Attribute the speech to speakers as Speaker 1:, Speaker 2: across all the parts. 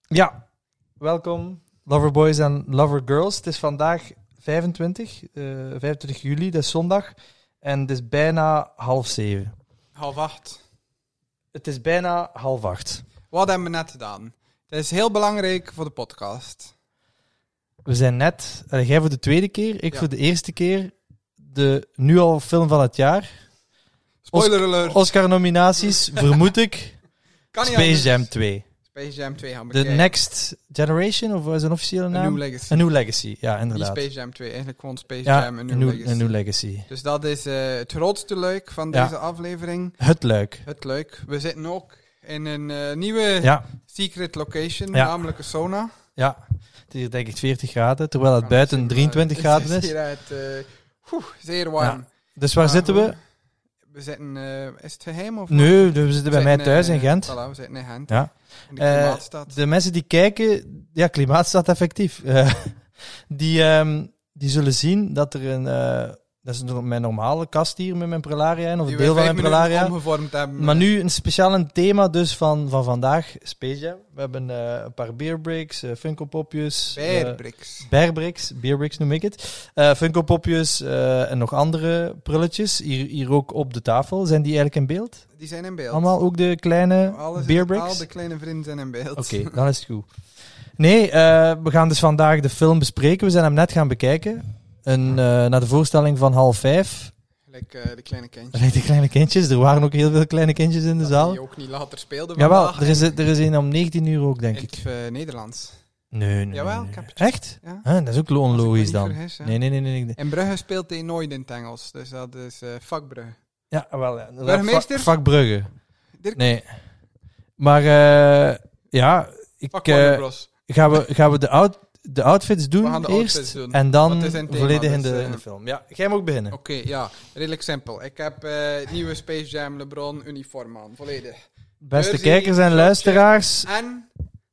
Speaker 1: Ja, welkom Loverboys en Lovergirls. Het is vandaag 25, eh, 25 juli, dat is zondag. En het is bijna half zeven.
Speaker 2: Half acht.
Speaker 1: Het is bijna half acht.
Speaker 2: Wat hebben we net gedaan? Dat is heel belangrijk voor de podcast.
Speaker 1: We zijn net, eh, jij voor de tweede keer, ik
Speaker 2: Ja.
Speaker 1: voor de eerste keer, de nu al film van het jaar.
Speaker 2: Spoiler alert.
Speaker 1: Oscar-nominaties, vermoed ik,
Speaker 2: kan niet anders.
Speaker 1: Space Jam 2.
Speaker 2: Space Jam 2 gaan
Speaker 1: The
Speaker 2: bekijken.
Speaker 1: Next Generation, of wat is een officiële
Speaker 2: A
Speaker 1: naam?
Speaker 2: New Legacy.
Speaker 1: A New Legacy, ja,
Speaker 2: Niet
Speaker 1: inderdaad.
Speaker 2: Space Jam 2, eigenlijk gewoon Space
Speaker 1: ja,
Speaker 2: Jam
Speaker 1: A
Speaker 2: en
Speaker 1: New,
Speaker 2: New Legacy.
Speaker 1: A New Legacy.
Speaker 2: Dus dat is eh, het grootste luik van
Speaker 1: Ja.
Speaker 2: deze aflevering.
Speaker 1: Het leuk.
Speaker 2: Het luik. We zitten ook in een eh, nieuwe
Speaker 1: Ja.
Speaker 2: secret location,
Speaker 1: Ja.
Speaker 2: namelijk een sauna.
Speaker 1: Ja, het is hier denk ik 40 graden, terwijl het buiten 23 graden
Speaker 2: eh, Het is
Speaker 1: is.
Speaker 2: hier uit, eh, oeh, zeer warm.
Speaker 1: Dus waar
Speaker 2: Maar
Speaker 1: zitten we?
Speaker 2: We zitten... eh, is het geheim of...
Speaker 1: Nu, we zitten bij
Speaker 2: We
Speaker 1: mij
Speaker 2: zitten,
Speaker 1: thuis in
Speaker 2: eh,
Speaker 1: Gent.
Speaker 2: Voilà, we zitten in Gent.
Speaker 1: Ja.
Speaker 2: In de
Speaker 1: Eh,
Speaker 2: klimaatstad.
Speaker 1: De mensen die kijken, ja, klimaatstad effectief. Eh, die, ehm, die zullen zien dat er een... eh, dat is nog mijn normale kast hier met mijn prelaria in, of
Speaker 2: Die
Speaker 1: een
Speaker 2: we
Speaker 1: deel van
Speaker 2: vijf
Speaker 1: mijn
Speaker 2: minuten
Speaker 1: prelaria.
Speaker 2: omgevormd hebben.
Speaker 1: Maar nu een speciaal een thema dus van, van vandaag, Space Jam. We hebben eh, een paar beer breaks, eh, Funko Popjes. eh,
Speaker 2: Bearbricks.
Speaker 1: Bearbricks, Beerbricks noem ik het. Eh Funko Popjes eh, en nog andere prulletjes. Hier, hier ook op de tafel. Zijn die eigenlijk in beeld?
Speaker 2: Die zijn in beeld.
Speaker 1: Allemaal ook de kleine
Speaker 2: Alles is- Al
Speaker 1: Beerbricks?
Speaker 2: de
Speaker 1: Oké,
Speaker 2: kleine vrienden zijn in beeld.
Speaker 1: dan is het goed. Nee, eh, we gaan dus vandaag de film bespreken. We zijn hem net gaan bekijken. Een, eh, naar de voorstelling van half vijf.
Speaker 2: Gelijk eh, de kleine kindjes.
Speaker 1: Lijkt de kleine kindjes. Er waren ook heel veel kleine kindjes in de
Speaker 2: Dat
Speaker 1: zaal.
Speaker 2: Die ook niet later speelden.
Speaker 1: Jawel,
Speaker 2: vandaag.
Speaker 1: er is, er is een om 19 uur ook, denk
Speaker 2: In
Speaker 1: ik.
Speaker 2: het eh, Nederlands.
Speaker 1: Nee, nee, nee.
Speaker 2: Jawel,
Speaker 1: nee.
Speaker 2: ik heb het-
Speaker 1: Echt?
Speaker 2: Ja.
Speaker 1: Huh, dat is ook
Speaker 2: Als ik me
Speaker 1: onlogisch
Speaker 2: niet
Speaker 1: dan.
Speaker 2: vergis, ja.
Speaker 1: Nee, nee, nee. nee, nee.
Speaker 2: In Brugge speelt hij nooit in het Engels. Dus dat is eh vakbrugge.
Speaker 1: Ja, Ah, wel. Ja. Vak,
Speaker 2: Burgemeester?
Speaker 1: vakbruggen.
Speaker 2: Dirk-
Speaker 1: Nee. Maar eh, ja, ik,
Speaker 2: Vak Warner
Speaker 1: eh,
Speaker 2: Bros.
Speaker 1: gaan, we, gaan we de, out, de outfits doen
Speaker 2: We gaan de
Speaker 1: eerst
Speaker 2: outfits doen,
Speaker 1: en
Speaker 2: want
Speaker 1: dan
Speaker 2: het is een thema,
Speaker 1: volledig in
Speaker 2: dus,
Speaker 1: de,
Speaker 2: eh,
Speaker 1: in de film. Ja, jij mag ook beginnen.
Speaker 2: Oké, ja. Redelijk simpel. Ik heb eh, nieuwe Space Jam LeBron uniform aan. Volledig.
Speaker 1: Beste
Speaker 2: Jersey,
Speaker 1: kijkers en
Speaker 2: shirtje.
Speaker 1: luisteraars.
Speaker 2: En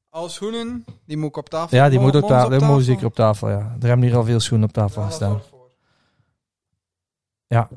Speaker 2: als schoenen, die moet ik op tafel.
Speaker 1: Ja, die moet
Speaker 2: Mogen
Speaker 1: ook
Speaker 2: we ons
Speaker 1: tafel. Die mogen zeker op tafel, ja. Er hebben hier al veel schoenen op tafel
Speaker 2: Ja, dat
Speaker 1: gestaan.
Speaker 2: zorgt voor.
Speaker 1: Ja.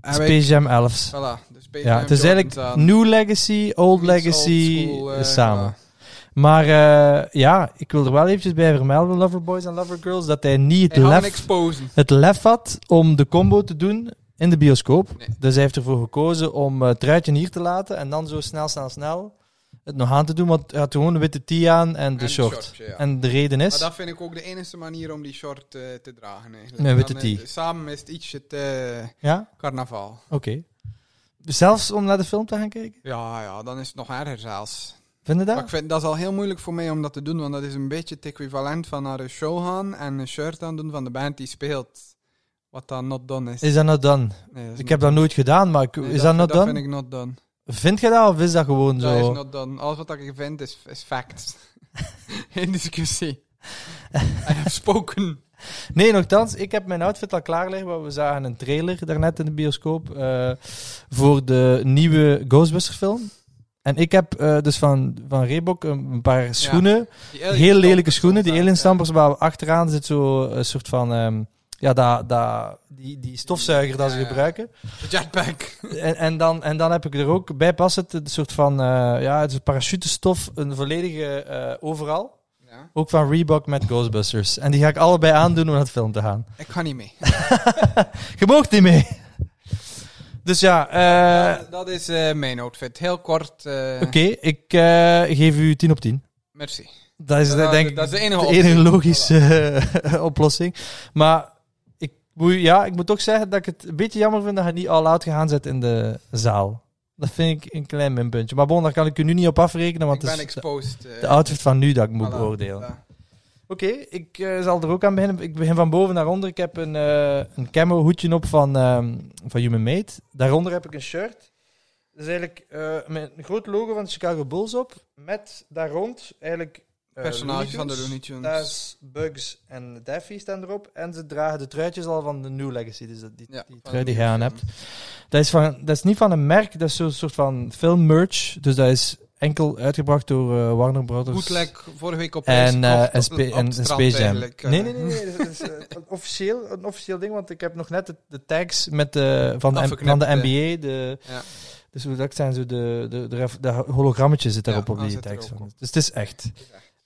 Speaker 2: En wij-
Speaker 1: Space Jam 11.
Speaker 2: Voilà, dus Space
Speaker 1: Ja,
Speaker 2: Jam
Speaker 1: het is
Speaker 2: Jordans
Speaker 1: eigenlijk
Speaker 2: aan.
Speaker 1: New Legacy, Old
Speaker 2: Iets
Speaker 1: Legacy
Speaker 2: oldschool,
Speaker 1: eh,
Speaker 2: eh,
Speaker 1: samen.
Speaker 2: voilà.
Speaker 1: Maar eh, ja, ik wil er wel eventjes bij vermelden, Loverboys en Lovergirls, dat hij niet
Speaker 2: Hij
Speaker 1: het lef...
Speaker 2: gaat hem exposen.
Speaker 1: het lef had om de combo te doen in de bioscoop.
Speaker 2: Nee.
Speaker 1: Dus hij heeft ervoor gekozen om eh, het truitje hier te laten en dan zo snel, snel, snel het nog aan te doen. Want hij had gewoon een witte tee aan en de
Speaker 2: En
Speaker 1: short.
Speaker 2: shortje, ja.
Speaker 1: En de reden
Speaker 2: Maar
Speaker 1: is...
Speaker 2: dat vind ik ook de enige manier om die short eh, te dragen. Eigenlijk.
Speaker 1: Nee, witte
Speaker 2: Dan, eh,
Speaker 1: tee.
Speaker 2: Samen is het ietsje te eh,
Speaker 1: Ja?
Speaker 2: carnaval.
Speaker 1: Oké. Dus Zelfs om naar de film te gaan kijken?
Speaker 2: Ja, ja, dan is het nog erger zelfs.
Speaker 1: Vind je dat?
Speaker 2: Maar ik vind dat is al heel moeilijk voor mij om dat te doen, want dat is een beetje het equivalent van naar een show gaan en een shirt aan doen van de band die speelt. Wat dan not done is.
Speaker 1: Is dat nou dan?
Speaker 2: Nee, dat is
Speaker 1: Ik
Speaker 2: not-
Speaker 1: heb dat nooit gedaan, maar ik-
Speaker 2: nee,
Speaker 1: is dat, nou
Speaker 2: vind-
Speaker 1: dan?
Speaker 2: Dat vind ik not done.
Speaker 1: Vind je dat of is dat gewoon
Speaker 2: Dat
Speaker 1: zo?
Speaker 2: is not done. Alles wat ik vind is, is facts. Geen discussie. I have spoken.
Speaker 1: Nee, nogthans, ik heb mijn outfit al klaar liggen. want We zagen een trailer daarnet in de bioscoop eh, voor de nieuwe Ghostbusters film. En ik heb eh, dus van, van Reebok een, een paar schoenen,
Speaker 2: Die alien
Speaker 1: heel lelijke
Speaker 2: stompers
Speaker 1: schoenen, die
Speaker 2: staan,
Speaker 1: alien
Speaker 2: ja.
Speaker 1: stampers waar achteraan zit zo een soort van, ehm, ja, dat dat die, die stofzuiger dat ze
Speaker 2: Ja, ja.
Speaker 1: gebruiken.
Speaker 2: De eh, Jetpack.
Speaker 1: En, en, dan, en dan heb ik er ook bij passend een soort van, eh, ja, het is een parachutestof, een volledige eh, overal.
Speaker 2: Ja.
Speaker 1: Ook van Reebok met Ghostbusters. En die ga ik allebei aandoen om naar het film te gaan.
Speaker 2: Ik ga niet mee.
Speaker 1: Je moogt niet mee. Dus ja, eh,
Speaker 2: dat, dat is eh, mijn outfit. Heel kort. eh,
Speaker 1: oké, ik eh, geef u 10 op 10.
Speaker 2: Merci.
Speaker 1: Dat is,
Speaker 2: Dat-
Speaker 1: eh,
Speaker 2: dat-
Speaker 1: denk ik
Speaker 2: dat is de enige
Speaker 1: de enige
Speaker 2: optie.
Speaker 1: logische eh, oplossing. Maar ik moet, ja, ik moet toch zeggen dat ik het een beetje jammer vind dat je niet all-out gegaan zit in de zaal. Dat vind ik een klein minpuntje. Maar bon, daar kan ik u nu niet op afrekenen, want
Speaker 2: ik
Speaker 1: het
Speaker 2: ben
Speaker 1: is
Speaker 2: exposed. eh,
Speaker 1: de outfit van nu dat ik moet
Speaker 2: voilà,
Speaker 1: beoordelen.
Speaker 2: voilà.
Speaker 1: Oké, ik eh, zal er ook aan beginnen. Ik begin van boven naar onder. Ik heb een, eh, een camo hoedje op van, ehm, van Human Made. Daaronder heb ik een shirt. Dat is eigenlijk eh, met een groot logo van de Chicago Bulls op. Met daar rond eigenlijk... eh,
Speaker 2: Personages van de Looney
Speaker 1: Daar
Speaker 2: Tunes. Eh,
Speaker 1: is Bugs en Daffy staan erop. En ze dragen de truitjes al van de New Legacy. Dus dat- die,
Speaker 2: Ja,
Speaker 1: die
Speaker 2: van
Speaker 1: trui
Speaker 2: de
Speaker 1: die jij aan
Speaker 2: film.
Speaker 1: hebt. Dat is, van, dat is niet van een merk. Dat is zo'n soort van filmmerch. Dus dat is enkel uitgebracht door eh, Warner Brothers.
Speaker 2: Bootleg vorige week op reis
Speaker 1: En, eh
Speaker 2: gekocht,
Speaker 1: en,
Speaker 2: op-
Speaker 1: spe-
Speaker 2: op
Speaker 1: en,
Speaker 2: het
Speaker 1: en
Speaker 2: strand
Speaker 1: Space Jam.
Speaker 2: eigenlijk, eh.
Speaker 1: Nee, nee, nee. nee. dat is, eh, een officieel, een officieel ding, want ik heb nog net de, de tags met de, van, de, M-
Speaker 2: Afgeknipt,
Speaker 1: van de
Speaker 2: eh.
Speaker 1: NBA. De,
Speaker 2: Ja.
Speaker 1: Dus hoe dat zijn zo de, de, de, ref- de hologrammetjes zit daarop
Speaker 2: Ja,
Speaker 1: op
Speaker 2: dat
Speaker 1: die
Speaker 2: zit er
Speaker 1: tags.
Speaker 2: ook
Speaker 1: van.
Speaker 2: op.
Speaker 1: Dus het is echt.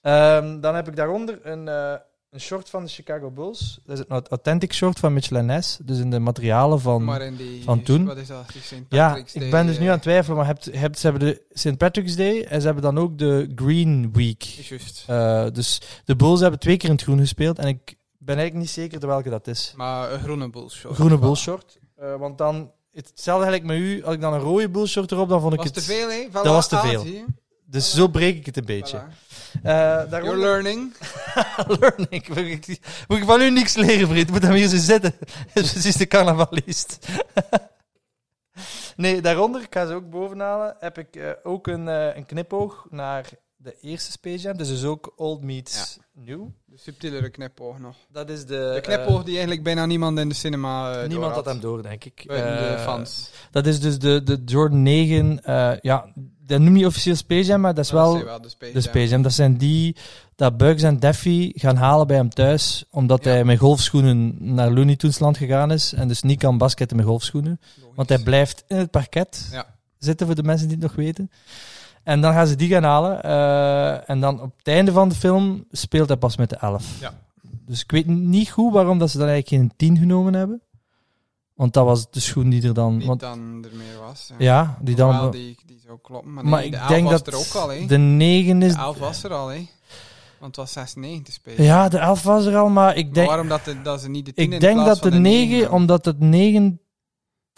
Speaker 1: Ehm, dan heb ik daaronder een, eh, een short van de Chicago Bulls. Dat is een aut- authentic short van Mitchell en Ness. Dus in de materialen van...
Speaker 2: maar in die,
Speaker 1: van toen?
Speaker 2: Wat is dat? Die St.
Speaker 1: ja,
Speaker 2: Patrick's
Speaker 1: ik
Speaker 2: Day,
Speaker 1: ben dus nu
Speaker 2: eh,
Speaker 1: aan het twijfelen. Maar hebt, hebt, ze hebben de St. Patrick's Day en ze hebben dan ook de Green Week.
Speaker 2: is Juist.
Speaker 1: Eh, dus de Bulls hebben twee keer in het groen gespeeld. En ik ben eigenlijk niet zeker de welke dat is.
Speaker 2: Maar een groene bullshort.
Speaker 1: Groene bullshort. Eh, want dan, hetzelfde eigenlijk met u. Als ik dan een rode bullshort erop, dan vond ik
Speaker 2: Was
Speaker 1: het...
Speaker 2: te veel, hè? Voilà,
Speaker 1: dat was te
Speaker 2: ah,
Speaker 1: veel.
Speaker 2: zie je?
Speaker 1: Dus zo breek ik het een beetje.
Speaker 2: Voilà.
Speaker 1: Eh
Speaker 2: You're
Speaker 1: daaronder...
Speaker 2: learning.
Speaker 1: learning. Moet ik, moet ik van u niks leren, vriend. Moet hem hier zo zitten. Dat is precies de carnavalist. nee, daaronder, ik ga ze ook bovenhalen, heb ik eh, ook een, eh, een knipoog naar de eerste Space Jam. Dus, dus ook Old Meets New.
Speaker 2: De subtielere knipoog nog.
Speaker 1: Dat is de...
Speaker 2: De
Speaker 1: eh,
Speaker 2: knipoog die eigenlijk bijna niemand in de cinema eh,
Speaker 1: Niemand had
Speaker 2: doorhad.
Speaker 1: hem door, denk ik.
Speaker 2: Buiten de
Speaker 1: Eh,
Speaker 2: fans.
Speaker 1: Dat is dus de, de Jordan 9. eh, ja, dat noem je officieel Space Jam, maar dat is
Speaker 2: Maar dat
Speaker 1: wel
Speaker 2: zijn de Space
Speaker 1: de
Speaker 2: Jam.
Speaker 1: Space Jam. Dat zijn die dat Bugs en Daffy gaan halen bij hem thuis, omdat
Speaker 2: Ja.
Speaker 1: hij met golfschoenen naar Looney Tunes land gegaan is en dus niet kan basketten met golfschoenen.
Speaker 2: Logisch.
Speaker 1: Want hij blijft in het parket
Speaker 2: Ja.
Speaker 1: zitten, voor de mensen die het nog weten. En dan gaan ze die gaan halen. eh, en dan op het einde van de film speelt hij pas met de 11.
Speaker 2: Ja.
Speaker 1: Dus ik weet niet goed waarom dat ze dan eigenlijk geen 10 genomen hebben. Want dat was de schoen die er dan...
Speaker 2: Die
Speaker 1: want,
Speaker 2: dan er meer was. Ja,
Speaker 1: ja, die dan...
Speaker 2: Hoewel die, die zou kloppen. Maar,
Speaker 1: maar
Speaker 2: nee, de
Speaker 1: ik
Speaker 2: elf
Speaker 1: denk
Speaker 2: was
Speaker 1: dat
Speaker 2: er ook al, hè?
Speaker 1: de 9 is...
Speaker 2: De elf was er al, hè? Want het was 96 spelen.
Speaker 1: ja, de 11 was er al, maar ik
Speaker 2: Maar
Speaker 1: denk,
Speaker 2: waarom dat, de- dat ze niet de 10 in
Speaker 1: ik denk
Speaker 2: plaats
Speaker 1: dat de
Speaker 2: van
Speaker 1: 9,
Speaker 2: negen
Speaker 1: omdat het 9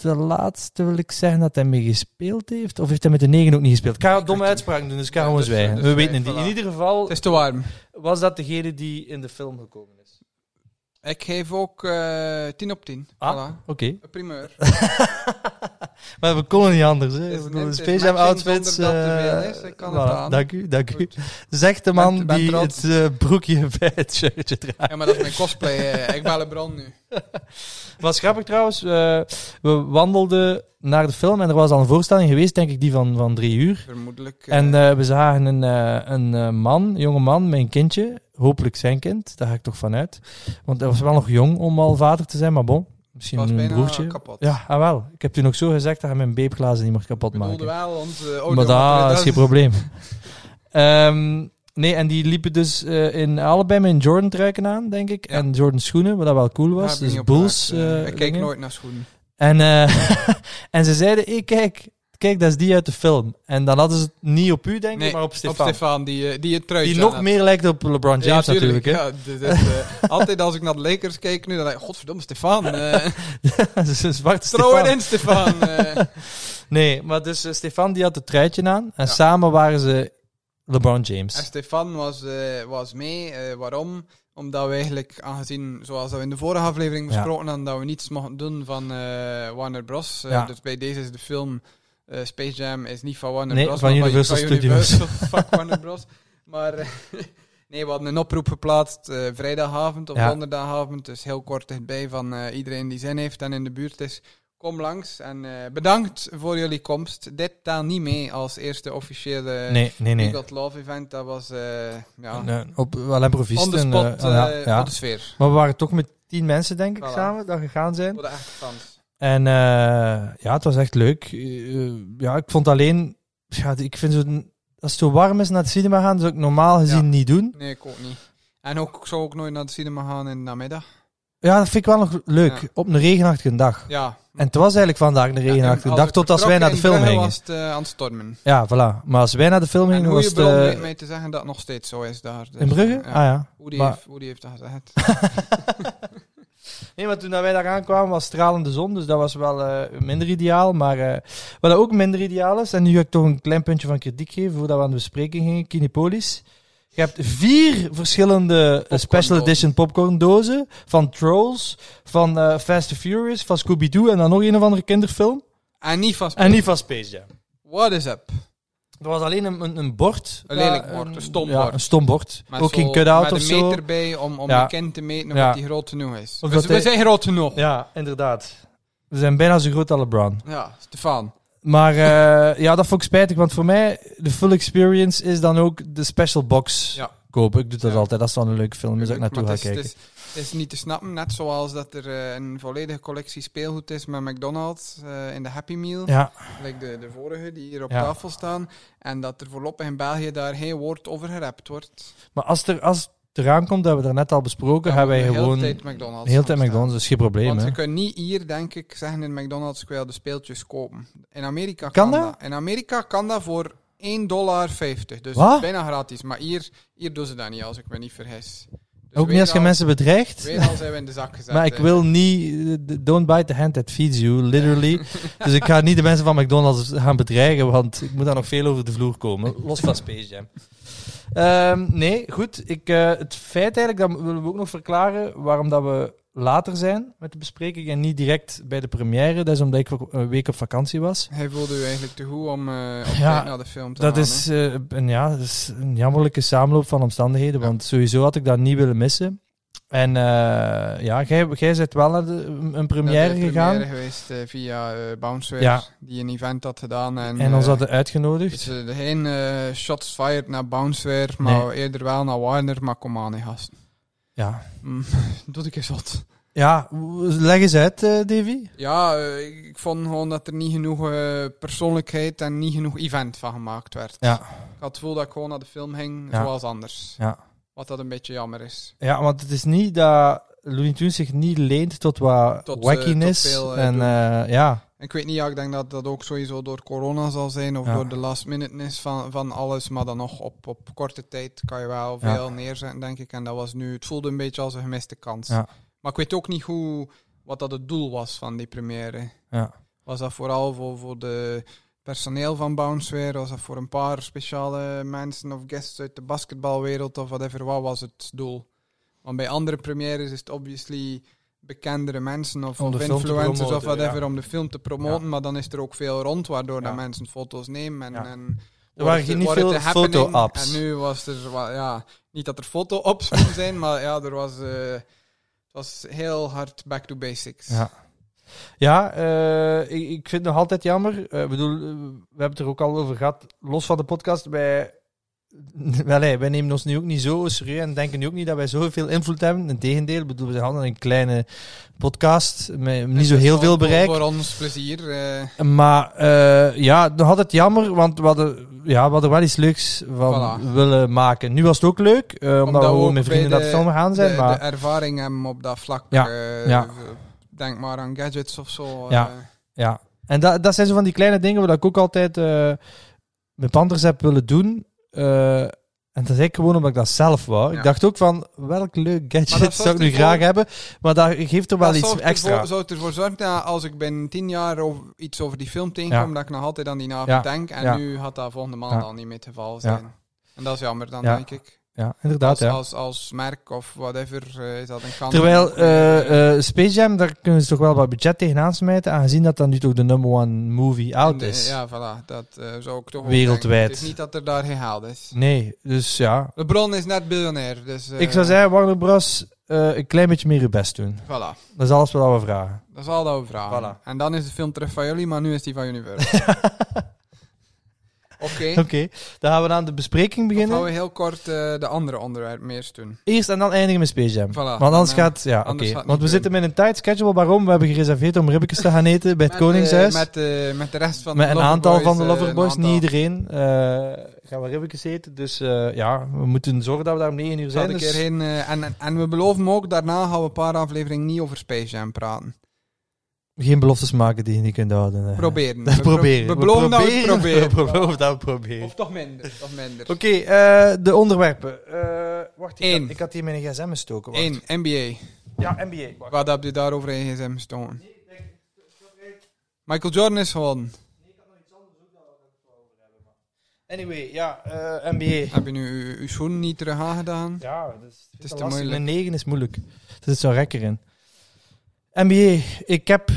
Speaker 1: de laatste wil ik zeggen dat hij mee gespeeld heeft. Of heeft hij met de 9 ook niet gespeeld? Ik ga een domme
Speaker 2: weet het
Speaker 1: uitspraak doen, dus ik ga
Speaker 2: Ja,
Speaker 1: gewoon
Speaker 2: dus,
Speaker 1: zwijgen.
Speaker 2: dus
Speaker 1: We
Speaker 2: zwijg,
Speaker 1: weten het niet.
Speaker 2: voilà.
Speaker 1: In ieder geval
Speaker 2: Het is te warm.
Speaker 1: was dat degene die in de film gekomen is.
Speaker 2: Ik geef ook eh 10 op 10.
Speaker 1: Ah.
Speaker 2: Voilà.
Speaker 1: Oké.
Speaker 2: Een primeur.
Speaker 1: maar we konden niet anders. Hè.
Speaker 2: Dus
Speaker 1: Ik bedoel,
Speaker 2: het is
Speaker 1: Space Jam
Speaker 2: matching
Speaker 1: outfits.
Speaker 2: zonder dat te
Speaker 1: eh,
Speaker 2: veel is. Ik kan het
Speaker 1: voilà.
Speaker 2: aan.
Speaker 1: Dank u, dank u.
Speaker 2: Goed.
Speaker 1: Zegt de man
Speaker 2: Ben- ben
Speaker 1: die
Speaker 2: trots.
Speaker 1: het eh, broekje bij het shirtje draagt.
Speaker 2: Ja, maar dat is mijn cosplay. eh. Ik bel een bron nu.
Speaker 1: Was grappig trouwens, eh, we wandelden naar de film en er was al een voorstelling geweest, denk ik, die van, van drie uur.
Speaker 2: Vermoedelijk. eh,
Speaker 1: En eh, we zagen een, eh, een eh, man, een jonge man, met een kindje. Hopelijk zijn kind, daar ga ik toch van uit. Want hij was wel nog jong om al vader te zijn, maar bon, misschien
Speaker 2: was
Speaker 1: een
Speaker 2: bijna
Speaker 1: eh, broertje.
Speaker 2: kapot.
Speaker 1: Ja, ah wel. Ik heb toen ook zo gezegd dat hij mijn beepglazen niet mag kapot
Speaker 2: Ik bedoelde
Speaker 1: maken.
Speaker 2: wel oh, onze
Speaker 1: Maar
Speaker 2: audio.
Speaker 1: dat is geen probleem. Ehm, nee, en die liepen dus eh, in, allebei met een Jordan truiken aan, denk ik.
Speaker 2: Ja.
Speaker 1: En Jordan schoenen, wat dat wel cool
Speaker 2: Daar
Speaker 1: was.
Speaker 2: heb ik niet
Speaker 1: dus
Speaker 2: op
Speaker 1: Bulls.
Speaker 2: gelet, eh.
Speaker 1: eh,
Speaker 2: ik kijk
Speaker 1: dingen.
Speaker 2: nooit naar schoenen.
Speaker 1: En, eh, en ze zeiden, hey, kijk, kijk, dat is die uit de film. En dan hadden ze het niet op u, denk ik,
Speaker 2: Nee,
Speaker 1: maar op
Speaker 2: Op
Speaker 1: Stefan.
Speaker 2: Stefan, die, eh, die het truitje
Speaker 1: die
Speaker 2: aan
Speaker 1: nog
Speaker 2: had.
Speaker 1: meer lijkt op LeBron James
Speaker 2: ja, tuurlijk.
Speaker 1: natuurlijk. hè.
Speaker 2: Ja, dit is, eh, altijd als ik naar de Lakers kijk nu, dan denk ik, godverdomme, Stefan. eh
Speaker 1: dat is een zwarte
Speaker 2: Trouw
Speaker 1: Stefan.
Speaker 2: in, Stefan. eh.
Speaker 1: Nee, maar dus eh, Stefan die had het truitje aan. En
Speaker 2: Ja.
Speaker 1: samen waren ze LeBron James.
Speaker 2: en Stefan was, eh, was mee. eh, waarom? Omdat we eigenlijk, aangezien, zoals dat we in de vorige aflevering
Speaker 1: Ja.
Speaker 2: besproken hadden, dat we niets mochten doen van eh, Warner Bros. Eh,
Speaker 1: Ja.
Speaker 2: Dus bij deze is de film eh, Space Jam is niet van Warner
Speaker 1: Nee,
Speaker 2: Bros.
Speaker 1: van
Speaker 2: maar
Speaker 1: Universal
Speaker 2: van
Speaker 1: Studios.
Speaker 2: Universal, fuck Warner Bros. Maar eh, nee, we hadden een oproep geplaatst eh, vrijdagavond of
Speaker 1: Ja.
Speaker 2: donderdagavond. Dus heel kort dichtbij van eh, iedereen die zin heeft en in de buurt is. Kom langs en eh, bedankt voor jullie komst. Dit taal niet mee als eerste officiële
Speaker 1: nee, nee, nee.
Speaker 2: We Got Love event, dat was eh ja,
Speaker 1: Nee, op, wel een provisten.
Speaker 2: on the spot,
Speaker 1: eh, ja,
Speaker 2: eh,
Speaker 1: ja.
Speaker 2: op de sfeer.
Speaker 1: Maar we waren toch met tien mensen, denk ik,
Speaker 2: Voilà.
Speaker 1: samen, dat gegaan zijn.
Speaker 2: Voor de echte fans.
Speaker 1: En eh, ja, het was echt leuk. Eh, eh, ja, ik vond alleen... Ja, ik vind zo... Als het zo warm is naar het cinema gaan, zou ik normaal gezien
Speaker 2: Ja.
Speaker 1: niet doen.
Speaker 2: Nee, ik ook niet. En ook, ik zou ook nooit naar de cinema gaan in de namiddag.
Speaker 1: Ja, dat vind ik wel nog leuk.
Speaker 2: Ja.
Speaker 1: Op een regenachtige dag.
Speaker 2: Ja.
Speaker 1: En het was eigenlijk vandaag een regenachtige dag, tot als wij naar de film
Speaker 2: gingen.
Speaker 1: gingen.
Speaker 2: was het eh, aan het stormen.
Speaker 1: Ja, voilà. Maar als wij naar de film
Speaker 2: En
Speaker 1: gingen,
Speaker 2: hoe
Speaker 1: was
Speaker 2: je
Speaker 1: het...
Speaker 2: bron
Speaker 1: eh,
Speaker 2: weet mij te zeggen dat het nog steeds zo is daar. Dus,
Speaker 1: in Brugge?
Speaker 2: eh,
Speaker 1: Ah
Speaker 2: Ja.
Speaker 1: ja.
Speaker 2: Hoe die
Speaker 1: Maar-
Speaker 2: heeft, Woody heeft dat gezegd.
Speaker 1: nee, maar toen dat wij daar aankwamen was stralende zon, dus dat was wel eh, minder ideaal. Maar eh, wat ook minder ideaal is, en nu ga ik toch een klein puntje van kritiek geven voordat we aan de bespreking gingen, Kinepolis. Je hebt vier verschillende eh, special
Speaker 2: Popcorndozen.
Speaker 1: edition popcorndozen van Trolls, van eh, Fast and Furious, van Scooby-Doo en dan nog een of andere kinderfilm.
Speaker 2: En niet van
Speaker 1: En niet van Space Jam.
Speaker 2: What is up?
Speaker 1: Er was alleen een, een, een bord.
Speaker 2: Een
Speaker 1: Ja,
Speaker 2: lelijk bord, een stom
Speaker 1: Ja,
Speaker 2: bord.
Speaker 1: een stom bord.
Speaker 2: Met
Speaker 1: ook
Speaker 2: zo-
Speaker 1: geen cut-out of
Speaker 2: Met een
Speaker 1: zo.
Speaker 2: meter bij om, om
Speaker 1: Ja.
Speaker 2: een kind te meten of
Speaker 1: Ja.
Speaker 2: die groot genoeg is.
Speaker 1: Of
Speaker 2: We,
Speaker 1: dat
Speaker 2: we
Speaker 1: hij-
Speaker 2: zijn groot genoeg. Ja,
Speaker 1: Ja, inderdaad. We zijn bijna zo groot als LeBron.
Speaker 2: Stefan.
Speaker 1: Maar eh, ja, dat vond ik spijtig, want voor mij, de full experience is dan ook de special box
Speaker 2: Ja.
Speaker 1: kopen. Ik doe dat
Speaker 2: Ja.
Speaker 1: altijd, als het dan een leuke film is, dat ik naartoe
Speaker 2: Maar
Speaker 1: ga
Speaker 2: het is-
Speaker 1: kijken.
Speaker 2: Het is, is niet te snappen. Net zoals dat er eh, een volledige collectie speelgoed is met McDonald's eh, in de Happy Meal.
Speaker 1: Ja,
Speaker 2: Like de, de vorige die hier op
Speaker 1: Ja.
Speaker 2: tafel staan. En dat er voorlopig in België daar geen woord over gerapt wordt.
Speaker 1: maar als, er, als het eraan komt, dat hebben we daarnet al besproken, hebben wij gewoon
Speaker 2: De hele tijd McDonald's.
Speaker 1: heel de tijd
Speaker 2: opstaan.
Speaker 1: McDonald's. Dat is geen probleem,
Speaker 2: Want
Speaker 1: hè.
Speaker 2: je kunt niet hier, denk ik, zeggen in McDonald's, ik wil de speeltjes kopen. In Amerika
Speaker 1: Kan
Speaker 2: kan,
Speaker 1: dat?
Speaker 2: dat? In Amerika kan dat voor 1,50 dollar. Dus
Speaker 1: Wat?
Speaker 2: het is bijna gratis. Maar hier, hier doen ze dat niet, als ik me niet vergis. Dus
Speaker 1: Ook niet als je
Speaker 2: al-
Speaker 1: mensen bedreigt.
Speaker 2: Weer al zijn we in de zak gezet.
Speaker 1: Maar ik
Speaker 2: hè.
Speaker 1: wil niet... eh, Don't bite the hand that feeds you, literally. dus ik ga niet de mensen van McDonald's gaan bedreigen, want ik moet daar nog veel over de vloer komen. Los van Space Jam. Ehm, nee, goed. Ik, eh, het feit eigenlijk, dat willen we ook nog verklaren, waarom dat we later zijn met de bespreking en niet direct bij de première. Dat is omdat ik ook eh, een week op vakantie was.
Speaker 2: Hij voelde u eigenlijk te goed om eh, op
Speaker 1: Ja,
Speaker 2: tijd naar de film te
Speaker 1: Dat
Speaker 2: gaan,
Speaker 1: is, eh, een, ja, dat is een jammerlijke samenloop van omstandigheden,
Speaker 2: Ja.
Speaker 1: want sowieso had ik dat niet willen missen. En eh, ja, jij, jij bent wel naar de- een
Speaker 2: hè. Naar de
Speaker 1: première gegaan.
Speaker 2: première geweest eh, via eh Bouncewear,
Speaker 1: Ja.
Speaker 2: die een event had gedaan. En,
Speaker 1: En ons
Speaker 2: eh,
Speaker 1: hadden uitgenodigd.
Speaker 2: dus, eh, geen eh, shots fired naar Bouncewear, maar eerder wel naar Warner. Maar kom aan, hè, gast.
Speaker 1: Ja.
Speaker 2: Mm, doe ik eens wat.
Speaker 1: ja, w- leg eens uit, eh, Davy.
Speaker 2: Ja, eh, ik, ik vond gewoon dat er niet genoeg eh, persoonlijkheid en niet genoeg event van gemaakt werd.
Speaker 1: Ja.
Speaker 2: Ik had het gevoel dat ik gewoon naar de film ging,
Speaker 1: Ja.
Speaker 2: zoals anders.
Speaker 1: Ja.
Speaker 2: Wat dat een beetje jammer is.
Speaker 1: Ja, want het is niet dat Looney Tunes zich niet leent tot wat
Speaker 2: Tot, eh,
Speaker 1: wackiness.
Speaker 2: tot veel, eh,
Speaker 1: en
Speaker 2: doen.
Speaker 1: eh, ja,
Speaker 2: Ik weet niet, ja, ik denk dat dat ook sowieso door corona zal zijn of
Speaker 1: Ja.
Speaker 2: door de last minuteness van, van alles. Maar dan nog op, op korte tijd kan je wel
Speaker 1: Ja.
Speaker 2: veel neerzetten, denk ik. En dat was nu, het voelde een beetje als een gemiste kans.
Speaker 1: Ja.
Speaker 2: Maar ik weet ook niet hoe, wat dat het doel was van die première.
Speaker 1: ja,
Speaker 2: Was dat vooral voor, voor de personeel van Bounceware? Was dat voor een paar speciale mensen of guests uit de basketbalwereld of whatever? Wat was het doel? Want bij andere premières is het obviously bekendere mensen of,
Speaker 1: Om
Speaker 2: of
Speaker 1: de film te
Speaker 2: influencers of
Speaker 1: promoten,
Speaker 2: whatever
Speaker 1: ja.
Speaker 2: om de film te promoten, maar dan is er ook veel rond waardoor
Speaker 1: Ja.
Speaker 2: dat mensen foto's nemen. En,
Speaker 1: Ja.
Speaker 2: en
Speaker 1: Er
Speaker 2: wordt
Speaker 1: waren
Speaker 2: het-
Speaker 1: niet
Speaker 2: wordt het
Speaker 1: veel
Speaker 2: een happening.
Speaker 1: foto-ops.
Speaker 2: En nu was er, wa- ja, niet dat er foto-ops moeten zijn, maar ja, er was, eh, het was heel hard back to basics.
Speaker 1: ja. Ja, eh, ik, ik vind het nog altijd jammer. Eh, Ik bedoel, eh, we hebben het er ook al over gehad. Los van de podcast, wij, wel, hey, wij nemen ons nu ook niet zo serieus en denken nu ook niet dat wij zoveel invloed hebben. Integendeel, ik bedoel, we zijn altijd een kleine podcast met niet
Speaker 2: Dus
Speaker 1: zo
Speaker 2: dat is
Speaker 1: heel
Speaker 2: wel
Speaker 1: veel
Speaker 2: voor-
Speaker 1: bereik.
Speaker 2: Voor ons plezier. eh,
Speaker 1: Maar eh, ja, nog altijd jammer, want we hadden, ja, we hadden wel iets leuks van
Speaker 2: Voilà.
Speaker 1: willen maken. Nu was het ook leuk, eh, omdat,
Speaker 2: Omdat
Speaker 1: we
Speaker 2: we
Speaker 1: gewoon
Speaker 2: ook
Speaker 1: met vrienden
Speaker 2: bij
Speaker 1: naar de film gaan zijn.
Speaker 2: de,
Speaker 1: maar
Speaker 2: de ervaring hebben op dat vlak.
Speaker 1: Ja,
Speaker 2: eh,
Speaker 1: ja.
Speaker 2: Denk maar aan gadgets of zo.
Speaker 1: Ja.
Speaker 2: eh.
Speaker 1: ja, en dat, dat zijn zo van die kleine dingen waar ik ook altijd eh, met Panthers heb willen doen. Eh, en dat is ik gewoon omdat ik dat zelf wou.
Speaker 2: Ja.
Speaker 1: Ik dacht ook van, welk leuk
Speaker 2: Maar
Speaker 1: gadget
Speaker 2: dat
Speaker 1: zou ik
Speaker 2: zorgt
Speaker 1: nu
Speaker 2: ervoor-
Speaker 1: graag hebben? Maar dat geeft er wel
Speaker 2: Dat
Speaker 1: iets
Speaker 2: zorgt
Speaker 1: extra.
Speaker 2: Ervoor, zou ervoor zorgen dat als ik binnen tien jaar over, iets over die film tegenkom,
Speaker 1: Ja.
Speaker 2: dat ik nog altijd aan die naam
Speaker 1: Ja.
Speaker 2: denk. En
Speaker 1: Ja.
Speaker 2: nu had dat volgende maand
Speaker 1: Ja.
Speaker 2: al niet meer het geval zijn. En dat is jammer dan,
Speaker 1: Ja.
Speaker 2: denk ik.
Speaker 1: Ja,
Speaker 2: Als,
Speaker 1: inderdaad. ja.
Speaker 2: als, als merk of whatever eh, is dat een kans.
Speaker 1: Terwijl eh, eh, Space Jam, daar kunnen ze toch wel wat budget tegenaan smijten, aangezien dat dat nu toch de number one movie out is.
Speaker 2: Ja, voilà. Dat eh, zou ik toch ook
Speaker 1: Wereldwijd.
Speaker 2: denken. Het is niet dat er daar geen haal is.
Speaker 1: Nee, dus ja.
Speaker 2: LeBron is net biljonair, dus... eh,
Speaker 1: ik zou zeggen, Warner Bros. eh, een klein beetje meer je best doen.
Speaker 2: Voilà.
Speaker 1: Dat is alles wat we vragen.
Speaker 2: Dat is al dat we vragen.
Speaker 1: Voilà.
Speaker 2: En dan is de film terug van jullie, maar nu is die van Universal. Oké,
Speaker 1: Oké, dan gaan we aan de bespreking
Speaker 2: dan gaan
Speaker 1: beginnen.
Speaker 2: we heel kort eh, de andere onderwerpen eerst doen.
Speaker 1: Eerst en dan eindigen met Space Jam.
Speaker 2: Voilà,
Speaker 1: Want
Speaker 2: dan,
Speaker 1: anders
Speaker 2: eh,
Speaker 1: gaat... Ja, oké.
Speaker 2: anders gaat het
Speaker 1: Want we
Speaker 2: niet
Speaker 1: zitten met een tight schedule. Waarom? We hebben gereserveerd om ribbekjes te gaan eten bij het
Speaker 2: Met, eh,
Speaker 1: Koningshuis.
Speaker 2: met, eh, met de rest van
Speaker 1: Met
Speaker 2: de
Speaker 1: een
Speaker 2: Loverboys,
Speaker 1: aantal van de
Speaker 2: eh,
Speaker 1: Loverboys,
Speaker 2: een
Speaker 1: niet
Speaker 2: aantal.
Speaker 1: iedereen, eh, gaan we ribbekjes eten. Dus eh, ja, we moeten zorgen dat we daar om 9 uur
Speaker 2: We gaan
Speaker 1: zijn.
Speaker 2: een
Speaker 1: dus-
Speaker 2: keer heen, eh, en, en- en we beloven ook, daarna gaan we een paar afleveringen niet over Space Jam praten.
Speaker 1: Geen beloftes maken die je niet kunt houden. eh.
Speaker 2: Proberen.
Speaker 1: Dat
Speaker 2: We pro-
Speaker 1: proberen.
Speaker 2: We beloven dat we het proberen.
Speaker 1: We beloven dat we proberen.
Speaker 2: Of toch minder, toch minder.
Speaker 1: Oké, eh, de onderwerpen. Eh, wacht, ik
Speaker 2: Eén.
Speaker 1: had, ik had hier mijn gsm gestoken. wacht.
Speaker 2: Eén, NBA.
Speaker 1: Ja, NBA. Wacht.
Speaker 2: Wat heb je daarover in je gsm gestoken? Michael Jordan is gewonnen.
Speaker 1: Anyway, ja, eh, NBA.
Speaker 2: Heb je nu je- je schoen niet terug aangedaan?
Speaker 1: Ja, dat is,
Speaker 2: is te
Speaker 1: lastig.
Speaker 2: moeilijk.
Speaker 1: Mijn 9 is moeilijk. Er zit zo'n rekker in. NBA, ik heb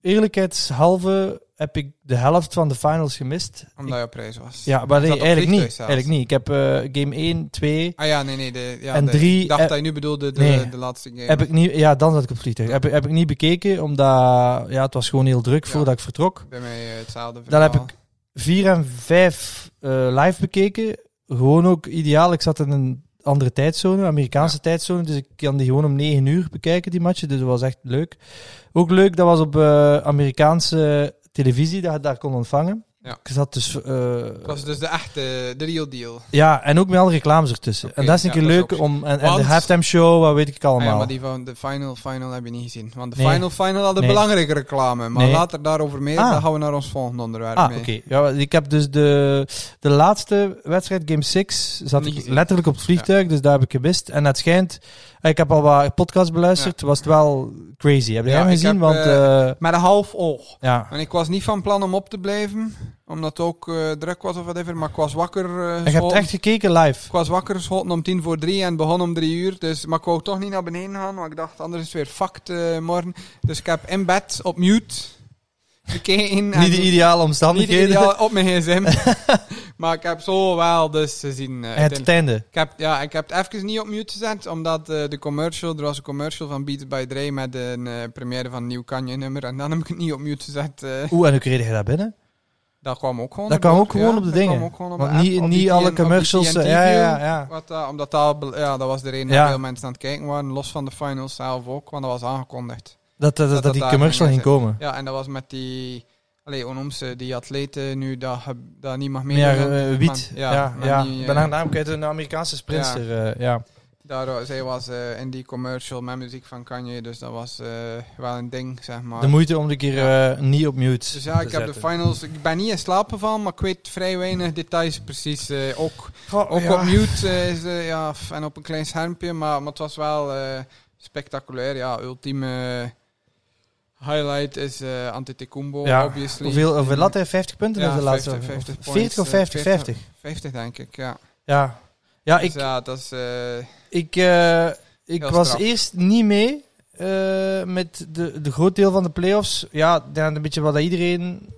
Speaker 1: eerlijkheidshalve heb ik de helft van de finals gemist.
Speaker 2: Omdat je op reis was.
Speaker 1: Ja, maar nee,
Speaker 2: zat op
Speaker 1: eigenlijk niet.
Speaker 2: vliegtuig zelfs.
Speaker 1: Eigenlijk niet. Ik heb eh, game 1, 2,
Speaker 2: Ah ja, nee, nee. De, ja,
Speaker 1: En
Speaker 2: de-
Speaker 1: drie,
Speaker 2: Ik dacht
Speaker 1: eh,
Speaker 2: dat je nu bedoelde de,
Speaker 1: nee.
Speaker 2: de laatste game.
Speaker 1: Heb ik niet, ja, dan zat ik op vliegtuig. Heb, ik- heb ik niet bekeken, omdat ja, het was gewoon heel druk
Speaker 2: Ja.
Speaker 1: voordat ik vertrok.
Speaker 2: Bij mij eh, hetzelfde
Speaker 1: Dan heb
Speaker 2: verhaal.
Speaker 1: ik vier en vijf eh, live bekeken. Gewoon ook ideaal. Ik zat in een andere tijdzone, Amerikaanse tijdzone. Dus ik kan die gewoon om 9 uur bekijken, die matchen. Dus dat was echt leuk. Ook leuk, dat was op eh, Amerikaanse televisie, dat je daar kon ontvangen.
Speaker 2: Ja.
Speaker 1: Ik zat dus... eh,
Speaker 2: Dat was dus de echte, de real deal. Ah,
Speaker 1: ja, en ook met alle reclames ertussen.
Speaker 2: Oké,
Speaker 1: en dat is een
Speaker 2: ja,
Speaker 1: keer
Speaker 2: dat is
Speaker 1: leuk
Speaker 2: ook-
Speaker 1: om... En, en de
Speaker 2: Want-
Speaker 1: halftime show, wat weet ik
Speaker 2: Ah ja,
Speaker 1: allemaal.
Speaker 2: maar die van de final, final heb je niet gezien. Want de
Speaker 1: Nee.
Speaker 2: final, final had een
Speaker 1: Nee.
Speaker 2: belangrijke reclame. Maar
Speaker 1: Nee.
Speaker 2: later daarover meer,
Speaker 1: Ah.
Speaker 2: dan gaan we naar ons volgende onderwerp
Speaker 1: Ah,
Speaker 2: mee.
Speaker 1: oké. Ja, wel, ik heb dus de, de laatste wedstrijd, Game 6, zat
Speaker 2: Niet
Speaker 1: ik
Speaker 2: gezien.
Speaker 1: letterlijk op het vliegtuig, dus daar heb ik gemist. En het schijnt, eh, ik heb al wat podcasts beluisterd, was het wel crazy. Heb jij
Speaker 2: Ja,
Speaker 1: hem
Speaker 2: ik
Speaker 1: gezien?
Speaker 2: heb,
Speaker 1: Want,
Speaker 2: eh,
Speaker 1: eh,
Speaker 2: Met een half oog.
Speaker 1: ja.
Speaker 2: En ik was niet van plan om op te blijven, omdat het ook eh, druk was of whatever. Maar ik was wakker eh,
Speaker 1: En je hebt
Speaker 2: geschoten.
Speaker 1: echt gekeken live.
Speaker 2: Ik was wakker geschoten om tien voor drie en begon om drie uur. Dus, maar ik wou toch niet naar beneden gaan, want ik dacht, anders is het weer fucked eh, morgen. Dus ik heb in bed op mute gekeken. en-
Speaker 1: Niet de ideale
Speaker 2: niet
Speaker 1: omstandigheden.
Speaker 2: ideaal op mijn gsm. maar ik heb zo wel dus gezien. eh,
Speaker 1: het,
Speaker 2: uiteindelijk.
Speaker 1: einde.
Speaker 2: ik, heb, ja, ik heb het even niet op mute gezet, omdat eh, de commercial, er was een commercial van Beats by Dre met een eh, première van een nieuw Kanye-nummer. En dan heb ik het niet op mute gezet. eh.
Speaker 1: Oeh, en hoe kreeg je daar binnen?
Speaker 2: dat kwam ook gewoon
Speaker 1: Dat
Speaker 2: op-
Speaker 1: kwam ook gewoon
Speaker 2: ja,
Speaker 1: op de
Speaker 2: dat
Speaker 1: dingen.
Speaker 2: kwam ook gewoon op de
Speaker 1: Want
Speaker 2: app,
Speaker 1: niet,
Speaker 2: op
Speaker 1: niet
Speaker 2: BTN
Speaker 1: alle
Speaker 2: op
Speaker 1: commercials.
Speaker 2: BTN
Speaker 1: eh, Ja, ja,
Speaker 2: TV.
Speaker 1: ja.
Speaker 2: Wat, eh, omdat dat, bel- ja, dat was de reden
Speaker 1: Ja.
Speaker 2: dat veel mensen aan het kijken waren, los van de finals zelf ook, want dat was aangekondigd.
Speaker 1: Dat, dat, dat,
Speaker 2: dat
Speaker 1: die
Speaker 2: daar
Speaker 1: commercial ging
Speaker 2: ging
Speaker 1: komen.
Speaker 2: Ja, en dat was met die, allee, hoe noemt ze, die atleten nu, dat, ge- dat niet mag
Speaker 1: Ja,
Speaker 2: meedoen.
Speaker 1: eh, wiet.
Speaker 2: Maar-
Speaker 1: Ja,
Speaker 2: ja,
Speaker 1: ja.
Speaker 2: maar niet,
Speaker 1: Ik
Speaker 2: eh,
Speaker 1: ben haar naam kwijt, een Amerikaanse sprinter. eh, ja.
Speaker 2: Daar, eh, zij was eh, in die commercial met muziek van Kanye, dus dat was eh, wel een ding, zeg maar.
Speaker 1: De moeite om de keer eh, niet op mute
Speaker 2: Ah. dus ja, ik
Speaker 1: te
Speaker 2: heb de
Speaker 1: zetten.
Speaker 2: finals, ik ben niet in slaap gevallen, maar ik weet vrij weinig details precies. eh, ook
Speaker 1: Goh,
Speaker 2: ook
Speaker 1: ja.
Speaker 2: op mute eh, is, eh, ja, f- en op een klein schermpje, maar, maar het was wel eh, spectaculair. Ja, ultieme highlight is eh Antetokounmpo,
Speaker 1: Ja,
Speaker 2: obviously.
Speaker 1: Hoeveel, hoeveel had hij? 50 punten
Speaker 2: Ja,
Speaker 1: is de laatste?
Speaker 2: 50, 50 points,
Speaker 1: 40 of
Speaker 2: eh,
Speaker 1: 50? 50.
Speaker 2: 50 denk ik, ja.
Speaker 1: Ja. Ja, ik,
Speaker 2: Dus ja, dat is... eh,
Speaker 1: ik, eh, ik
Speaker 2: Heel
Speaker 1: was
Speaker 2: straf.
Speaker 1: eerst niet mee eh, met de, de groot deel van de playoffs. Ja, dan een beetje wat dat iedereen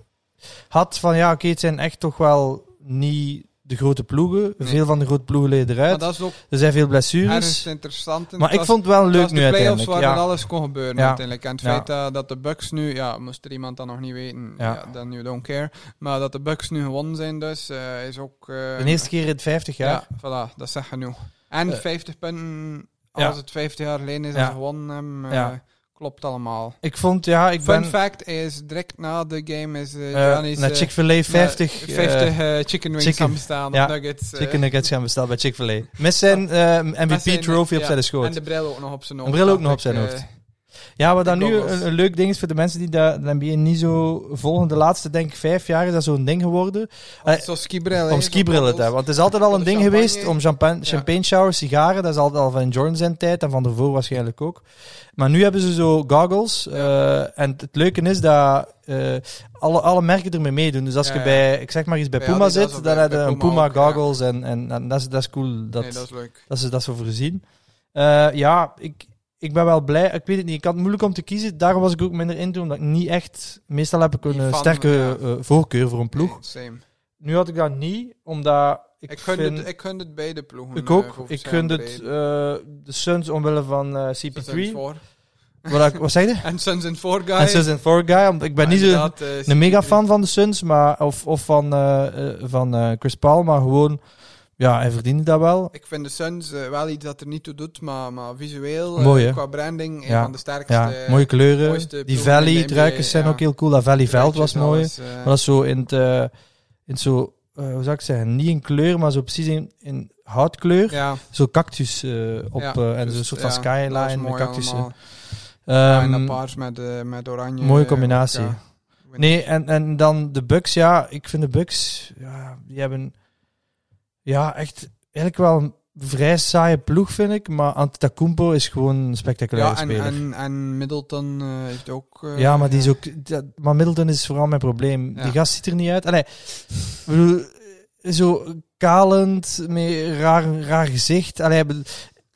Speaker 1: had. Van ja, oké, het zijn echt toch wel niet de grote ploegen.
Speaker 2: Nee.
Speaker 1: Veel van de grote ploegen leden
Speaker 2: maar
Speaker 1: eruit.
Speaker 2: dat is ook
Speaker 1: Er zijn veel blessures.
Speaker 2: ergens interessant. en
Speaker 1: Maar
Speaker 2: het
Speaker 1: ik
Speaker 2: was-
Speaker 1: vond het wel leuk
Speaker 2: dat was
Speaker 1: nu
Speaker 2: de playoffs
Speaker 1: uiteindelijk.
Speaker 2: waar
Speaker 1: Ja.
Speaker 2: dan alles kon gebeuren
Speaker 1: Ja.
Speaker 2: uiteindelijk. En het
Speaker 1: Ja.
Speaker 2: feit dat, dat de Bucks nu, ja, moest er iemand dat nog niet weten,
Speaker 1: Ja.
Speaker 2: ja. dan you don't care. Maar dat de Bucks nu gewonnen zijn dus, eh, is ook... eh,
Speaker 1: De eerste keer in het 50 jaar.
Speaker 2: Ja, voilà, dat zegt genoeg. En
Speaker 1: Eh,
Speaker 2: 50 punten,
Speaker 1: ja.
Speaker 2: als het 50 jaar geleden is
Speaker 1: Ja.
Speaker 2: dat ze gewonnen hebben, eh,
Speaker 1: Ja.
Speaker 2: klopt allemaal.
Speaker 1: Ik vond, ja, ik
Speaker 2: Fun
Speaker 1: ben...
Speaker 2: fact is, direct na de game is eh
Speaker 1: eh,
Speaker 2: Giannis...
Speaker 1: naar
Speaker 2: eh,
Speaker 1: Chick-fil-A
Speaker 2: na
Speaker 1: 50, eh,
Speaker 2: 50 eh, chicken wings
Speaker 1: chicken.
Speaker 2: gaan bestaan,
Speaker 1: Ja.
Speaker 2: of nuggets. eh,
Speaker 1: Chicken nuggets gaan besteld bij Chick-fil-A. Met zijn eh,
Speaker 2: met zijn-
Speaker 1: MVP-trophy op
Speaker 2: ja,
Speaker 1: zijn
Speaker 2: En
Speaker 1: schoot.
Speaker 2: de bril ook nog op zijn
Speaker 1: Een
Speaker 2: hoofd.
Speaker 1: bril ook
Speaker 2: dacht
Speaker 1: nog op
Speaker 2: ik,
Speaker 1: zijn
Speaker 2: eh,
Speaker 1: hoofd. Ja, wat dan
Speaker 2: de
Speaker 1: nu
Speaker 2: goggles.
Speaker 1: een, een leuk ding is voor de mensen die da- de NBA niet zo volgen. De laatste, denk ik, vijf jaar is dat zo'n ding geworden. Eh,
Speaker 2: Zo'n skibril. hè,
Speaker 1: om
Speaker 2: zo'n
Speaker 1: skibrillen te
Speaker 2: goggles.
Speaker 1: hebben. Want het is altijd al
Speaker 2: Voor
Speaker 1: een
Speaker 2: de
Speaker 1: ding
Speaker 2: champagne.
Speaker 1: geweest om champagne, champagne showers, sigaren. Dat is altijd al van Jordan zijn tijd en van daarvoor waarschijnlijk ook. Maar nu hebben ze zo goggles. eh, en het leuke is dat eh, alle, alle merken ermee meedoen. Dus als
Speaker 2: Ja,
Speaker 1: je
Speaker 2: ja.
Speaker 1: bij, ik zeg maar iets, bij
Speaker 2: Bij
Speaker 1: Puma
Speaker 2: Adidas
Speaker 1: zit, dan
Speaker 2: of bij-
Speaker 1: heb je
Speaker 2: bij
Speaker 1: een
Speaker 2: Puma
Speaker 1: Puma
Speaker 2: ook, ja.
Speaker 1: goggles. En, en, en dat, is, dat is cool. Dat,
Speaker 2: Nee, dat is leuk.
Speaker 1: dat ze dat zo voorzien. Eh, ja, ik, ik ben wel blij. Ik weet het niet. Ik had het moeilijk om te kiezen. Daarom was ik ook minder in toen. Omdat ik niet echt... Meestal heb ik een
Speaker 2: Niet
Speaker 1: eh,
Speaker 2: van,
Speaker 1: sterke
Speaker 2: ja.
Speaker 1: eh, voorkeur voor een ploeg.
Speaker 2: Nee, same.
Speaker 1: Nu had ik dat niet, omdat... Ik,
Speaker 2: Ik gun,
Speaker 1: vind-
Speaker 2: het, ik gun het beide ploegen.
Speaker 1: ik
Speaker 2: eh,
Speaker 1: ook.
Speaker 2: voor
Speaker 1: Ik gun
Speaker 2: verschillende
Speaker 1: het
Speaker 2: redenen.
Speaker 1: eh, de Suns omwille van eh,
Speaker 2: Suns in
Speaker 1: CP3.
Speaker 2: four.
Speaker 1: Wat, ik- wat zeg je?
Speaker 2: En Suns in 4 guy.
Speaker 1: En Suns en Four Guy. Omdat ik ben niet zo
Speaker 2: eh,
Speaker 1: een mega fan van de Suns, maar, of, of van, eh, eh, van eh, Chris Paul, maar gewoon... Ja, hij verdiende dat wel.
Speaker 2: Ik vind de Suns eh, wel iets dat er niet toe doet, maar, maar visueel, eh,
Speaker 1: Mooi, hè?
Speaker 2: qua branding, een
Speaker 1: Ja.
Speaker 2: van de sterkste. eh,
Speaker 1: Ja, mooie
Speaker 2: mooiste
Speaker 1: kleuren. Die
Speaker 2: ploegen in de
Speaker 1: Valley
Speaker 2: NBA,
Speaker 1: truikens zijn
Speaker 2: ja.
Speaker 1: ook heel cool. Dat Valley Veld was
Speaker 2: Truitjes,
Speaker 1: mooi.
Speaker 2: alles, eh.
Speaker 1: Maar dat is zo in het, eh, in het zo, eh, hoe zou ik zeggen, niet in kleur, maar zo precies in, in houtkleur.
Speaker 2: ja,
Speaker 1: Zo cactus eh, op
Speaker 2: ja,
Speaker 1: eh, en
Speaker 2: dus,
Speaker 1: zo'n soort
Speaker 2: ja,
Speaker 1: van
Speaker 2: dat was
Speaker 1: skyline met
Speaker 2: mooi
Speaker 1: cactussen.
Speaker 2: allemaal. Ja,
Speaker 1: Ehm,
Speaker 2: en dat paars met, eh, met oranje.
Speaker 1: mooie
Speaker 2: eh,
Speaker 1: combinatie.
Speaker 2: ook, ja.
Speaker 1: nee, en, en dan de Bucks, ja, ik vind de Bucks, ja, die hebben, ja, echt, eigenlijk wel een vrij saaie ploeg, vind ik. Maar Antetokounmpo is gewoon een spectaculaire
Speaker 2: Ja, en,
Speaker 1: speler.
Speaker 2: en, en Middleton eh, heeft ook... eh,
Speaker 1: Ja, maar die is ook. dat- maar Middleton is vooral mijn probleem.
Speaker 2: Ja.
Speaker 1: Die gast ziet er niet uit. Allee, ik bedoel, zo kalend, met raar, raar gezicht. Allee, be-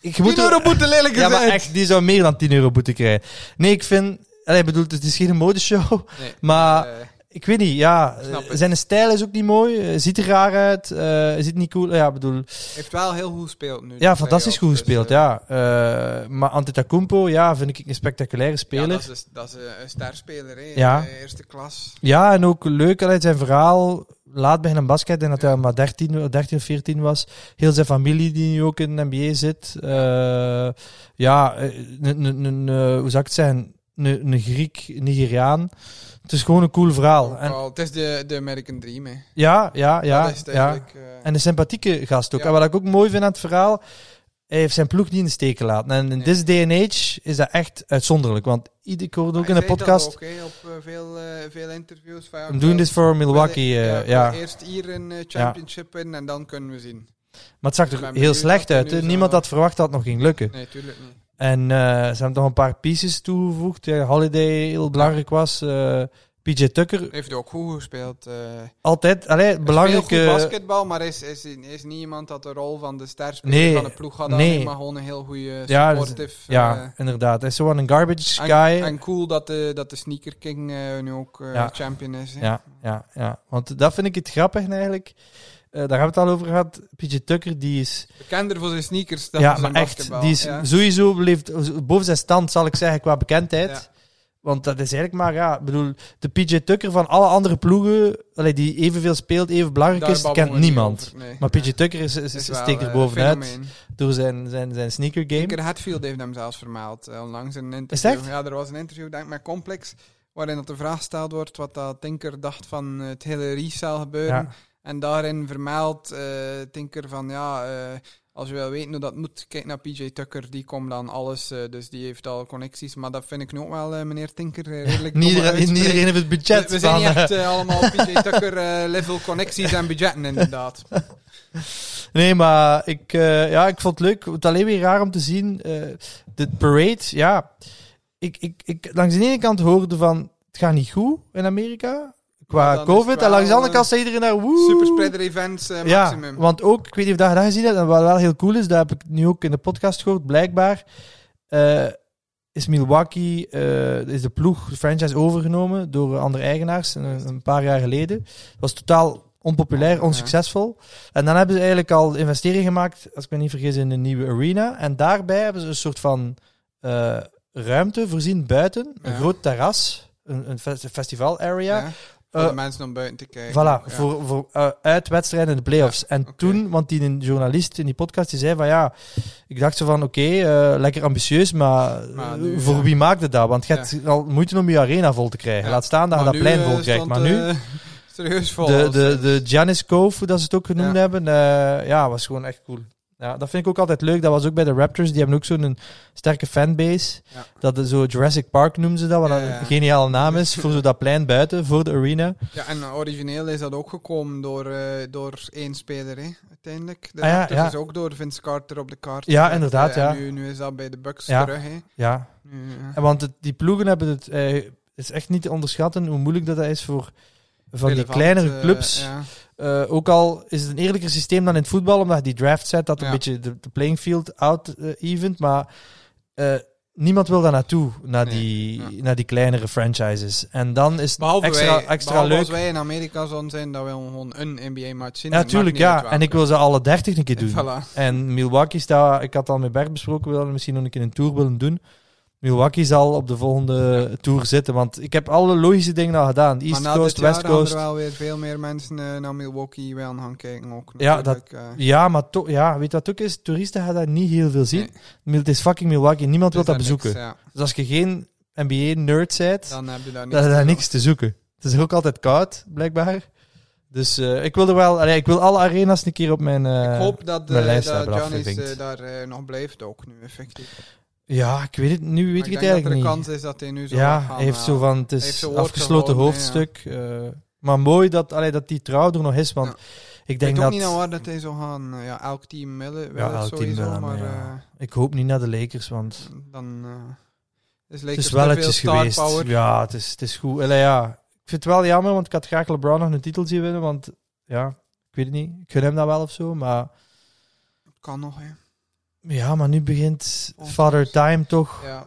Speaker 1: ik moet
Speaker 2: 10
Speaker 1: er-
Speaker 2: euro boete lelijk
Speaker 1: Ja, maar
Speaker 2: gezegd.
Speaker 1: echt, die zou meer dan 10 euro boete krijgen. Nee, ik vind. Allee, ik bedoel, het is geen modeshow.
Speaker 2: Nee,
Speaker 1: Maar
Speaker 2: eh,
Speaker 1: ik weet niet, ja.
Speaker 2: Ik snap het.
Speaker 1: Zijn stijl is ook niet mooi. eh, Ziet er raar uit. eh, ziet niet cool. Ja, ik bedoel.
Speaker 2: heeft wel heel goed gespeeld nu.
Speaker 1: Ja,
Speaker 2: de
Speaker 1: fantastisch goed
Speaker 2: playoffs, dus,
Speaker 1: gespeeld,
Speaker 2: eh,
Speaker 1: ja. Eh, maar Antetokounmpo, ja, vind ik een spectaculaire
Speaker 2: Ja,
Speaker 1: speler.
Speaker 2: dat is, dat is eh, een sterspeler, hè.
Speaker 1: Ja.
Speaker 2: eh, Eerste klas.
Speaker 1: Ja, en ook leuk. Allee, zijn verhaal laat beginnen basket en dat hij maar 13, 13 of 14 was. Heel zijn familie die nu ook in de NBA zit. Eh, ja, eh, een- een- een, eh, hoe zou ik het zeggen? Een een Griek, Nigeriaan. Het is gewoon een cool verhaal. En,
Speaker 2: Wel, het is de, de American Dream, hè.
Speaker 1: ja, ja, ja.
Speaker 2: dat is het
Speaker 1: ja.
Speaker 2: eigenlijk. eh,
Speaker 1: En een sympathieke gast ook.
Speaker 2: Ja.
Speaker 1: En wat ik ook mooi vind aan het verhaal, hij heeft zijn ploeg niet in de steek gelaten. En in
Speaker 2: Nee.
Speaker 1: this day and age is dat echt uitzonderlijk. Want ieder- ik hoorde ook in
Speaker 2: hij
Speaker 1: de
Speaker 2: zei dat
Speaker 1: podcast,
Speaker 2: ook, hè, op eh, veel, eh, veel interviews. Van, ja,
Speaker 1: I'm doing
Speaker 2: ik wil-
Speaker 1: this for Milwaukee.
Speaker 2: wil-
Speaker 1: eh,
Speaker 2: ik wil
Speaker 1: ja.
Speaker 2: Eerst hier een eh, championship winnen en dan kunnen we zien.
Speaker 1: Maar het zag
Speaker 2: Ik ben
Speaker 1: er heel
Speaker 2: benieuwd
Speaker 1: slecht
Speaker 2: wat er
Speaker 1: uit.
Speaker 2: nu
Speaker 1: hè.
Speaker 2: zo-
Speaker 1: Niemand had verwacht dat het nog ging lukken.
Speaker 2: Nee, tuurlijk niet.
Speaker 1: En eh, ze hebben toch een paar pieces toegevoegd. Ja, Holiday heel belangrijk was. eh, PJ Tucker,
Speaker 2: Hij heeft ook goed gespeeld. eh
Speaker 1: altijd allee,
Speaker 2: Hij speelt goed
Speaker 1: belangrijke...
Speaker 2: basketbal, maar is, is, is niet iemand dat de rol van de ster
Speaker 1: Nee,
Speaker 2: van de ploeg gaat
Speaker 1: nee.
Speaker 2: aannemen, maar gewoon een heel goede
Speaker 1: Ja, dat is-
Speaker 2: sportief. eh,
Speaker 1: Ja, inderdaad. Hij is zo'n een garbage
Speaker 2: en,
Speaker 1: guy.
Speaker 2: en cool dat de, dat de Sneaker King eh, nu ook eh,
Speaker 1: Ja.
Speaker 2: champion is. hè.
Speaker 1: Ja, ja, ja. Want dat vind ik het grappig eigenlijk. Eh, daar hebben we het al over gehad. PJ Tucker, die is...
Speaker 2: Bekender voor zijn sneakers dan
Speaker 1: ja,
Speaker 2: voor zijn
Speaker 1: maar echt.
Speaker 2: basketbal.
Speaker 1: Die is
Speaker 2: ja.
Speaker 1: sowieso leeft boven zijn stand, zal ik zeggen, qua bekendheid.
Speaker 2: Ja.
Speaker 1: Want dat is eigenlijk maar, ja... ik bedoel, de PJ Tucker van alle andere ploegen, allee, die evenveel speelt, even belangrijk
Speaker 2: Daar
Speaker 1: is,
Speaker 2: babbelen
Speaker 1: kent
Speaker 2: we niet
Speaker 1: niemand.
Speaker 2: over, nee.
Speaker 1: Maar
Speaker 2: Nee.
Speaker 1: PJ Tucker is, is,
Speaker 2: Is
Speaker 1: is,
Speaker 2: wel,
Speaker 1: steekt er
Speaker 2: eh,
Speaker 1: bovenuit
Speaker 2: fenomeen.
Speaker 1: door zijn, zijn, zijn sneaker game.
Speaker 2: Tinker Hatfield heeft hem zelfs vermeld eh, onlangs in een interview.
Speaker 1: Is dat echt?
Speaker 2: Ja, er was een interview denk ik, met Complex waarin dat de vraag gesteld wordt wat dat Tinker dacht van eh, het hele resale gebeuren.
Speaker 1: Ja.
Speaker 2: En daarin vermeldt eh, Tinker van ja, eh, als je wil weten hoe dat moet, kijk naar PJ Tucker, die komt dan alles, eh, dus die heeft al connecties. Maar dat vind ik nu ook wel, eh, meneer Tinker, eh, redelijk
Speaker 1: Niet
Speaker 2: domme
Speaker 1: iedereen, niet
Speaker 2: uitspraak.
Speaker 1: iedereen heeft het budget
Speaker 2: We, we zijn
Speaker 1: van,
Speaker 2: niet
Speaker 1: eh,
Speaker 2: echt eh, allemaal PJ Tucker eh, level connecties en budgetten inderdaad.
Speaker 1: Nee, maar ik, eh, ja, ik vond het leuk. Het alleen weer raar om te zien. eh de parade, ja. Ik, ik, ik, langs de ene kant hoorde van, het gaat niet goed in Amerika. Qua
Speaker 2: Maar dan is
Speaker 1: COVID.
Speaker 2: het
Speaker 1: En langs de
Speaker 2: wel,
Speaker 1: andere
Speaker 2: eh,
Speaker 1: kant zei iedereen daar, woe.
Speaker 2: Superspreader events eh,
Speaker 1: Ja,
Speaker 2: maximum.
Speaker 1: want ook, ik weet niet of dat je dat gezien hebt, en wat wel heel cool is, dat heb ik nu ook in de podcast gehoord, blijkbaar eh, is Milwaukee, eh, is de ploeg, de franchise overgenomen door andere eigenaars een, een paar jaar geleden. Het was totaal onpopulair,
Speaker 2: Ja.
Speaker 1: onsuccesvol. En dan hebben ze eigenlijk al investeringen gemaakt, als ik me niet vergis, in een nieuwe arena. En daarbij hebben ze een soort van eh, ruimte voorzien buiten, een
Speaker 2: Ja.
Speaker 1: groot terras, een, een fes- festival area.
Speaker 2: Ja. Voor
Speaker 1: Eh,
Speaker 2: de mensen om buiten te kijken.
Speaker 1: Voilà,
Speaker 2: Ja.
Speaker 1: voor, voor eh, uitwedstrijden in de playoffs. en
Speaker 2: oké.
Speaker 1: toen, want die een journalist in die podcast die zei van ja, ik dacht zo van oké, eh, lekker ambitieus, maar,
Speaker 2: Maar nu,
Speaker 1: eh, voor
Speaker 2: ja.
Speaker 1: wie maakte dat? Want je hebt al moeite om je arena vol te krijgen.
Speaker 2: Ja.
Speaker 1: Laat staan nou, dat je dat
Speaker 2: nu,
Speaker 1: plein
Speaker 2: eh,
Speaker 1: vol krijgt.
Speaker 2: stond,
Speaker 1: Maar nu,
Speaker 2: eh, serieus vol.
Speaker 1: de,
Speaker 2: als,
Speaker 1: de,
Speaker 2: eh,
Speaker 1: de Giannis Cove, hoe dat ze het ook genoemd
Speaker 2: Ja.
Speaker 1: hebben, eh, ja, was gewoon echt cool. Ja, dat vind ik ook altijd leuk. Dat was ook bij de Raptors. Die hebben ook zo'n sterke fanbase.
Speaker 2: Ja.
Speaker 1: Dat is zo Jurassic Park noemen ze dat, wat
Speaker 2: Ja,
Speaker 1: een
Speaker 2: ja.
Speaker 1: geniale naam is voor zo dat plein buiten, voor de arena.
Speaker 2: Ja, en origineel is dat ook gekomen door, eh, door één speler, hè, uiteindelijk. De
Speaker 1: Ah, ja,
Speaker 2: Raptors
Speaker 1: ja.
Speaker 2: is ook door Vince Carter op de kaart.
Speaker 1: Ja,
Speaker 2: gezet,
Speaker 1: inderdaad,
Speaker 2: eh,
Speaker 1: ja.
Speaker 2: En nu, nu is dat bij de Bucks
Speaker 1: Ja.
Speaker 2: terug, hè.
Speaker 1: Ja,
Speaker 2: Nu, eh,
Speaker 1: En Want het- die ploegen hebben het. eh, is echt niet te onderschatten hoe moeilijk dat, dat is voor van die
Speaker 2: relevant,
Speaker 1: kleinere
Speaker 2: eh,
Speaker 1: clubs.
Speaker 2: ja.
Speaker 1: Eh, ook al is het een eerlijker systeem dan in het voetbal, omdat die draft set dat een
Speaker 2: Ja.
Speaker 1: beetje de, de playing field out eh, event. Maar eh, niemand wil daar naartoe, naar,
Speaker 2: Nee,
Speaker 1: die,
Speaker 2: ja.
Speaker 1: naar die kleinere franchises. En dan is het
Speaker 2: Behalve,
Speaker 1: extra,
Speaker 2: wij,
Speaker 1: extra
Speaker 2: behalve
Speaker 1: leuk.
Speaker 2: als wij in Amerika zo'n zijn, dat we gewoon een NBA-match zien.
Speaker 1: Ja,
Speaker 2: dat maakt
Speaker 1: tuurlijk,
Speaker 2: niet uit
Speaker 1: ja.
Speaker 2: waar.
Speaker 1: En ik wil ze alle 30 een keer doen.
Speaker 2: Voilà.
Speaker 1: En Milwaukee staat, ik had al met Bert besproken, we hadden misschien nog een keer een tour willen doen. Milwaukee zal op de volgende tour zitten, want ik heb alle logische dingen al gedaan.
Speaker 2: Maar
Speaker 1: East
Speaker 2: na
Speaker 1: Coast,
Speaker 2: dit jaar
Speaker 1: West
Speaker 2: gaan
Speaker 1: Coast.
Speaker 2: er wel weer veel meer mensen eh, naar Milwaukee willen gaan kijken ook.
Speaker 1: Ja, dat-
Speaker 2: natuurlijk, eh.
Speaker 1: Ja, maar toch, ja, weet je wat ook is? Toeristen gaan daar niet heel veel zien. Mil- Het is fucking Milwaukee, niemand wil
Speaker 2: Dus
Speaker 1: dat
Speaker 2: daar niks,
Speaker 1: bezoeken.
Speaker 2: ja.
Speaker 1: Dus als je geen NBA-nerd bent,
Speaker 2: Dan heb je daar niks.
Speaker 1: dan is
Speaker 2: te
Speaker 1: daar
Speaker 2: doen.
Speaker 1: niks te zoeken. Het is er ook altijd koud, blijkbaar. Dus eh, ik wil er wel, allee, ik wil alle arena's een keer op mijn. eh,
Speaker 2: Ik hoop dat,
Speaker 1: mijn
Speaker 2: eh
Speaker 1: lijst
Speaker 2: dat
Speaker 1: hebben
Speaker 2: Giannis
Speaker 1: afgevinkt.
Speaker 2: eh, daar eh, nog blijft ook nu, effectief. Maar
Speaker 1: Ja, ik weet het, nu weet ik
Speaker 2: ik
Speaker 1: het
Speaker 2: denk dat er
Speaker 1: eigenlijk
Speaker 2: een
Speaker 1: niet.
Speaker 2: kans is dat hij nu zo
Speaker 1: ja,
Speaker 2: gaat gaan,
Speaker 1: hij heeft
Speaker 2: eh,
Speaker 1: zo van, het
Speaker 2: heeft
Speaker 1: is
Speaker 2: zijn woord
Speaker 1: afgesloten
Speaker 2: gehouden,
Speaker 1: hoofdstuk. eh, maar mooi dat, allee, dat die trouw er nog is, want
Speaker 2: Ja.
Speaker 1: ik
Speaker 2: Ik weet
Speaker 1: denk
Speaker 2: ook
Speaker 1: dat...
Speaker 2: niet nou naar waar dat hij zo gaan. eh, Ja, elk team willen
Speaker 1: Ja,
Speaker 2: wil het
Speaker 1: elk team wil
Speaker 2: sowieso,
Speaker 1: hem,
Speaker 2: maar
Speaker 1: ja. Ik hoop niet naar de Lakers, want
Speaker 2: eh, dan eh is
Speaker 1: het
Speaker 2: Lakers
Speaker 1: is
Speaker 2: te
Speaker 1: wel
Speaker 2: veel
Speaker 1: iets
Speaker 2: star
Speaker 1: geweest.
Speaker 2: power.
Speaker 1: Ja, het is, het is goed. Allee, ja. Ik vind het wel jammer, want ik had graag LeBron nog een titel zien winnen, want ja, ik weet het niet. Ik gun hem dat wel of zo, maar...
Speaker 2: Kan nog, hè.
Speaker 1: Ja, maar nu begint
Speaker 2: Oh,
Speaker 1: Father Time toch...
Speaker 2: Ja.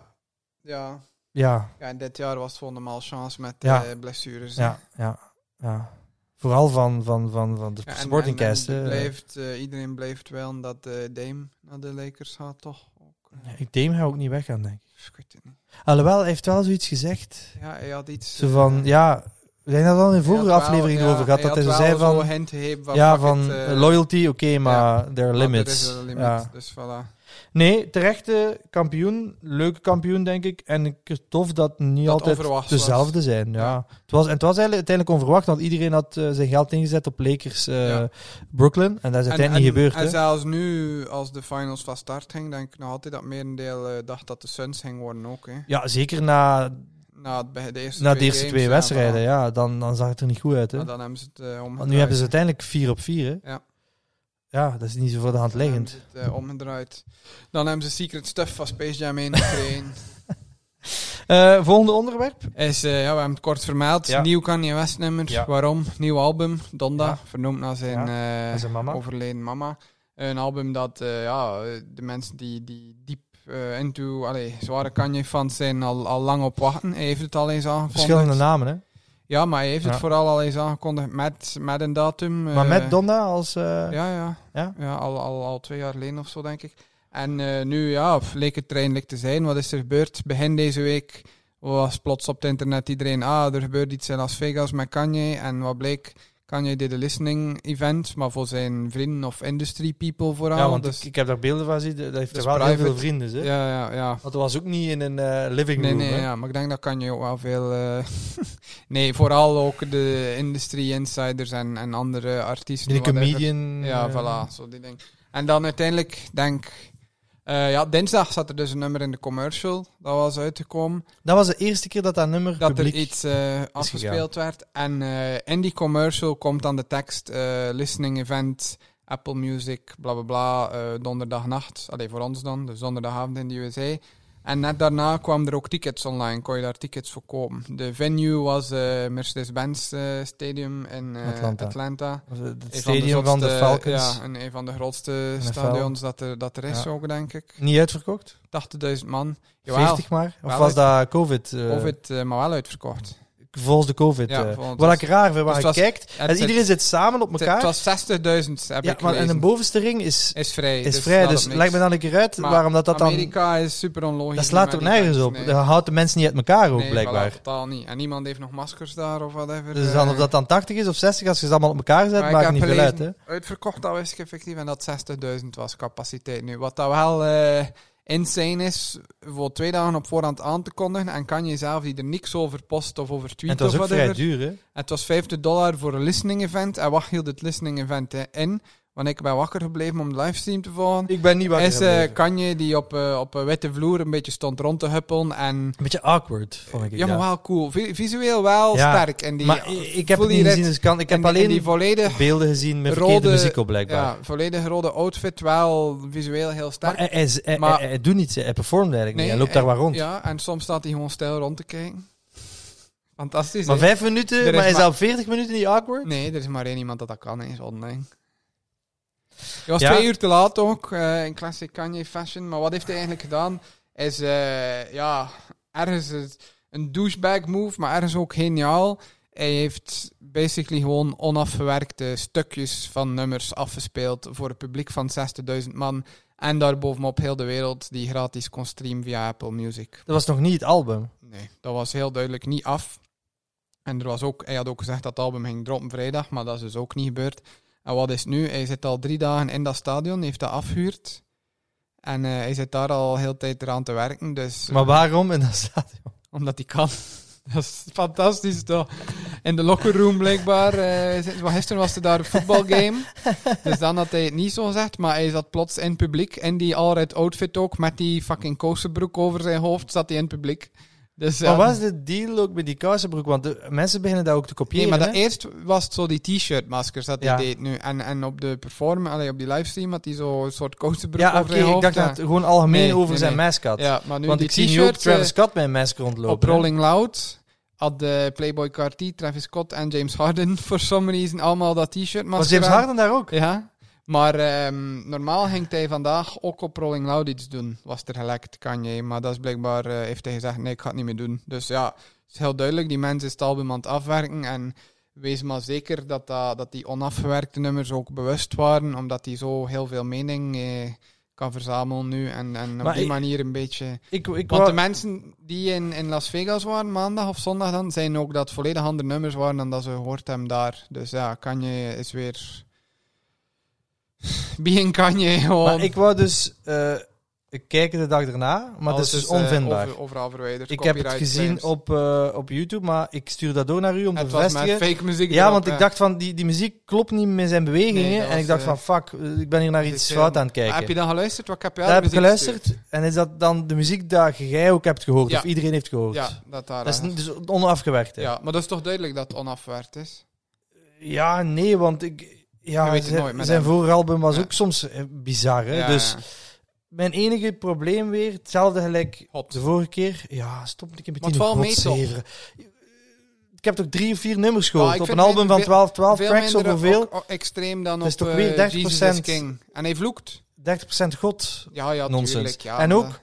Speaker 2: Ja.
Speaker 1: Ja,
Speaker 2: ja, en dit jaar was het volgende maal chance met
Speaker 1: Ja.
Speaker 2: eh, blessures. hè.
Speaker 1: ja, ja, ja. Vooral van, van, van, van de
Speaker 2: Ja, en-
Speaker 1: sportingcast.
Speaker 2: en
Speaker 1: hè.
Speaker 2: blijft, eh, Iedereen blijft wel dat eh, Dame naar de Lakers gaat, toch? Ook, eh,
Speaker 1: Ik denk hij ook niet weggaan, denk ik.
Speaker 2: ik weet het niet.
Speaker 1: Alhoewel, hij heeft wel zoiets gezegd.
Speaker 2: Ja, hij had iets...
Speaker 1: Zo
Speaker 2: eh,
Speaker 1: van, ja, We zijn daar al in vorige
Speaker 2: Hij had wel-
Speaker 1: aflevering
Speaker 2: ja,
Speaker 1: over gehad.
Speaker 2: hij
Speaker 1: Dat hij
Speaker 2: had
Speaker 1: zei
Speaker 2: wel
Speaker 1: van...
Speaker 2: zo hint gegeven van...
Speaker 1: ja,
Speaker 2: fuck
Speaker 1: van
Speaker 2: it, eh,
Speaker 1: loyalty, oké, maar there are
Speaker 2: maar er
Speaker 1: limits.
Speaker 2: is een limit,
Speaker 1: Ja.
Speaker 2: dus voilà.
Speaker 1: Nee, terechte kampioen. Leuke kampioen, denk ik. En ik het tof dat niet
Speaker 2: Dat
Speaker 1: altijd
Speaker 2: onverwacht was.
Speaker 1: dezelfde zijn. Ja.
Speaker 2: Ja.
Speaker 1: Het was, en het was eigenlijk uiteindelijk onverwacht, want iedereen had eh, zijn geld ingezet op Lakers eh,
Speaker 2: Ja.
Speaker 1: Brooklyn. En dat is uiteindelijk niet gebeurd.
Speaker 2: En
Speaker 1: hè.
Speaker 2: zelfs nu, als de finals van start ging, denk ik nog altijd dat merendeel eh, dacht dat de Suns ging worden ook. Hè.
Speaker 1: Ja, zeker na,
Speaker 2: Na, het, be- de eerste
Speaker 1: na de
Speaker 2: twee
Speaker 1: eerste
Speaker 2: games,
Speaker 1: twee
Speaker 2: ja,
Speaker 1: wedstrijden.
Speaker 2: voilà.
Speaker 1: Ja, dan, dan zag het er niet goed uit. Hè.
Speaker 2: Maar dan hebben ze het eh omgedraaid.
Speaker 1: Want nu hebben ze uiteindelijk 4 op 4.
Speaker 2: Ja.
Speaker 1: ja, dat is niet zo voor de hand
Speaker 2: Dan hebben
Speaker 1: liggend.
Speaker 2: ze het, eh, omgedraaid. Dan hebben ze Secret Stuff van Space Jam 1 gekregen.
Speaker 1: Eh, volgende onderwerp.
Speaker 2: Is, eh, ja, we hebben het kort vermeld.
Speaker 1: Ja.
Speaker 2: Nieuw Kanye West nummer.
Speaker 1: Ja.
Speaker 2: Waarom? Nieuw album. Donda.
Speaker 1: Ja.
Speaker 2: Vernoemd naar zijn, eh,
Speaker 1: Dat is een mama.
Speaker 2: overleden mama. Een album dat eh, ja, eh, de mensen die, die diep eh, into, allee, zware Kanye-fans zijn, al, al lang op wachten. Hij heeft het al eens aangekondigd.
Speaker 1: Verschillende namen, hè.
Speaker 2: Ja, maar hij heeft
Speaker 1: Ja.
Speaker 2: het vooral al eens aangekondigd met, met een datum.
Speaker 1: maar
Speaker 2: eh,
Speaker 1: met Donna als... eh,
Speaker 2: Ja, ja.
Speaker 1: Ja?
Speaker 2: ja? al, al, al twee jaar geleden of zo, denk ik. En eh, nu, ja, pff, leek het eindelijk te zijn. Wat is er gebeurd? Begin deze week was plots op het internet iedereen... Ah, er gebeurt iets in Las Vegas met Kanye. En wat bleek? Kanye deed een listening event, maar voor zijn vrienden of industry people vooral.
Speaker 1: Ja, want
Speaker 2: Dus-
Speaker 1: ik, ik heb daar beelden van zien. Dat heeft
Speaker 2: dus
Speaker 1: er wel heel veel
Speaker 2: private.
Speaker 1: vrienden, hè.
Speaker 2: ja, ja, ja.
Speaker 1: Want dat was ook niet in een eh, living
Speaker 2: Nee,
Speaker 1: room,
Speaker 2: nee,
Speaker 1: hè.
Speaker 2: ja, maar ik denk dat Kanye ook wel veel... eh, nee, vooral ook de industry insiders en, en andere artiesten.
Speaker 1: In een
Speaker 2: whatever.
Speaker 1: comedian...
Speaker 2: Ja,
Speaker 1: eh,
Speaker 2: voilà, zo die ding. En dan uiteindelijk, denk eh, ja, dinsdag zat er dus een nummer in de commercial. Dat was uitgekomen.
Speaker 1: Dat was de eerste keer dat dat nummer
Speaker 2: Dat
Speaker 1: publiek...
Speaker 2: er iets eh, afgespeeld werd. En eh, in die commercial komt dan de tekst: eh, Listening event, Apple Music, bla bla bla. eh, donderdagnacht. Allee, voor ons dan, dus donderdagavond in de USA. En net daarna kwamen er ook tickets online. Kon je daar tickets voor kopen. De venue was eh, Mercedes-Benz eh, Stadium in eh,
Speaker 1: Atlanta.
Speaker 2: Atlanta.
Speaker 1: of, eh, Het
Speaker 2: Een van
Speaker 1: stadium van de,
Speaker 2: zotste-
Speaker 1: Falcons.
Speaker 2: Ja, een, een van de grootste
Speaker 1: NFL.
Speaker 2: stadions dat er, dat er is
Speaker 1: Ja.
Speaker 2: ook, denk ik.
Speaker 1: Niet uitverkocht?
Speaker 2: 80.000 man. Jawel,
Speaker 1: 40 maar? Of
Speaker 2: Wel
Speaker 1: was dat covid? eh,
Speaker 2: of het eh, maar wel uitverkocht.
Speaker 1: Volgens de covid.
Speaker 2: Ja,
Speaker 1: eh.
Speaker 2: volgens
Speaker 1: Wat
Speaker 2: ons.
Speaker 1: ik raar vind, waar
Speaker 2: Dus
Speaker 1: je
Speaker 2: het was-
Speaker 1: kijkt... En
Speaker 2: het-
Speaker 1: iedereen zit samen op
Speaker 2: Het,
Speaker 1: elkaar.
Speaker 2: het was 60.000, heb
Speaker 1: ja,
Speaker 2: ik
Speaker 1: maar en
Speaker 2: gelezen.
Speaker 1: de bovenste ring is,
Speaker 2: Is vrij.
Speaker 1: is
Speaker 2: dus
Speaker 1: vrij.
Speaker 2: dat
Speaker 1: Dus
Speaker 2: op niks.
Speaker 1: lijkt me dan een keer uit
Speaker 2: Maar
Speaker 1: waarom dat, dat dan...
Speaker 2: Amerika is super onlogisch.
Speaker 1: Dat slaat
Speaker 2: met
Speaker 1: ook
Speaker 2: die
Speaker 1: nergens
Speaker 2: fans,
Speaker 1: op.
Speaker 2: nee.
Speaker 1: Dat houdt de mensen niet uit elkaar ook,
Speaker 2: Nee, voilà,
Speaker 1: blijkbaar.
Speaker 2: totaal niet. En niemand heeft nog maskers daar of whatever.
Speaker 1: Dus
Speaker 2: eh.
Speaker 1: dan of dat dan 80 is of 60, als je ze allemaal op elkaar zet,
Speaker 2: Maar ik
Speaker 1: maakt
Speaker 2: heb
Speaker 1: niet veel uit.
Speaker 2: gelezen,
Speaker 1: Hè?
Speaker 2: Uitverkocht, dat wist ik effectief. En dat 60.000 was capaciteit nu. Wat dat wel eh, insane is, voor twee dagen op voorhand aan te kondigen. En kan je zelf die er niks over post of over
Speaker 1: En het
Speaker 2: tweet of
Speaker 1: was ook vrij
Speaker 2: whatever.
Speaker 1: duur, hè?
Speaker 2: Het was 50 dollar voor een listening event. En wat hield het listening event hè, in? Want ik ben wakker gebleven om de livestream te volgen.
Speaker 1: Ik ben niet wakker
Speaker 2: Is eh
Speaker 1: gebleven.
Speaker 2: Kanye die op, eh, op een witte vloer een beetje stond rond te huppelen. En
Speaker 1: Een beetje awkward, vond ik.
Speaker 2: ja,
Speaker 1: dat.
Speaker 2: maar wel cool. Vi- visueel wel
Speaker 1: Ja,
Speaker 2: sterk. En die,
Speaker 1: maar ik- ik heb het
Speaker 2: fully
Speaker 1: niet
Speaker 2: red-
Speaker 1: gezien, dus ik kan, ik
Speaker 2: en
Speaker 1: heb
Speaker 2: die- en
Speaker 1: alleen
Speaker 2: die volledig
Speaker 1: beelden gezien met verkeerde
Speaker 2: rode-
Speaker 1: muziek op, blijkbaar.
Speaker 2: Ja, volledig rode outfit, wel visueel heel
Speaker 1: Maar
Speaker 2: sterk.
Speaker 1: hij, hij, hij-
Speaker 2: Maar-
Speaker 1: hij- hij doet niets, hè. hij performt eigenlijk niet. Hij loopt
Speaker 2: en-
Speaker 1: daar maar rond.
Speaker 2: Ja, en soms staat hij gewoon stijl rond te kijken. Fantastisch.
Speaker 1: Maar
Speaker 2: hè?
Speaker 1: vijf minuten,
Speaker 2: Er is
Speaker 1: maar hij is
Speaker 2: maar-
Speaker 1: al 40 minuten niet awkward?
Speaker 2: Nee, er is maar één iemand dat dat kan, is online. Je was
Speaker 1: Ja.
Speaker 2: twee uur te laat ook, eh, in classic Kanye fashion. Maar wat heeft hij eigenlijk gedaan? Is, eh, ja, ergens is een douchebag move, maar ergens ook geniaal. Hij heeft basically gewoon onafgewerkte stukjes van nummers afgespeeld voor een publiek van 60.000 man. En daarbovenop heel de wereld die gratis kon streamen via Apple Music.
Speaker 1: Dat was nog niet het album.
Speaker 2: Nee, dat was heel duidelijk niet af. En er was ook, hij had ook gezegd dat het album ging droppen vrijdag, maar dat is dus ook niet gebeurd. En wat is het nu? Hij zit al drie dagen in dat stadion, heeft dat afgehuurd. En eh, hij zit daar al heel de tijd eraan te werken, dus eh,
Speaker 1: Maar waarom in dat stadion?
Speaker 2: omdat hij kan. Dat is fantastisch toch? In de locker room blijkbaar. eh, zit- want gisteren was er daar een voetbalgame. Dus dan had hij het niet zo gezegd. Maar hij zat plots in het publiek. In die all-red outfit ook. Met die fucking kousenbroek over zijn hoofd zat hij in het publiek. Dus, ja,
Speaker 1: Maar wat is de deal ook met die kousenbroek? Want de, mensen beginnen dat ook te
Speaker 2: Nee,
Speaker 1: kopiëren.
Speaker 2: maar dat
Speaker 1: hè?
Speaker 2: eerst was het zo die t-shirt-maskers dat hij
Speaker 1: Ja.
Speaker 2: deed nu. En, en op de perform, allee, op die livestream had hij zo'n soort coasterbroek
Speaker 1: Ja,
Speaker 2: over
Speaker 1: oké,
Speaker 2: zijn
Speaker 1: ik
Speaker 2: hoofd.
Speaker 1: dacht
Speaker 2: ja.
Speaker 1: dat het gewoon algemeen
Speaker 2: Nee,
Speaker 1: over
Speaker 2: nee,
Speaker 1: zijn
Speaker 2: nee.
Speaker 1: mask had.
Speaker 2: Ja, maar nu
Speaker 1: Want
Speaker 2: die
Speaker 1: ik zie nu ook
Speaker 2: t-shirt
Speaker 1: Travis
Speaker 2: eh,
Speaker 1: Scott met een mask rondlopen.
Speaker 2: op Rolling Loud had de Playboy Carti, Travis Scott en James Harden voor some reason allemaal dat
Speaker 1: hè.
Speaker 2: t-shirt-masker
Speaker 1: Was James
Speaker 2: aan.
Speaker 1: Harden daar ook?
Speaker 2: Ja. Maar ehm, normaal ging hij vandaag ook op Rolling Loud iets doen. Was er gelekt, Kanye. Maar dat is blijkbaar, eh, heeft hij gezegd, nee, ik ga het niet meer doen. Dus ja, het is heel duidelijk. Die mensen is het album aan het afwerken. En wees maar zeker dat, dat, dat die onafgewerkte nummers ook bewust waren. Omdat die zo heel veel mening eh, kan verzamelen nu. En, en op
Speaker 1: Maar
Speaker 2: die
Speaker 1: ik-
Speaker 2: manier een beetje...
Speaker 1: Ik, ik
Speaker 2: Want
Speaker 1: wou-
Speaker 2: de mensen die in, in Las Vegas waren, maandag of zondag dan, zijn ook dat volledig andere nummers waren dan dat ze gehoord hebben daar. Dus ja, Kanye is weer... Being Kanye gewoon.
Speaker 1: maar ik wou dus eh, kijken de dag daarna, maar
Speaker 2: Alles
Speaker 1: dat is dus
Speaker 2: eh,
Speaker 1: onvindbaar.
Speaker 2: over- overal verwijderd.
Speaker 1: ik heb het
Speaker 2: copyright
Speaker 1: gezien
Speaker 2: claims.
Speaker 1: op, eh, op YouTube, maar ik stuur dat door naar u om te
Speaker 2: Het was met
Speaker 1: bevestigen.
Speaker 2: fake muziek
Speaker 1: Ja,
Speaker 2: erop,
Speaker 1: want
Speaker 2: hè.
Speaker 1: ik dacht van, die, die muziek klopt niet met zijn bewegingen.
Speaker 2: Nee, dat
Speaker 1: en ik
Speaker 2: was,
Speaker 1: dacht
Speaker 2: eh,
Speaker 1: van, fuck, eh, ik ben hier naar
Speaker 2: dit
Speaker 1: iets
Speaker 2: is
Speaker 1: fout
Speaker 2: helemaal-
Speaker 1: aan het kijken.
Speaker 2: Maar Heb je dan geluisterd? Wat heb je
Speaker 1: Daar heb ik geluisterd. En is dat dan de muziek die jij ook hebt gehoord?
Speaker 2: Ja.
Speaker 1: Of iedereen heeft gehoord?
Speaker 2: Ja, dat daar.
Speaker 1: Dat is
Speaker 2: aan.
Speaker 1: niet- dus onafgewerkt. hè?
Speaker 2: ja, maar dat is toch duidelijk dat het onafwerkt is?
Speaker 1: Ja, nee, want ik...
Speaker 2: Je
Speaker 1: Ja,
Speaker 2: weet het
Speaker 1: zijn,
Speaker 2: nooit met
Speaker 1: zijn
Speaker 2: hem.
Speaker 1: vorige album was
Speaker 2: Ja.
Speaker 1: ook soms eh, bizar. Hè?
Speaker 2: Ja,
Speaker 1: dus
Speaker 2: ja.
Speaker 1: mijn enige probleem weer, hetzelfde gelijk
Speaker 2: Hot.
Speaker 1: de vorige keer. Ja, stop ik heb
Speaker 2: Maar
Speaker 1: met
Speaker 2: het
Speaker 1: die
Speaker 2: valt mee, toch?
Speaker 1: godseveren. Ik heb toch drie of vier nummers
Speaker 2: Ja,
Speaker 1: gehoord op
Speaker 2: ik
Speaker 1: een
Speaker 2: vind
Speaker 1: album van
Speaker 2: veel-
Speaker 1: 12, 12 tracks of
Speaker 2: minder
Speaker 1: hoeveel?
Speaker 2: ook- ook extreem dan
Speaker 1: Dat is
Speaker 2: op
Speaker 1: toch
Speaker 2: eh,
Speaker 1: weer 30%
Speaker 2: Jesus is King. En hij vloekt.
Speaker 1: 30% God.
Speaker 2: Ja, ja,
Speaker 1: Nonsens.
Speaker 2: tuurlijk. Ja,
Speaker 1: en
Speaker 2: maar
Speaker 1: ook,
Speaker 2: dat-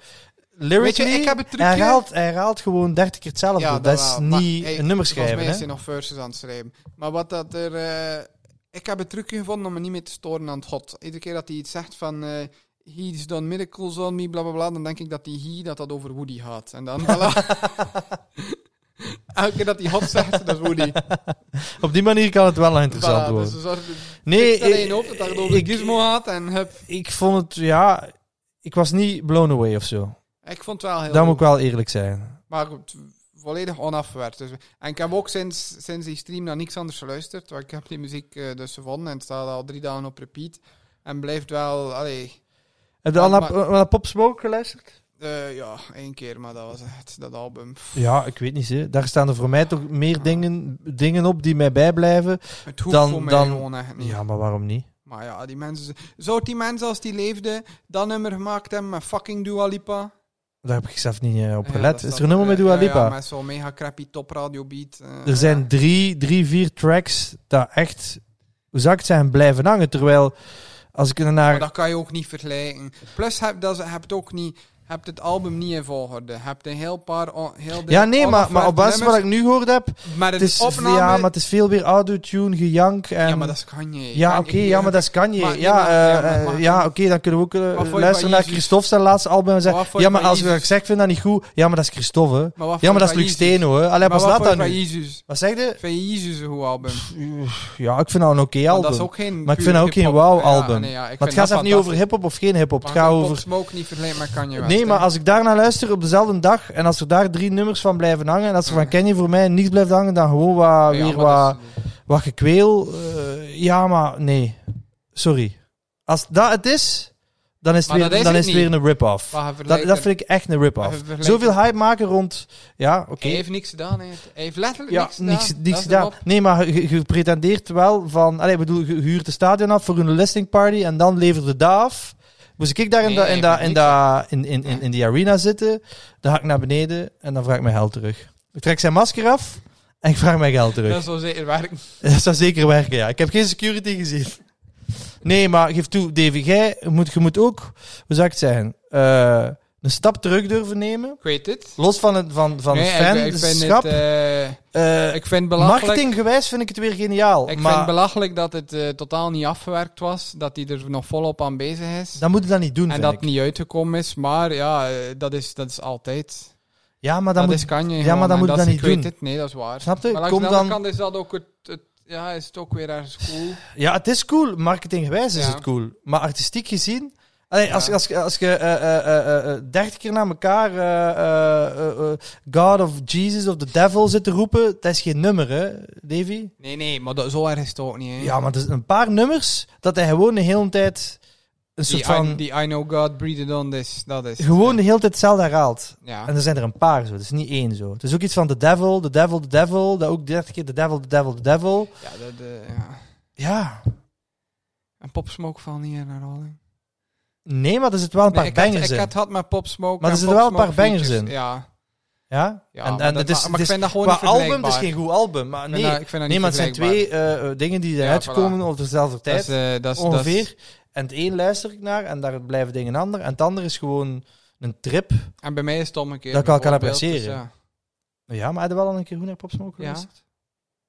Speaker 1: lyrically,
Speaker 2: Weet je, ik heb het trucje-
Speaker 1: hij, haalt, hij haalt gewoon 30 keer hetzelfde.
Speaker 2: Ja,
Speaker 1: dat, is
Speaker 2: wel. Maar,
Speaker 1: niet
Speaker 2: hey,
Speaker 1: een nummer
Speaker 2: Volgens
Speaker 1: schrijven.
Speaker 2: mij
Speaker 1: Hè?
Speaker 2: is hij nog verses aan het schrijven. Maar wat dat er... eh, ik heb een trucje gevonden om me niet meer te storen aan het hot. Iedere keer dat hij iets zegt van... eh He's done miracles on me, bla bla bla. Dan denk ik dat die he, dat dat over Woody gaat. En dan... voilà. Elke keer dat hij hot zegt, dat is Woody.
Speaker 1: Op die manier kan het wel interessant
Speaker 2: Voilà,
Speaker 1: worden.
Speaker 2: Dus zorg
Speaker 1: nee, eh,
Speaker 2: dat je hoopt dat het over
Speaker 1: ik,
Speaker 2: Gizmo gaat. En hup.
Speaker 1: ik vond het, ja, ik was niet blown away of zo.
Speaker 2: Ik vond het wel heel
Speaker 1: Dat moet
Speaker 2: goed.
Speaker 1: ik wel eerlijk zijn.
Speaker 2: Maar goed, volledig onafgewerkt. Dus, en ik heb ook sinds, sinds die stream naar niks anders geluisterd. Want ik heb die muziek eh, dus gevonden en het staat al drie dagen op repeat. En blijft wel, allee,
Speaker 1: Heb je
Speaker 2: Ja,
Speaker 1: al naar,
Speaker 2: maar-
Speaker 1: eh, naar Pop Smoke geluisterd?
Speaker 2: eh, ja, één keer, maar dat was het, dat album. Pff,
Speaker 1: Ja, ik weet niet. Hè. Daar staan er voor mij toch meer dingen, dingen op die mij bijblijven.
Speaker 2: Het hoeft
Speaker 1: Dan-
Speaker 2: voor mij
Speaker 1: dan-
Speaker 2: gewoon echt niet.
Speaker 1: Ja, maar waarom niet?
Speaker 2: Maar ja, die mensen... Zou die mensen, als die leefden, dat nummer gemaakt hebben met fucking Dua Lipa?
Speaker 1: Daar heb ik zelf niet eh, op
Speaker 2: Ja,
Speaker 1: gelet.
Speaker 2: dat
Speaker 1: is
Speaker 2: staat
Speaker 1: er een nummer met Dua Lipa?
Speaker 2: Ja, ja, met zo'n mega crappy topradio beat. eh, ja.
Speaker 1: Er zijn drie, drie, vier tracks dat echt, hoe zou ik het zeggen, blijven hangen. Terwijl, als ik er
Speaker 2: Maar
Speaker 1: naar...
Speaker 2: Oh, dat kan je ook niet vergelijken. Plus heb, dat, ze- hebt ook niet, hebt het album niet in volgorde. Hebt een heel paar... on- heel de-
Speaker 1: Ja, nee, maar, maar op basis van wat
Speaker 2: nummers,
Speaker 1: ik nu gehoord heb,
Speaker 2: Maar
Speaker 1: het
Speaker 2: het
Speaker 1: is,
Speaker 2: is opname...
Speaker 1: ja, maar het is veel weer autotune, gejank en...
Speaker 2: Ja, maar dat is Kanye.
Speaker 1: Ja,
Speaker 2: Kanye-
Speaker 1: oké, ja, maar dat is Kanye.
Speaker 2: Maar-
Speaker 1: ja,
Speaker 2: ja,
Speaker 1: eh,
Speaker 2: maar-
Speaker 1: eh,
Speaker 2: maar-
Speaker 1: ja oké, dan kunnen we ook eh,
Speaker 2: vond je van
Speaker 1: luisteren naar
Speaker 2: Yeezus?
Speaker 1: Christophe zijn laatste album en
Speaker 2: Wat
Speaker 1: zeggen...
Speaker 2: vond
Speaker 1: Ja,
Speaker 2: je
Speaker 1: maar
Speaker 2: van
Speaker 1: als ik
Speaker 2: Yeezus?
Speaker 1: zeg, vind dat niet goed. Ja, maar dat is Christophe, hè.
Speaker 2: Maar wat
Speaker 1: Ja,
Speaker 2: vond
Speaker 1: maar dat
Speaker 2: je
Speaker 1: is
Speaker 2: van
Speaker 1: Luc
Speaker 2: Yeezus?
Speaker 1: Steno, hè. Allee,
Speaker 2: Maar
Speaker 1: pas
Speaker 2: wat
Speaker 1: laat
Speaker 2: vond je
Speaker 1: dat
Speaker 2: van
Speaker 1: nu.
Speaker 2: Jezus?
Speaker 1: Wat zeg je?
Speaker 2: Van Jezus een goed album. Maar
Speaker 1: Ja, ik vind dat een oké album.
Speaker 2: dat is ook geen...
Speaker 1: Maar ik
Speaker 2: puur
Speaker 1: vind dat ook geen
Speaker 2: hip-hop.
Speaker 1: wow-album.
Speaker 2: Ja, nee, ja, ik
Speaker 1: maar
Speaker 2: vind
Speaker 1: het gaat
Speaker 2: dat
Speaker 1: zelf niet over hiphop of geen hiphop. Het
Speaker 2: Maar
Speaker 1: gaat
Speaker 2: ik kan
Speaker 1: over...
Speaker 2: Pop Smoke niet vergelijken met Kanye West.
Speaker 1: Nee, maar
Speaker 2: hè.
Speaker 1: als ik daarnaar luister op dezelfde dag en als er daar drie nummers van blijven hangen en als er van
Speaker 2: Ja.
Speaker 1: Kanye voor mij niets blijft hangen, dan gewoon wat,
Speaker 2: Ja,
Speaker 1: ah, weer
Speaker 2: maar
Speaker 1: wat,
Speaker 2: dat is-
Speaker 1: wat gekweel. Eh, ja, maar nee. Sorry. Als dat het is, dan is het,
Speaker 2: Maar
Speaker 1: weer,
Speaker 2: dat is
Speaker 1: dan
Speaker 2: het
Speaker 1: is het weer
Speaker 2: niet.
Speaker 1: een rip-off.
Speaker 2: Maar hij
Speaker 1: Dat,
Speaker 2: vergelijkt
Speaker 1: dat
Speaker 2: er-
Speaker 1: vind ik echt een
Speaker 2: Maar
Speaker 1: rip-off.
Speaker 2: we vergelijken-
Speaker 1: Zoveel hype maken rond... Ja, oké.
Speaker 2: Hij heeft niks gedaan. hè. Hij heeft letterlijk
Speaker 1: Ja,
Speaker 2: niks gedaan.
Speaker 1: niks,
Speaker 2: Dat
Speaker 1: niks
Speaker 2: is
Speaker 1: gedaan.
Speaker 2: erop.
Speaker 1: Nee, maar je, je pretendeert wel van... Allee, ik bedoel, je je huurt de stadion af voor een listing party en dan leverde dat af. Moest ik daar in,
Speaker 2: Nee,
Speaker 1: da- in, da- in,
Speaker 2: niks,
Speaker 1: da- in, in, in, in die arena zitten, dan ga ik naar beneden en dan vraag ik mijn geld terug. Ik trek zijn masker af en ik vraag mijn geld terug.
Speaker 2: Dat zou zeker werken.
Speaker 1: Dat zou zeker werken, ja. Ik heb geen security gezien. Nee, maar geef toe, Davy, jij moet, je moet ook, hoe zou ik het zeggen, eh, een stap terug durven nemen.
Speaker 2: Ik weet het.
Speaker 1: Los van het, van, van
Speaker 2: Nee,
Speaker 1: het
Speaker 2: ik, ik vind het,
Speaker 1: fanschap.
Speaker 2: eh,
Speaker 1: eh,
Speaker 2: ik vind het belachelijk.
Speaker 1: Marketinggewijs vind ik het weer geniaal.
Speaker 2: Ik vind
Speaker 1: maar
Speaker 2: het belachelijk dat het eh, totaal niet afgewerkt was. Dat hij er nog volop aan bezig is.
Speaker 1: dan moet je dat niet doen,
Speaker 2: en
Speaker 1: vind
Speaker 2: dat
Speaker 1: ik.
Speaker 2: het niet uitgekomen is. Maar ja, eh, dat is, dat is altijd.
Speaker 1: Ja, maar dan
Speaker 2: dat
Speaker 1: moet...
Speaker 2: is kan je.
Speaker 1: maar dan moet je dat niet
Speaker 2: ik weet
Speaker 1: doen.
Speaker 2: het. Nee, dat is waar.
Speaker 1: Snap je?
Speaker 2: Maar langs
Speaker 1: Kom
Speaker 2: de andere
Speaker 1: dan...
Speaker 2: kant is dat ook het... het- ja, is het ook weer ergens cool.
Speaker 1: Ja, het is cool. Marketinggewijs is
Speaker 2: Ja.
Speaker 1: het cool. Maar artistiek gezien... Allee, als,
Speaker 2: Ja.
Speaker 1: als, als, je eh, eh, eh, eh, eh, dertig keer na elkaar eh, eh, eh, eh, God of Jesus of the Devil zit te roepen, dat is geen nummer, hè, Davy?
Speaker 2: Nee, nee, maar dat, zo erg is het ook niet. hè.
Speaker 1: Ja, maar er zijn een paar nummers dat hij gewoon de hele tijd een
Speaker 2: die,
Speaker 1: soort van...
Speaker 2: I, die I know God breathed on this. Dat is het,
Speaker 1: Gewoon
Speaker 2: hè.
Speaker 1: de hele tijd hetzelfde herhaalt.
Speaker 2: Ja.
Speaker 1: En er zijn er een paar zo, het is niet één zo. Het is ook iets van The Devil, The Devil, The Devil, dat ook dertig keer The Devil, The Devil, The Devil.
Speaker 2: ja, dat, eh, ja.
Speaker 1: Ja,
Speaker 2: En Pop Smoke valt niet in herhaling.
Speaker 1: nee, maar er zitten wel een paar
Speaker 2: Nee, ik had-
Speaker 1: bangers
Speaker 2: Ik
Speaker 1: in.
Speaker 2: had had met Pop Smoke.
Speaker 1: Maar er
Speaker 2: en
Speaker 1: zitten
Speaker 2: Pop
Speaker 1: wel een paar
Speaker 2: Smoke
Speaker 1: bangers
Speaker 2: features.
Speaker 1: in.
Speaker 2: Ja.
Speaker 1: Ja?
Speaker 2: Ja,
Speaker 1: en,
Speaker 2: maar
Speaker 1: en
Speaker 2: dat-
Speaker 1: het is,
Speaker 2: maar
Speaker 1: het
Speaker 2: ik
Speaker 1: is-
Speaker 2: vind dat gewoon
Speaker 1: qua
Speaker 2: niet vergelijkbaar.
Speaker 1: album, het is geen goed album. Maar
Speaker 2: Ik vind
Speaker 1: nee,
Speaker 2: dat- ik vind dat
Speaker 1: nee
Speaker 2: niet
Speaker 1: maar het zijn
Speaker 2: vergelijkbaar.
Speaker 1: twee eh, eh, dingen die zijn
Speaker 2: Ja,
Speaker 1: uitgekomen op dezelfde
Speaker 2: Dat
Speaker 1: tijd,
Speaker 2: is, eh, dat is- dat is-
Speaker 1: ongeveer. En het een luister ik naar en daar blijven dingen ander. En het ander is gewoon een trip.
Speaker 2: En bij mij is het omgekeerd.
Speaker 1: Dat ik wel kan
Speaker 2: bijvoorbeeld,
Speaker 1: appreciëren.
Speaker 2: dus
Speaker 1: Nou Ja, maar heb je wel al een keer goed naar Pop Smoke
Speaker 2: Ja.
Speaker 1: geluisterd?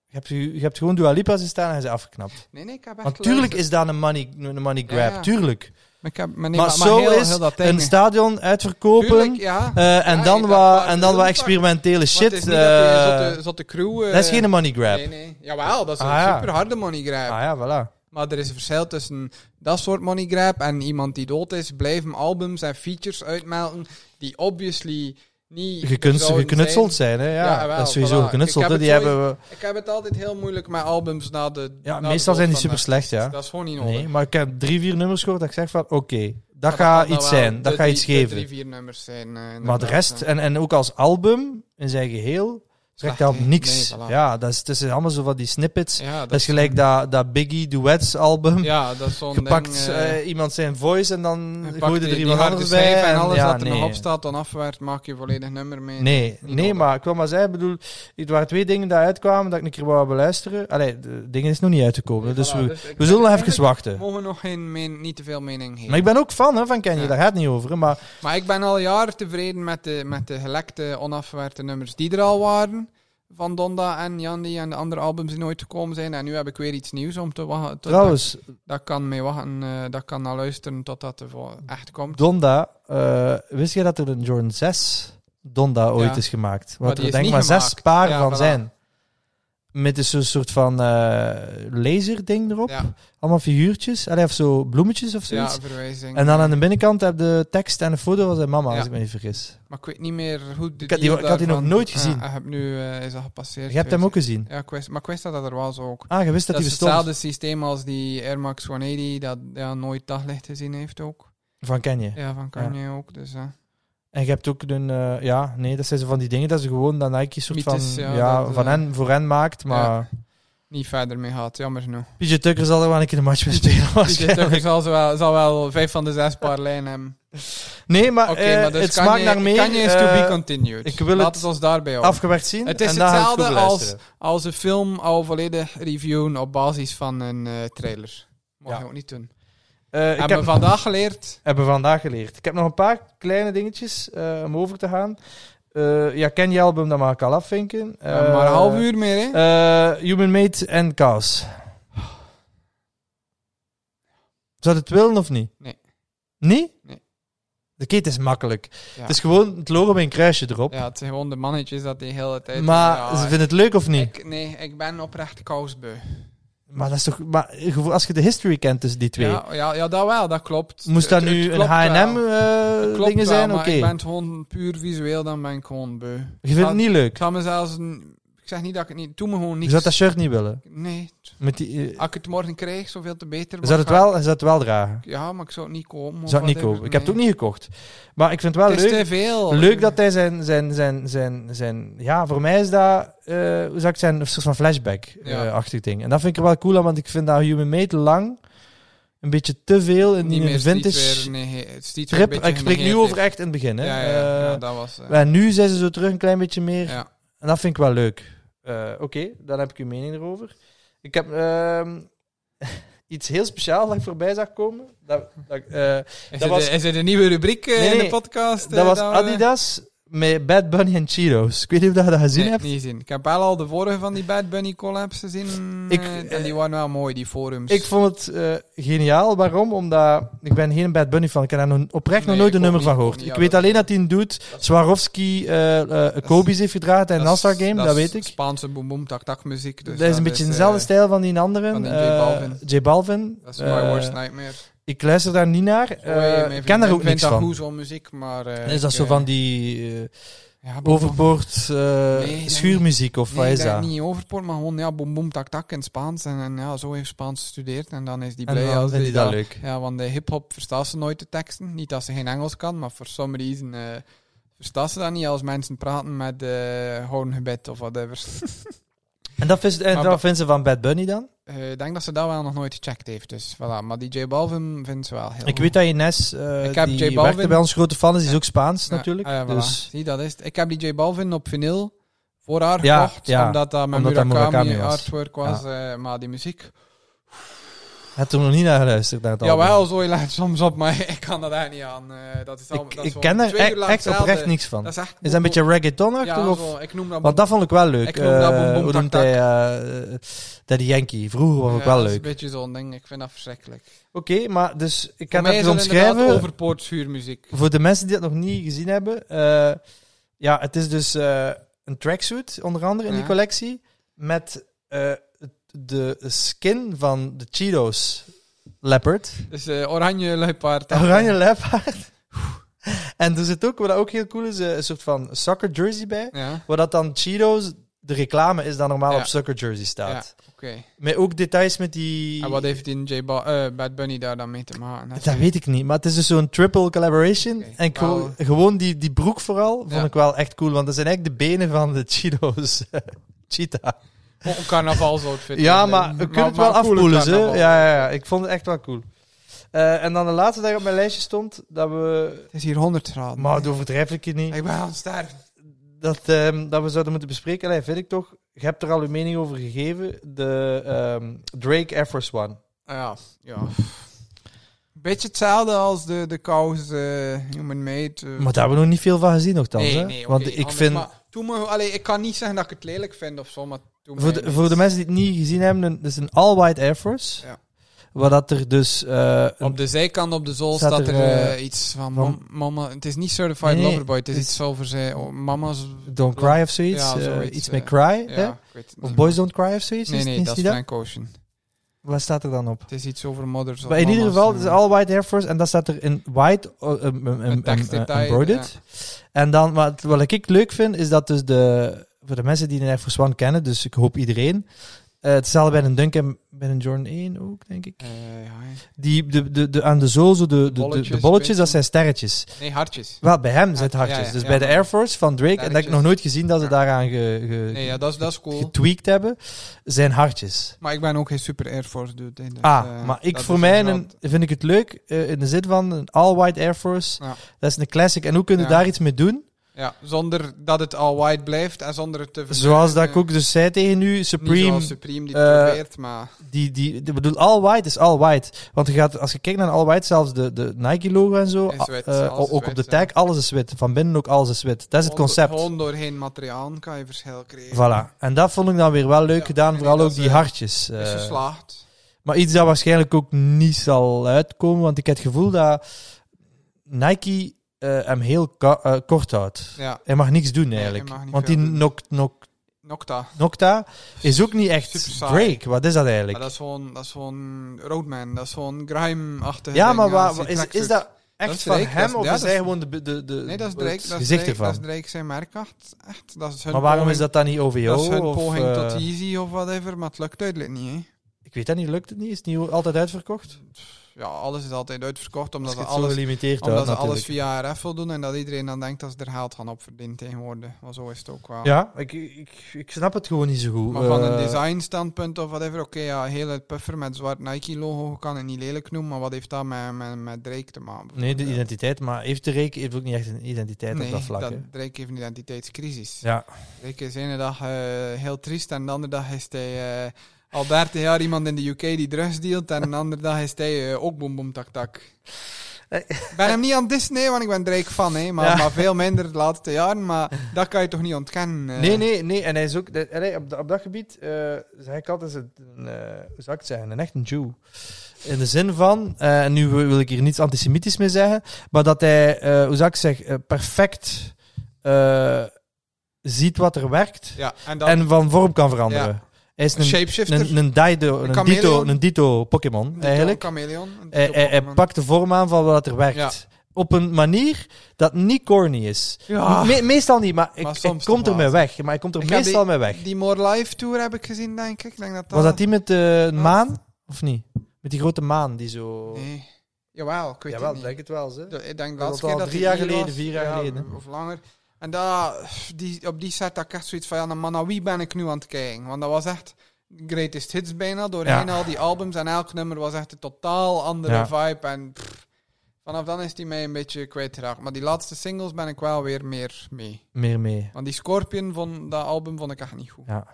Speaker 1: Je hebt, je je hebt gewoon Dua Lipa zien staan en hij is afgeknapt.
Speaker 2: ja. eh, Nee, nee, ik heb echt
Speaker 1: Want tuurlijk
Speaker 2: geluisterd.
Speaker 1: is dat een money, een money
Speaker 2: Ja,
Speaker 1: grab,
Speaker 2: ja.
Speaker 1: tuurlijk.
Speaker 2: ik heb, maar nee,
Speaker 1: maar
Speaker 2: maar,
Speaker 1: zo
Speaker 2: heel,
Speaker 1: is
Speaker 2: heel dat
Speaker 1: een
Speaker 2: ding.
Speaker 1: stadion uitverkopen
Speaker 2: Tuurlijk, ja.
Speaker 1: eh, en,
Speaker 2: Ja, je
Speaker 1: dan
Speaker 2: kan
Speaker 1: wat,
Speaker 2: daar
Speaker 1: en dan wat
Speaker 2: doen,
Speaker 1: experimentele
Speaker 2: Maar het
Speaker 1: shit.
Speaker 2: is niet dat je
Speaker 1: eh,
Speaker 2: zotte, zotte crew... eh,
Speaker 1: dat is geen money grab.
Speaker 2: Nee, nee. Jawel, dat is
Speaker 1: Ah,
Speaker 2: een
Speaker 1: ja.
Speaker 2: super harde money grab.
Speaker 1: Ah ja, voilà.
Speaker 2: Maar er is een verschil tussen dat soort money grab en iemand die dood is, blijven albums en features uitmelden die obviously niet...
Speaker 1: Gekunst,
Speaker 2: zouden
Speaker 1: geknutseld
Speaker 2: zijn.
Speaker 1: zijn, hè? Ja,
Speaker 2: Ja, wel,
Speaker 1: dat is sowieso
Speaker 2: voilà.
Speaker 1: geknutseld.
Speaker 2: Ik
Speaker 1: hè,
Speaker 2: heb
Speaker 1: Die
Speaker 2: het
Speaker 1: hebben we...
Speaker 2: Ik heb het altijd heel moeilijk met albums na de...
Speaker 1: Ja,
Speaker 2: na de
Speaker 1: meestal
Speaker 2: dood
Speaker 1: zijn die
Speaker 2: van
Speaker 1: super
Speaker 2: mensen.
Speaker 1: slecht, ja.
Speaker 2: Dat is gewoon niet nodig.
Speaker 1: Nee, maar ik heb drie, vier nummers gehoord dat ik zeg van, oké, dat
Speaker 2: Maar
Speaker 1: gaat
Speaker 2: kan dan
Speaker 1: iets
Speaker 2: wel
Speaker 1: zijn, dat
Speaker 2: de
Speaker 1: gaat iets
Speaker 2: drie- de
Speaker 1: geven.
Speaker 2: drie, vier nummers zijn... eh,
Speaker 1: Maar
Speaker 2: inderdaad,
Speaker 1: de rest,
Speaker 2: eh,
Speaker 1: en, en ook als album in zijn geheel, trekt
Speaker 2: slecht,
Speaker 1: dat op
Speaker 2: hè?
Speaker 1: niks.
Speaker 2: Nee, voilà.
Speaker 1: Ja, dat is, het is allemaal zo van die snippets.
Speaker 2: Ja,
Speaker 1: dat eh, is gelijk dat, dat Biggie Duets album.
Speaker 2: Ja, dat is zo'n
Speaker 1: gepakt
Speaker 2: ding, eh,
Speaker 1: eh, iemand zijn voice en dan
Speaker 2: En pak
Speaker 1: gooide
Speaker 2: die-
Speaker 1: er
Speaker 2: die
Speaker 1: iemand
Speaker 2: harde
Speaker 1: anders
Speaker 2: schijf
Speaker 1: bij.
Speaker 2: En alles
Speaker 1: ja,
Speaker 2: dat er
Speaker 1: nee.
Speaker 2: nog op staat, dan afwaard, maak je volledig nummer mee.
Speaker 1: Nee, nee
Speaker 2: Niet nodig.
Speaker 1: maar ik wil maar zeggen, ik bedoel, het waren twee dingen die uitkwamen dat ik een keer wou beluisteren. Allee, de ding is nog niet uitgekomen,
Speaker 2: Nee,
Speaker 1: dus
Speaker 2: voilà,
Speaker 1: we,
Speaker 2: dus ik
Speaker 1: we zullen nog
Speaker 2: vind
Speaker 1: even
Speaker 2: eigenlijk-
Speaker 1: wachten.
Speaker 2: mogen nog geen men- niet te veel mening geven.
Speaker 1: Maar ik ben ook fan hè, van Kanye,
Speaker 2: Ja.
Speaker 1: daar gaat het niet over. hè, Maar
Speaker 2: Maar ik ben al jaren tevreden met de, met de gelekte, onafgewerkte nummers die er al waren. Van Donda en Yandy en de andere albums die nooit gekomen zijn. En nu heb ik weer iets nieuws om te wachten. tot-
Speaker 1: trouwens,
Speaker 2: Dat, dat kan mee wachten. eh, dat kan naar luisteren totdat het vo- echt komt.
Speaker 1: Donda, eh, wist jij dat er een Jordan 6 Donda ooit
Speaker 2: Ja.
Speaker 1: is gemaakt?
Speaker 2: Maar
Speaker 1: Wat
Speaker 2: die
Speaker 1: er
Speaker 2: is
Speaker 1: denk
Speaker 2: niet
Speaker 1: maar zes
Speaker 2: gemaakt.
Speaker 1: paar
Speaker 2: Ja,
Speaker 1: van
Speaker 2: voilà.
Speaker 1: zijn. Met dus een soort van eh laserding erop.
Speaker 2: Ja,
Speaker 1: Allemaal figuurtjes, allee, of zo bloemetjes of
Speaker 2: ja,
Speaker 1: zoiets.
Speaker 2: verwijzing.
Speaker 1: En dan aan de binnenkant heb je tekst en een foto van zijn mama,
Speaker 2: Ja.
Speaker 1: als ik me niet vergis.
Speaker 2: Maar ik weet niet meer hoe de
Speaker 1: Ik had die-
Speaker 2: deal
Speaker 1: ik had die nog
Speaker 2: daarvan-
Speaker 1: nooit gezien.
Speaker 2: Ja, ik heb nu eh, is dat gepasseerd.
Speaker 1: Je hebt hem
Speaker 2: weet
Speaker 1: ook gezien.
Speaker 2: ik. Ja, ik wist, maar ik wist dat dat er was ook.
Speaker 1: Ah, je wist dat,
Speaker 2: Dat,
Speaker 1: hij
Speaker 2: is
Speaker 1: bestond.
Speaker 2: hetzelfde systeem als die Air Max 180, dat ja, nooit daglicht gezien heeft ook.
Speaker 1: Van Kanye.
Speaker 2: Ja, van Kanye ook. Dus, eh.
Speaker 1: En je hebt ook een... eh, ja, nee, dat zijn zo van die dingen dat ze gewoon dat Nike soort
Speaker 2: Mythes,
Speaker 1: van... Ja,
Speaker 2: ja, dat,
Speaker 1: van
Speaker 2: eh,
Speaker 1: hen, voor hen maakt, maar...
Speaker 2: niet verder mee gaat. Jammer genoeg.
Speaker 1: PJ Tucker zal er wel een keer een match mee spelen,
Speaker 2: DJ Tucker
Speaker 1: waarschijnlijk.
Speaker 2: zal, zo wel, zal wel vijf van de zes paar lijnen hebben.
Speaker 1: Nee, maar,
Speaker 2: Oké,
Speaker 1: eh,
Speaker 2: maar dus
Speaker 1: het
Speaker 2: kan
Speaker 1: smaakt
Speaker 2: je,
Speaker 1: naar meer
Speaker 2: Kan je is to
Speaker 1: eh,
Speaker 2: be continued.
Speaker 1: ik wil
Speaker 2: Laat
Speaker 1: het
Speaker 2: het, ons daarbij houden.
Speaker 1: afgewerkt zien.
Speaker 2: Het is
Speaker 1: en dan gaan we
Speaker 2: hetzelfde
Speaker 1: goed
Speaker 2: als-
Speaker 1: beluisteren.
Speaker 2: Als een film al volledig reviewen op basis van een eh, trailer. Mag
Speaker 1: Ja.
Speaker 2: je ook niet doen.
Speaker 1: Eh, ik
Speaker 2: Hebben
Speaker 1: heb,
Speaker 2: we vandaag geleerd.
Speaker 1: hebben we vandaag geleerd. Ik heb nog een paar kleine dingetjes eh, om over te gaan. Eh, ja, ken je album, dat mag ik al afvinken.
Speaker 2: eh, maar een
Speaker 1: Eh,
Speaker 2: half uur meer, hè?
Speaker 1: Eh, Human Made en Chaos. Zou je het willen of niet?
Speaker 2: Nee.
Speaker 1: Niet?
Speaker 2: Nee.
Speaker 1: De kit is makkelijk.
Speaker 2: Ja.
Speaker 1: Het is gewoon het logo met een kruisje erop.
Speaker 2: ja, het zijn gewoon de mannetjes dat die hele tijd...
Speaker 1: maar
Speaker 2: Ja,
Speaker 1: ze vinden het leuk of niet?
Speaker 2: ik, nee, ik ben oprecht kousbeu.
Speaker 1: Maar dat is toch. Maar gevo- als je de history kent tussen die twee,
Speaker 2: Ja, ja, ja, dat wel, dat klopt.
Speaker 1: moest dat
Speaker 2: Het- het
Speaker 1: nu een
Speaker 2: klopt
Speaker 1: HM
Speaker 2: wel.
Speaker 1: eh,
Speaker 2: Klopt
Speaker 1: dingen
Speaker 2: wel,
Speaker 1: zijn?
Speaker 2: maar
Speaker 1: Oké.
Speaker 2: ik ben het gewoon puur visueel, dan ben ik gewoon beu. Je
Speaker 1: Je vindt het niet leuk.
Speaker 2: Ik zou mezelf... een- Ik zeg niet dat ik het niet... Doe me gewoon
Speaker 1: Je
Speaker 2: niks.
Speaker 1: zou dat shirt niet willen.
Speaker 2: Nee.
Speaker 1: Met die, eh,
Speaker 2: Als ik het morgen krijg, zoveel te beter.
Speaker 1: je
Speaker 2: maar
Speaker 1: zou
Speaker 2: ik
Speaker 1: het
Speaker 2: ga-
Speaker 1: wel, je zou het wel dragen.
Speaker 2: Ja, maar ik zou het niet komen.
Speaker 1: Je
Speaker 2: of
Speaker 1: zou het niet
Speaker 2: whatever,
Speaker 1: kopen. Ik heb het ook
Speaker 2: nee.
Speaker 1: niet gekocht. Maar ik vind het wel
Speaker 2: Het
Speaker 1: leuk.
Speaker 2: is te veel.
Speaker 1: Leuk dat hij zijn, zijn, zijn, zijn, zijn... Ja, voor mij is dat... eh, hoe zou ik het zeggen? Een soort van
Speaker 2: Ja.
Speaker 1: flashback-achtig ding. En dat vind ik er wel cool aan, want ik vind dat Human Made lang... Een beetje te veel in
Speaker 2: Niet
Speaker 1: die
Speaker 2: meer
Speaker 1: vintage
Speaker 2: streetwear, nee, het is niet
Speaker 1: trip. Ik spreek nu over echt in het begin. Hè.
Speaker 2: Ja, ja, ja, ja,
Speaker 1: Eh,
Speaker 2: dat was... eh,
Speaker 1: en nu zijn ze zo terug een klein beetje meer.
Speaker 2: ja.
Speaker 1: En dat vind ik wel leuk. Eh, Oké, dan heb ik uw mening erover. Ik heb ehm, iets heel speciaals dat ik voorbij zag komen. Dat, dat, ik, eh,
Speaker 2: Is,
Speaker 1: was-
Speaker 2: er, de- is er een nieuwe rubriek eh,
Speaker 1: Nee,
Speaker 2: in
Speaker 1: nee.
Speaker 2: de podcast? eh,
Speaker 1: dat was
Speaker 2: we-
Speaker 1: Adidas met Bad Bunny en Cheetos. Ik weet niet of dat je dat gezien
Speaker 2: Nee,
Speaker 1: hebt.
Speaker 2: niet gezien. Ik heb wel al de vorige van die Bad Bunny collabs gezien.
Speaker 1: Ik,
Speaker 2: eh,
Speaker 1: eh,
Speaker 2: en die waren wel mooi, die forums.
Speaker 1: Ik vond het eh, geniaal. Waarom? Omdat ik ben geen Bad Bunny fan. Ik heb daar nog, oprecht nog
Speaker 2: Nee,
Speaker 1: nooit
Speaker 2: ik
Speaker 1: een
Speaker 2: ook
Speaker 1: nummer
Speaker 2: niet,
Speaker 1: van
Speaker 2: ik ook
Speaker 1: gehoord.
Speaker 2: niet.
Speaker 1: Ik
Speaker 2: Ja,
Speaker 1: weet
Speaker 2: dat-
Speaker 1: alleen dat hij doet Swarovski eh eh,
Speaker 2: is-
Speaker 1: Kobe's heeft gedragen tijdens
Speaker 2: Dat
Speaker 1: een
Speaker 2: is-
Speaker 1: All-Star Game. Dat,
Speaker 2: is
Speaker 1: weet ik.
Speaker 2: Spaanse boem boem tak tak muziek. Dus
Speaker 1: dat is een beetje dezelfde
Speaker 2: eh,
Speaker 1: stijl van die anderen.
Speaker 2: van die J
Speaker 1: eh,
Speaker 2: Balvin.
Speaker 1: J Balvin.
Speaker 2: Dat is
Speaker 1: Eh,
Speaker 2: my worst nightmare.
Speaker 1: ik luister daar niet naar. Eh, ik ken daar ook niks
Speaker 2: Ik vind
Speaker 1: van.
Speaker 2: dat zo'n muziek, maar... eh,
Speaker 1: Is dat
Speaker 2: ik,
Speaker 1: zo
Speaker 2: eh,
Speaker 1: van die eh
Speaker 2: ja, boem-
Speaker 1: overboord eh,
Speaker 2: ik denk
Speaker 1: schuurmuziek of wat
Speaker 2: nee,
Speaker 1: is dat?
Speaker 2: niet overpoort, maar gewoon ja, boem boem tak tak in Spaans. En, en ja, zo heeft Spaans gestudeerd. En dan is die
Speaker 1: En
Speaker 2: blij
Speaker 1: dan
Speaker 2: als
Speaker 1: vindt
Speaker 2: die
Speaker 1: hij dat
Speaker 2: dat-
Speaker 1: leuk.
Speaker 2: Ja, want de hip-hop verstaat ze nooit de teksten. Niet dat ze geen Engels kan, maar voor some reason eh, verstaat ze dat niet als mensen praten met eh hoorngebed of whatever.
Speaker 1: En dat vindt, en
Speaker 2: Maar
Speaker 1: dat
Speaker 2: ba-
Speaker 1: vindt ze van Bad Bunny dan?
Speaker 2: Eh, Ik denk dat ze dat wel nog nooit gecheckt heeft. Dus voilà. Maar die J Balvin vindt ze wel heel
Speaker 1: Ik weet dat Ines, eh
Speaker 2: Ik heb
Speaker 1: die
Speaker 2: J Balvin.
Speaker 1: werkte bij ons grote fan is, die is ook Spaans natuurlijk.
Speaker 2: dus...
Speaker 1: dus
Speaker 2: Zie, dat is het. Ik heb die J Balvin op vinyl voor haar
Speaker 1: Ja,
Speaker 2: gekocht.
Speaker 1: ja.
Speaker 2: Omdat dat mijn
Speaker 1: Omdat dat
Speaker 2: Murakami,
Speaker 1: Murakami was.
Speaker 2: artwork was. eh, maar die muziek...
Speaker 1: Heb toen nog niet naar geluisterd. Naar het
Speaker 2: Ja,
Speaker 1: album.
Speaker 2: wel, zo laat soms op, maar ik kan dat eigenlijk niet aan. Eh, dat is allemaal,
Speaker 1: Ik,
Speaker 2: dat is
Speaker 1: ik
Speaker 2: wel
Speaker 1: ken er
Speaker 2: twee uur
Speaker 1: echt,
Speaker 2: lang
Speaker 1: echt
Speaker 2: hetzelfde.
Speaker 1: oprecht niks van. Is
Speaker 2: Dat is, echt
Speaker 1: dat een beetje reggaetonachtig?
Speaker 2: ja,
Speaker 1: of?
Speaker 2: zo, ik noem dat
Speaker 1: Want dat vond ik wel leuk.
Speaker 2: Ik noem dat
Speaker 1: Eh,
Speaker 2: boem, boem,
Speaker 1: hoe
Speaker 2: tak,
Speaker 1: noemt hij? eh, eh, Daddy Yankee. Vroeger was ook
Speaker 2: Ja,
Speaker 1: wel
Speaker 2: dat is
Speaker 1: leuk.
Speaker 2: een beetje zo'n ding, ik vind dat verschrikkelijk.
Speaker 1: Oké, maar dus ik
Speaker 2: Voor
Speaker 1: kan
Speaker 2: mij
Speaker 1: het
Speaker 2: is dat
Speaker 1: omschrijven.
Speaker 2: inderdaad overpoorts huurmuziek.
Speaker 1: Voor de mensen die dat nog niet gezien hebben. eh, ja, het is dus eh, een tracksuit, onder andere, in die
Speaker 2: Ja.
Speaker 1: collectie. Met eh, het- de skin van de Cheetos Leopard.
Speaker 2: Dus eh, oranje luipaard.
Speaker 1: De oranje leopard. En er zit ook, wat ook heel cool is, eh, een soort van soccer jersey bij.
Speaker 2: Ja, oké.
Speaker 1: Waar dat dan Cheetos, de reclame is dan normaal
Speaker 2: Ja.
Speaker 1: op soccer jersey staat. Met ook details met die...
Speaker 2: En wat heeft die J Ba- eh, Bad Bunny daar dan mee te maken? Dat is
Speaker 1: Dat weet ik niet, maar het is dus zo'n triple collaboration.
Speaker 2: Ah, Oké.
Speaker 1: En ik wil-
Speaker 2: Wauw.
Speaker 1: gewoon die, die broek vooral, vond
Speaker 2: Ja.
Speaker 1: ik wel echt cool. Want dat zijn eigenlijk de benen van de Cheetos. Cheetah.
Speaker 2: gewoon een carnavalsoutfit.
Speaker 1: Ja, maar we kunnen het wel afpoelen, ze. Ja, ja, ja, ik vond het echt wel cool. Eh, en dan de laatste dag op mijn lijstje stond, dat we...
Speaker 2: Het is hier 100 graden.
Speaker 1: Maar het overdrijf ik het niet.
Speaker 2: Ik ben aan het sterven.
Speaker 1: dat, ehm, dat we zouden moeten bespreken. Allee, vind ik toch. Je hebt er al uw mening over gegeven. De ehm, Drake Air Force One.
Speaker 2: Ah, ja, ja. Beetje hetzelfde als de, de kous eh, Human Made. eh.
Speaker 1: Maar daar hebben we nog niet veel van gezien, nogthans.
Speaker 2: nee,
Speaker 1: hè?
Speaker 2: nee, oké,
Speaker 1: Want ik
Speaker 2: anders,
Speaker 1: vind.
Speaker 2: Maar, doe me, allee, ik kan niet zeggen dat ik het lelijk vind of zo, maar doe
Speaker 1: Voor
Speaker 2: mij
Speaker 1: de,
Speaker 2: niks.
Speaker 1: voor de mensen die het niet gezien hebben, een- het is een all-white Air Force.
Speaker 2: Ja.
Speaker 1: Waar dat er dus. eh, een-
Speaker 2: Op de zijkant op de zool
Speaker 1: Staat
Speaker 2: staat,
Speaker 1: er,
Speaker 2: er
Speaker 1: eh,
Speaker 2: eh, iets van
Speaker 1: van-
Speaker 2: mam- mama. Het is niet Certified
Speaker 1: Nee, nee,
Speaker 2: Loverboy, het is
Speaker 1: het-
Speaker 2: iets over zijn oh, mama's.
Speaker 1: don't Cry of zoiets.
Speaker 2: Ja,
Speaker 1: eh,
Speaker 2: zoiets,
Speaker 1: iets
Speaker 2: eh,
Speaker 1: met Cry.
Speaker 2: Ja,
Speaker 1: hè?
Speaker 2: ik weet het
Speaker 1: Of
Speaker 2: niet.
Speaker 1: Boys Don't Cry of zoiets.
Speaker 2: Nee,
Speaker 1: is-
Speaker 2: nee,
Speaker 1: is
Speaker 2: dat
Speaker 1: die
Speaker 2: is Frank Ocean.
Speaker 1: Wat staat er dan op?
Speaker 2: Het is iets over mothers. of
Speaker 1: Maar in ieder
Speaker 2: mama's,
Speaker 1: geval,
Speaker 2: eh.
Speaker 1: het is all-white Air Force. En dat staat er in white oh, em, em, em,
Speaker 2: Met
Speaker 1: em,
Speaker 2: tekstdetail,
Speaker 1: eh, embroidered. En dan, wat, wat ik leuk vind, is dat dus de... Voor de mensen die de Air Force One kennen, dus ik hoop iedereen... eh hetzelfde bij een Dunk en bij een Jordan 1 ook, denk ik.
Speaker 2: Eh, ja, hè.
Speaker 1: Die, de, de, de, aan de zool, zo de, de, de, de
Speaker 2: Bolletjes,
Speaker 1: bolletjes, dat
Speaker 2: beetje.
Speaker 1: zijn sterretjes.
Speaker 2: Nee, hartjes.
Speaker 1: Wel, bij hem zijn het
Speaker 2: Ja,
Speaker 1: hartjes.
Speaker 2: ja,
Speaker 1: dus
Speaker 2: ja,
Speaker 1: bij de
Speaker 2: maar-
Speaker 1: Air Force van Drake, en dat heb ik
Speaker 2: Sterretjes.
Speaker 1: nog nooit gezien dat ze
Speaker 2: Ja.
Speaker 1: daaraan ge, ge-
Speaker 2: Nee, ja, dat is, dat is cool.
Speaker 1: getweakt hebben, zijn hartjes.
Speaker 2: Maar ik ben ook geen super Air Force dude. hè, dus,
Speaker 1: Ah,
Speaker 2: eh,
Speaker 1: maar ik
Speaker 2: dat
Speaker 1: voor
Speaker 2: is
Speaker 1: mij
Speaker 2: inderdaad-
Speaker 1: een, vind ik het leuk eh, in de zin van een all-white Air Force.
Speaker 2: Ja.
Speaker 1: Dat is een classic. En hoe kun je
Speaker 2: Ja.
Speaker 1: daar iets mee doen?
Speaker 2: Ja, zonder dat het al white blijft en zonder het te verzinnen.
Speaker 1: Zoals dat ik
Speaker 2: Eh,
Speaker 1: ook dus zei tegen u,
Speaker 2: Niet
Speaker 1: Supreme,
Speaker 2: zoals Supreme die
Speaker 1: eh,
Speaker 2: probeert, maar...
Speaker 1: die, die, ik bedoel, all white is all white. Want je gaat, als je kijkt naar een all white, zelfs de, de Nike logo en zo,
Speaker 2: Is wit,
Speaker 1: eh,
Speaker 2: alles is
Speaker 1: ook op de
Speaker 2: wit,
Speaker 1: tag, alles is wit. Van binnen ook alles is wit. Dat is het
Speaker 2: Gewoon do-
Speaker 1: concept.
Speaker 2: Gewoon doorheen materiaal kan je verschil creëren.
Speaker 1: Voilà. En dat vond ik dan weer wel leuk
Speaker 2: Ja,
Speaker 1: gedaan,
Speaker 2: nee,
Speaker 1: vooral
Speaker 2: dat
Speaker 1: ook
Speaker 2: is,
Speaker 1: die
Speaker 2: eh,
Speaker 1: hartjes.
Speaker 2: Is
Speaker 1: eh.
Speaker 2: geslaagd.
Speaker 1: maar iets dat waarschijnlijk ook niet zal uitkomen, want ik heb het gevoel dat Nike eh, hem heel ka- eh, kort houdt.
Speaker 2: Ja,
Speaker 1: Hij mag niks doen
Speaker 2: hij
Speaker 1: eigenlijk.
Speaker 2: mag niet
Speaker 1: want die
Speaker 2: veel doen.
Speaker 1: Nok- Nok-
Speaker 2: Nocta.
Speaker 1: Nocta is ook niet echt
Speaker 2: Super saai.
Speaker 1: Drake. Wat is dat eigenlijk?
Speaker 2: Maar dat is gewoon, dat is gewoon Roadman, dat is gewoon Grime-achtig.
Speaker 1: Ja, maar waar- waar- is, is dat echt
Speaker 2: Dat is
Speaker 1: van
Speaker 2: Drake,
Speaker 1: hem
Speaker 2: dat is-
Speaker 1: of
Speaker 2: ja,
Speaker 1: is
Speaker 2: dat
Speaker 1: hij
Speaker 2: is-
Speaker 1: gewoon de, be- de, de
Speaker 2: Nee, dat is
Speaker 1: het
Speaker 2: Drake. Dat is
Speaker 1: gezicht
Speaker 2: Drake,
Speaker 1: ervan?
Speaker 2: Dat is Drake zijn merkacht. Echt, dat is hun
Speaker 1: maar waarom
Speaker 2: poging-
Speaker 1: is dat dan niet OVO?
Speaker 2: Dat is hun
Speaker 1: of,
Speaker 2: poging
Speaker 1: eh,
Speaker 2: tot Easy of whatever, maar het lukt duidelijk niet, hè.
Speaker 1: Ik weet dat niet, lukt het niet? Is het niet altijd uitverkocht?
Speaker 2: Ja, alles is altijd uitverkocht,
Speaker 1: Als
Speaker 2: omdat
Speaker 1: je
Speaker 2: ze
Speaker 1: het zo
Speaker 2: alles...
Speaker 1: gelimiteerd
Speaker 2: Omdat
Speaker 1: houdt
Speaker 2: ze alles
Speaker 1: natuurlijk.
Speaker 2: via RF wil doen en dat iedereen dan denkt dat ze er geld gaan op verdienen tegenwoordig. Maar zo is het ook wel.
Speaker 1: Ja, ik, ik, ik snap het gewoon niet zo goed.
Speaker 2: Maar van een
Speaker 1: Eh,
Speaker 2: design standpunt of whatever, oké, ja, heel het puffer met zwart Nike logo je kan het niet lelijk noemen, maar wat heeft dat met, met, met Drake te maken?
Speaker 1: Nee, de
Speaker 2: bijvoorbeeld?
Speaker 1: identiteit. Maar heeft de Drake heeft ook niet echt een identiteit op
Speaker 2: Nee,
Speaker 1: dat vlak. hè?
Speaker 2: Drake heeft een identiteitscrisis.
Speaker 1: Ja.
Speaker 2: Drake is de ene dag eh, heel triest en de andere dag is hij eh, al 30 jaar iemand in de UK die drugs dealt en de andere dag is hij eh, ook boom boom tak tak.
Speaker 1: Eh.
Speaker 2: Ik ben hem niet aan Disney, want ik ben Drake fan, hè, maar,
Speaker 1: Ja.
Speaker 2: maar veel minder de laatste jaren, maar dat kan je toch niet ontkennen. eh.
Speaker 1: Nee, nee, nee. En hij is ook... dat- en hij- op, dat- op dat gebied eh zeg ik altijd... Een, eh, hoe zou ik het zeggen? Een echt een Jew. In de zin van... eh, en nu wil wil ik hier niets antisemitisch mee zeggen. Maar dat hij, eh, hoe zou ik zeggen... eh, perfect eh, ziet wat er werkt.
Speaker 2: Ja, en dan
Speaker 1: En van vorm kan veranderen.
Speaker 2: Ja.
Speaker 1: Hij is
Speaker 2: een
Speaker 1: een,
Speaker 2: shapeshifter.
Speaker 1: een, een, Dido, een, dito,
Speaker 2: chameleon.
Speaker 1: een dito Pokémon,
Speaker 2: Dito,
Speaker 1: eigenlijk. Eh,
Speaker 2: Een chameleon. een
Speaker 1: Hij,
Speaker 2: dito
Speaker 1: hij, hij
Speaker 2: Pokémon.
Speaker 1: pakt de vorm aan van wat er werkt.
Speaker 2: Ja.
Speaker 1: Op een manier dat niet corny is.
Speaker 2: Ja.
Speaker 1: Me- meestal niet, maar, ik,
Speaker 2: Maar
Speaker 1: ik
Speaker 2: soms
Speaker 1: kom
Speaker 2: toch
Speaker 1: er mee
Speaker 2: wel.
Speaker 1: weg. Maar ik kom er
Speaker 2: Ik heb
Speaker 1: meestal mee weg.
Speaker 2: Die More Live Tour heb ik gezien, denk ik. Ik Denk dat dat...
Speaker 1: Was dat die met de
Speaker 2: Ja.
Speaker 1: maan? Of niet? Met die grote maan die zo...
Speaker 2: Nee. Jawel, ik weet
Speaker 1: Jawel,
Speaker 2: het niet.
Speaker 1: lijkt het wel, ze.
Speaker 2: De- Ik denk
Speaker 1: Dat
Speaker 2: de
Speaker 1: was
Speaker 2: laatste
Speaker 1: al
Speaker 2: keer dat
Speaker 1: drie
Speaker 2: hij
Speaker 1: jaar
Speaker 2: hier
Speaker 1: geleden,
Speaker 2: was.
Speaker 1: vier jaar
Speaker 2: Ja,
Speaker 1: geleden.
Speaker 2: Of langer. En daar, die, op die set had ik echt zoiets van, ja, man, naar wie ben ik nu aan het kijken? Want dat was echt greatest hits bijna, doorheen al die albums. En elk nummer was echt een totaal andere
Speaker 1: Ja.
Speaker 2: vibe. En pff, vanaf dan is die mij een beetje kwijtgeraakt. Maar die laatste singles ben ik wel weer meer mee.
Speaker 1: Meer mee.
Speaker 2: Want die Scorpion van dat album vond ik echt niet goed.
Speaker 1: Ja.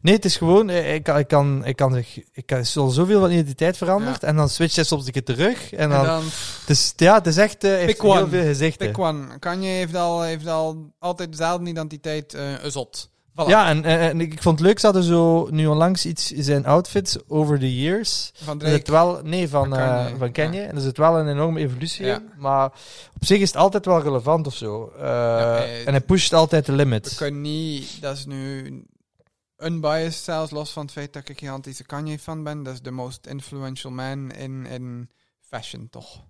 Speaker 1: Nee, het is gewoon, eh, ik kan, ik kan, ik kan, zich- ik kan, er is al zoveel van identiteit veranderd. En dan switch je soms een keer terug. En dan,
Speaker 2: En dan,
Speaker 1: het is, ja, het is echt, eh heeft
Speaker 2: Pick
Speaker 1: heel
Speaker 2: one.
Speaker 1: veel gezichten.
Speaker 2: pick one. Kanye heeft al, heeft al altijd dezelfde identiteit, eh een zot. Voilà.
Speaker 1: Ja, en, eh, en, en ik ik vond het leuk, ze hadden zo nu onlangs iets, zijn outfits over the years.
Speaker 2: Van
Speaker 1: Er zit
Speaker 2: Drake.
Speaker 1: wel, nee, van,
Speaker 2: Van
Speaker 1: eh,
Speaker 2: Kanye,
Speaker 1: van Kanye.
Speaker 2: ja.
Speaker 1: En er zit wel een enorme evolutie
Speaker 2: Ja.
Speaker 1: in. Maar op zich is het altijd wel relevant of zo. Eh,
Speaker 2: hij-
Speaker 1: en hij pusht altijd de
Speaker 2: We
Speaker 1: limits.
Speaker 2: kunnen niet, dat is nu unbiased zelfs, los van het feit dat ik een gigantische Kanye-fan ben. Dat is de most influential man in, in fashion, toch?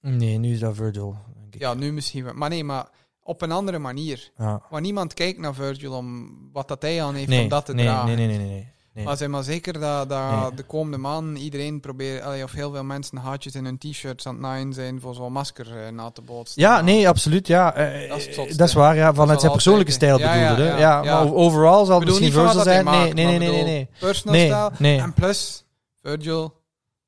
Speaker 1: Nee, nu is dat Virgil. Denk ik.
Speaker 2: Ja, nu misschien wel. Maar nee, maar op een andere manier.
Speaker 1: Ja.
Speaker 2: Maar niemand kijkt naar Virgil om wat dat hij aan heeft
Speaker 1: Nee,
Speaker 2: om dat te
Speaker 1: nee,
Speaker 2: dragen.
Speaker 1: nee, nee, nee, nee, nee. nee.
Speaker 2: Maar zijn maar zeker dat, dat
Speaker 1: Nee.
Speaker 2: de komende maanden iedereen probeert, allee, of heel veel mensen haartjes in hun t-shirts aan het naaien zijn voor zo'n masker eh, na te bootsen.
Speaker 1: Ja, nee, absoluut. Ja, Eh,
Speaker 2: Dat is het zotste.
Speaker 1: dat is waar. Ja, vanuit
Speaker 2: zal
Speaker 1: zijn persoonlijke
Speaker 2: altijd,
Speaker 1: stijl
Speaker 2: hè. Ja,
Speaker 1: bedoelde.
Speaker 2: ja,
Speaker 1: Ja,
Speaker 2: ja, ja.
Speaker 1: maar overal zal
Speaker 2: Ik
Speaker 1: het
Speaker 2: bedoel
Speaker 1: misschien
Speaker 2: niet
Speaker 1: Virgil
Speaker 2: van wat dat hij
Speaker 1: zijn. Nee,
Speaker 2: maakt,
Speaker 1: nee, nee,
Speaker 2: maar
Speaker 1: nee, nee,
Speaker 2: bedoel,
Speaker 1: nee.
Speaker 2: Personal
Speaker 1: Nee,
Speaker 2: style.
Speaker 1: nee.
Speaker 2: En plus, Virgil.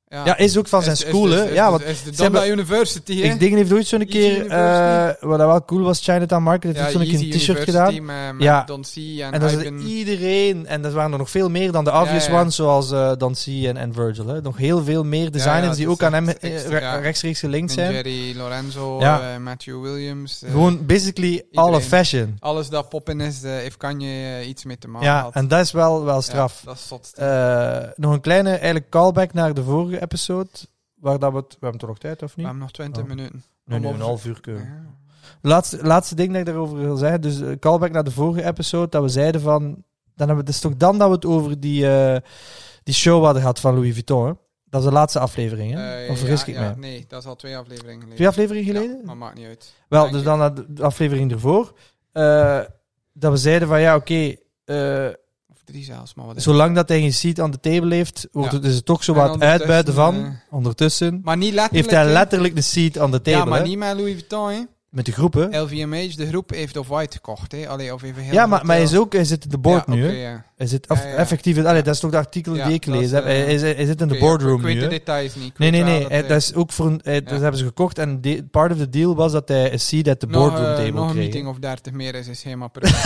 Speaker 2: Ja,
Speaker 1: Ja, is ook van zijn school, hè. Ja, want
Speaker 2: is de
Speaker 1: ze hebben-
Speaker 2: Donda University, hè?
Speaker 1: ik denk heeft ooit zo'n
Speaker 2: Yeezy
Speaker 1: keer, eh
Speaker 2: University.
Speaker 1: wat dat wel cool was, Chinatown Market heeft
Speaker 2: Ja,
Speaker 1: zo'n keer een
Speaker 2: Yeezy
Speaker 1: t-shirt
Speaker 2: University
Speaker 1: gedaan.
Speaker 2: Met, met
Speaker 1: Ja.
Speaker 2: Don C en,
Speaker 1: En dat is
Speaker 2: Ivan.
Speaker 1: iedereen, en dat waren er nog veel meer dan de obvious
Speaker 2: Ja, ja.
Speaker 1: ones, zoals eh Dancy en, en Virgil. Hè. Nog heel veel meer designers
Speaker 2: het
Speaker 1: die
Speaker 2: is
Speaker 1: ook aan hem
Speaker 2: echt
Speaker 1: eh,
Speaker 2: extra,
Speaker 1: re-
Speaker 2: ja.
Speaker 1: rechtstreeks gelinkt
Speaker 2: en
Speaker 1: zijn.
Speaker 2: Jerry Lorenzo,
Speaker 1: Ja.
Speaker 2: eh, Matthew Williams. eh,
Speaker 1: Gewoon basically alle fashion.
Speaker 2: Alles dat poppen is, eh, heeft Kanye eh, iets mee te maken
Speaker 1: ja,
Speaker 2: gehad.
Speaker 1: en dat is wel, wel
Speaker 2: Ja,
Speaker 1: straf.
Speaker 2: dat is zot.
Speaker 1: Eh, nog een kleine eigenlijk callback naar de vorige episode, waar dat we het, we hebben toch nog tijd of
Speaker 2: We
Speaker 1: niet?
Speaker 2: hebben nog 20
Speaker 1: Oh.
Speaker 2: minuten.
Speaker 1: Nee, nee,
Speaker 2: om
Speaker 1: een
Speaker 2: over-
Speaker 1: half uur kunnen. we.
Speaker 2: Ja.
Speaker 1: Laatste, laatste ding dat ik daarover wil zeggen. Dus eh, callback naar de vorige episode. Dat we zeiden van... Dan hebben we, het is toch dan dat we het over die, eh, die show hadden gehad van Louis Vuitton. Hè? Dat is de laatste aflevering, hè?
Speaker 2: Eh,
Speaker 1: of vergis
Speaker 2: ja,
Speaker 1: ik
Speaker 2: ja,
Speaker 1: mij?
Speaker 2: Nee, dat is al twee afleveringen geleden.
Speaker 1: Twee afleveringen geleden?
Speaker 2: Ja, maar maakt niet uit.
Speaker 1: Wel,
Speaker 2: denk
Speaker 1: dus
Speaker 2: ik.
Speaker 1: dan naar de de aflevering ervoor. eh, dat we zeiden van ja, oké... eh,
Speaker 2: Of drie zelfs, maar wat is
Speaker 1: zolang dat hij geen seat aan de table heeft, wordt
Speaker 2: Ja.
Speaker 1: het, is het toch zo
Speaker 2: En
Speaker 1: wat
Speaker 2: ondertussen,
Speaker 1: uitbuiten van.
Speaker 2: eh,
Speaker 1: ondertussen
Speaker 2: Maar niet
Speaker 1: heeft
Speaker 2: letterlijk.
Speaker 1: hij
Speaker 2: hè?
Speaker 1: letterlijk de seat aan de table.
Speaker 2: Ja, maar
Speaker 1: hè?
Speaker 2: niet met Louis Vuitton, hè.
Speaker 1: Met de groepen.
Speaker 2: LVMH, de groep, heeft of White gekocht, hè. Allee, of even heel
Speaker 1: Ja, maar, maar hij
Speaker 2: hotel.
Speaker 1: is ook hij zit in de board
Speaker 2: Ja,
Speaker 1: nu. hè?
Speaker 2: oké, ja.
Speaker 1: Hij zit af-
Speaker 2: Ja, ja, ja.
Speaker 1: effectief... Allee, dat is toch de artikel
Speaker 2: Ja,
Speaker 1: die ik
Speaker 2: dat
Speaker 1: gelezen heb.
Speaker 2: is,
Speaker 1: Hij,
Speaker 2: eh,
Speaker 1: hij, hij zit in de
Speaker 2: Oké, ja,
Speaker 1: boardroom
Speaker 2: Ik weet
Speaker 1: nu.
Speaker 2: de
Speaker 1: hè.
Speaker 2: details niet. Ik
Speaker 1: Nee, nee,
Speaker 2: weet
Speaker 1: nee.
Speaker 2: wel dat
Speaker 1: hij-
Speaker 2: hij-
Speaker 1: dat is ook voor een, hij- dat
Speaker 2: Ja.
Speaker 1: hebben ze gekocht. En de, part of the deal was dat hij een seat at the
Speaker 2: Nog,
Speaker 1: boardroom
Speaker 2: eh,
Speaker 1: table
Speaker 2: nog een
Speaker 1: kreeg.
Speaker 2: meeting of 30 meer is, is helemaal perfect.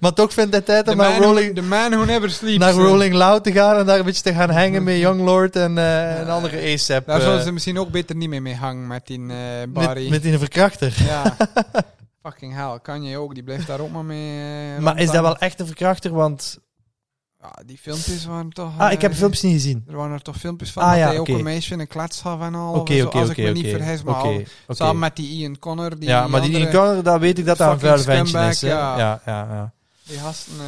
Speaker 1: Maar toch vindt hij tijd
Speaker 2: the,
Speaker 1: om
Speaker 2: man
Speaker 1: naar
Speaker 2: who-
Speaker 1: Rolling,
Speaker 2: the man who never sleeps.
Speaker 1: naar
Speaker 2: eh.
Speaker 1: Rolling Loud te gaan. En daar een beetje te gaan hangen met Young Lord en, eh, en
Speaker 2: Ja.
Speaker 1: andere ASAP.
Speaker 2: Daar
Speaker 1: eh,
Speaker 2: zullen ze misschien ook beter niet meer mee hangen met die eh, Barry.
Speaker 1: met, met die verkrachter.
Speaker 2: Ja. Fucking hell. Kanye ook, die blijft daar ook maar mee.
Speaker 1: Maar
Speaker 2: eh,
Speaker 1: is dat
Speaker 2: rondhangen.
Speaker 1: wel echt een verkrachter? Want...
Speaker 2: Ja, die filmpjes waren toch.
Speaker 1: Ah, ik heb
Speaker 2: eh,
Speaker 1: de filmpjes niet gezien.
Speaker 2: Er waren er toch filmpjes van
Speaker 1: Ah,
Speaker 2: dat
Speaker 1: ja,
Speaker 2: hij
Speaker 1: oké.
Speaker 2: ook een meisje in een klets gaf en al. of
Speaker 1: Oké, oké,
Speaker 2: zo, Oh, dus als
Speaker 1: oké.
Speaker 2: ik me
Speaker 1: oké,
Speaker 2: niet vergis, maar al-
Speaker 1: oké, oké.
Speaker 2: samen met die Ian Connor. Die
Speaker 1: ja, maar die Ian
Speaker 2: andere-
Speaker 1: Connor, dat weet ik dat dat een
Speaker 2: fucking
Speaker 1: vuile ventje
Speaker 2: scumbag,
Speaker 1: is. hè.
Speaker 2: ja.
Speaker 1: ja, ja. ja.
Speaker 2: Die gasten. eh,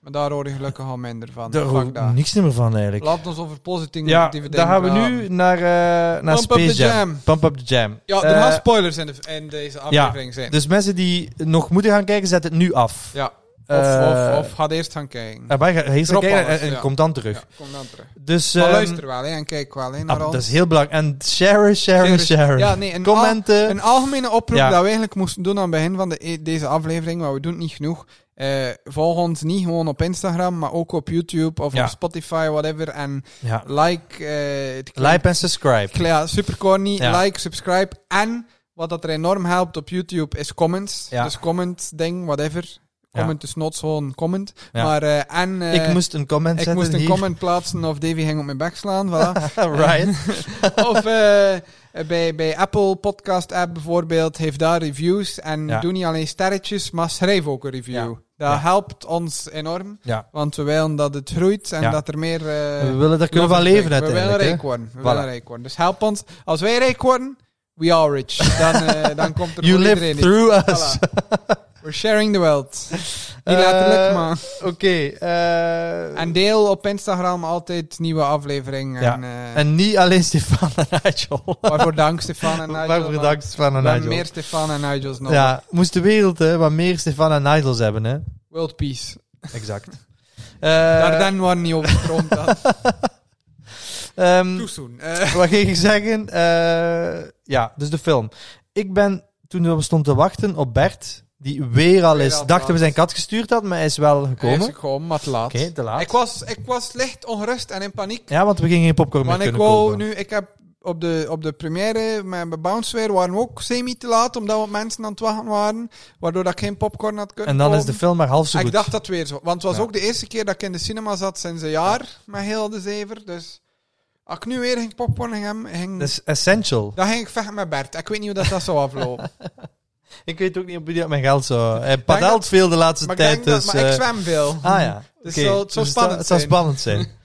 Speaker 2: maar daar hoor je gelukkig al minder van.
Speaker 1: Daar hoor
Speaker 2: Fuck
Speaker 1: ik
Speaker 2: dat.
Speaker 1: niks meer van eigenlijk.
Speaker 2: Laat ons over positieve
Speaker 1: ja,
Speaker 2: dingen
Speaker 1: dan gaan we
Speaker 2: praten.
Speaker 1: nu naar, eh, naar
Speaker 2: Pump up
Speaker 1: Space
Speaker 2: the
Speaker 1: Jam.
Speaker 2: jam.
Speaker 1: Pump Up The Jam.
Speaker 2: Ja,
Speaker 1: Eh,
Speaker 2: er gaan spoilers in, de, in deze aflevering zijn.
Speaker 1: Dus mensen die nog moeten gaan kijken, zet het nu af.
Speaker 2: Ja. Of,
Speaker 1: Eh,
Speaker 2: of, of ga eerst gaan kijken.
Speaker 1: En wij gaan eerst
Speaker 2: Drop
Speaker 1: kijken en,
Speaker 2: alles,
Speaker 1: en
Speaker 2: ja.
Speaker 1: komt dan terug.
Speaker 2: Ja, kom dan terug.
Speaker 1: Dus,
Speaker 2: Maar
Speaker 1: ehm,
Speaker 2: luister wel hè, en kijk wel hè,
Speaker 1: ah,
Speaker 2: naar
Speaker 1: dat
Speaker 2: ons.
Speaker 1: is heel belangrijk. En share, share,
Speaker 2: Share,
Speaker 1: share.
Speaker 2: Ja, nee, een,
Speaker 1: Commenten.
Speaker 2: al- een algemene oproep
Speaker 1: Ja.
Speaker 2: dat we eigenlijk moesten doen aan het begin van de, e- deze aflevering, maar we doen het niet genoeg. Eh, volg ons niet gewoon op Instagram, maar ook op YouTube of
Speaker 1: Ja.
Speaker 2: op Spotify, whatever. En
Speaker 1: ja.
Speaker 2: like eh, het kle-
Speaker 1: Like en subscribe.
Speaker 2: kle- ja, super corny.
Speaker 1: Ja.
Speaker 2: Like, subscribe. En wat dat er enorm helpt op YouTube is comments.
Speaker 1: Ja.
Speaker 2: Dus comment, ding, whatever. Comment is not zo'n comment.
Speaker 1: Ja.
Speaker 2: Maar, eh, en eh,
Speaker 1: ik moest een comment
Speaker 2: ik
Speaker 1: zetten
Speaker 2: moest een
Speaker 1: hier.
Speaker 2: comment plaatsen of Davy ging op mijn bek slaan. Voilà.
Speaker 1: right.
Speaker 2: Of eh, bij, bij Apple Podcast app bijvoorbeeld, heeft daar reviews. En
Speaker 1: Ja.
Speaker 2: doe niet alleen sterretjes, maar schrijf ook een review.
Speaker 1: Ja.
Speaker 2: Dat
Speaker 1: Ja.
Speaker 2: helpt ons enorm.
Speaker 1: Ja.
Speaker 2: Want we willen dat het groeit en
Speaker 1: Ja.
Speaker 2: dat er meer... eh,
Speaker 1: we willen daar kunnen van
Speaker 2: lovers
Speaker 1: leven
Speaker 2: zijn. We willen
Speaker 1: uiteindelijk, hè.
Speaker 2: rijk worden. We
Speaker 1: Voilà.
Speaker 2: willen rijk worden. Dus help ons. Als wij rijk worden, we are rich. Dan, eh, dan komt er
Speaker 1: You
Speaker 2: voor
Speaker 1: live
Speaker 2: iedereen iets.
Speaker 1: through us.
Speaker 2: Voilà. We're sharing the world. Niet letterlijk,
Speaker 1: Eh,
Speaker 2: maar...
Speaker 1: Oké. eh,
Speaker 2: En deel op Instagram altijd nieuwe aflevering. En,
Speaker 1: Ja.
Speaker 2: eh,
Speaker 1: en niet alleen Stefan en Nigel.
Speaker 2: waarvoor dank, Stefan en Nigel.
Speaker 1: Waarvoor
Speaker 2: maar-
Speaker 1: dank Stefan en
Speaker 2: Dan
Speaker 1: Nigel.
Speaker 2: meer Stefan en Nigel's nog.
Speaker 1: Ja, moest de wereld hè, wat meer Stefan en Nigels hebben, hè?
Speaker 2: World Peace.
Speaker 1: Exact. Eh,
Speaker 2: Daar dan waren niet over gestroomd. dat. Too soon. Eh,
Speaker 1: ehm, wat ging ik zeggen? Eh, ja, dus de film. Ik ben toen we stonden te wachten op Bert, die weer al
Speaker 2: Weer
Speaker 1: eens
Speaker 2: al
Speaker 1: dachten we
Speaker 2: laat.
Speaker 1: zijn kat gestuurd had, maar hij is wel
Speaker 2: hij
Speaker 1: gekomen.
Speaker 2: is
Speaker 1: Oké,
Speaker 2: gekomen, maar te laat.
Speaker 1: te laat.
Speaker 2: Ik was, ik was licht ongerust en in paniek.
Speaker 1: Ja, want we gingen geen popcorn meer
Speaker 2: want ik
Speaker 1: kunnen
Speaker 2: wou
Speaker 1: kopen.
Speaker 2: nu... Ik heb op de, op de première met bij Bounceware waren we ook semi te laat, omdat we mensen aan het wachten waren, waardoor dat ik geen popcorn had kunnen
Speaker 1: En dan is
Speaker 2: kopen.
Speaker 1: de film maar half zo
Speaker 2: Ah, Ik
Speaker 1: goed.
Speaker 2: dacht dat weer zo. Want het was
Speaker 1: Ja.
Speaker 2: ook de eerste keer dat ik in de cinema zat sinds een jaar met heel de zever. Dus als ik nu weer ging popcorn ging, hem- ging,
Speaker 1: Dat is essential.
Speaker 2: dan ging ik vechten met Bert. Ik weet niet hoe dat, dat zou aflopen.
Speaker 1: Ik weet ook niet op wie dat mijn geld zo... Hij
Speaker 2: dat-
Speaker 1: padelt veel de laatste
Speaker 2: maar, ik
Speaker 1: tijd,
Speaker 2: denk dat,
Speaker 1: dus...
Speaker 2: maar ik
Speaker 1: eh,
Speaker 2: zwem veel.
Speaker 1: Ah ja.
Speaker 2: Dus
Speaker 1: Oké,
Speaker 2: het zal- het zal
Speaker 1: dus
Speaker 2: spannend
Speaker 1: het zal
Speaker 2: zijn.
Speaker 1: spannend zijn.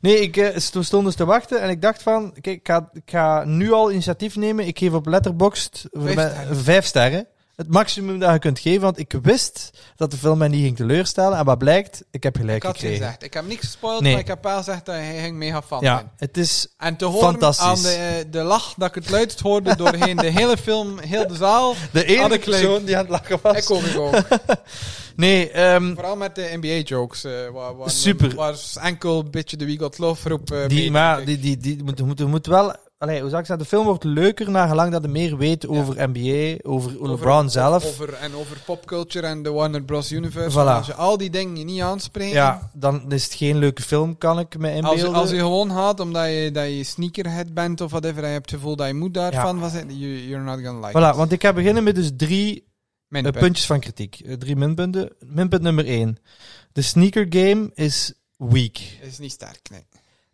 Speaker 1: Nee, ik, eh, s- toen stond dus te wachten en ik dacht van, kijk, ik ga, ik ga nu al initiatief nemen. Ik geef op Letterboxd voor
Speaker 2: Vijf
Speaker 1: mij-
Speaker 2: sterren.
Speaker 1: vijf sterren. Het maximum dat je kunt geven, want ik wist dat de film mij niet ging teleurstellen. En wat blijkt, ik heb gelijk
Speaker 2: ik had ze
Speaker 1: gekregen.
Speaker 2: gezegd. Ik heb niks gespoild,
Speaker 1: Nee.
Speaker 2: maar ik heb wel gezegd dat hij ging mega fan zijn.
Speaker 1: Ja, het is...
Speaker 2: En te horen
Speaker 1: Fantastisch.
Speaker 2: aan de, de lach dat ik het luidst hoorde doorheen de hele film, heel de zaal.
Speaker 1: De enige
Speaker 2: ik gelijk.
Speaker 1: persoon die aan het lachen was.
Speaker 2: Ik ook, ik ook.
Speaker 1: Nee, ehm,
Speaker 2: Vooral met de NBA-jokes. eh, waar, waar,
Speaker 1: Super.
Speaker 2: Waar enkel een beetje de We Got Love roep. eh,
Speaker 1: die,
Speaker 2: mee,
Speaker 1: maar
Speaker 2: denk
Speaker 1: die, die, die moet, moet, moet wel... Allee, hoe zou ik zeggen? De film wordt leuker nagelang dat je meer weet over NBA, over,
Speaker 2: Over-
Speaker 1: LeBron zelf.
Speaker 2: Over, en over popculture en de Warner Bros. Universe.
Speaker 1: Voilà.
Speaker 2: Want Als je al die dingen niet aanspreekt,
Speaker 1: Ja, dan is het geen leuke film, kan ik me
Speaker 2: als, je-
Speaker 1: inbeelden.
Speaker 2: als je gewoon haat omdat je, dat je sneakerhead bent of whatever, en je hebt het gevoel dat je moet daarvan, was het, you, you're not gonna like
Speaker 1: Voilà,
Speaker 2: it.
Speaker 1: want ik ga beginnen met dus drie eh,
Speaker 2: Minpunt.
Speaker 1: puntjes van kritiek. Eh, drie minpunten. Minpunt nummer één. De sneaker game is weak.
Speaker 2: is niet sterk, nee.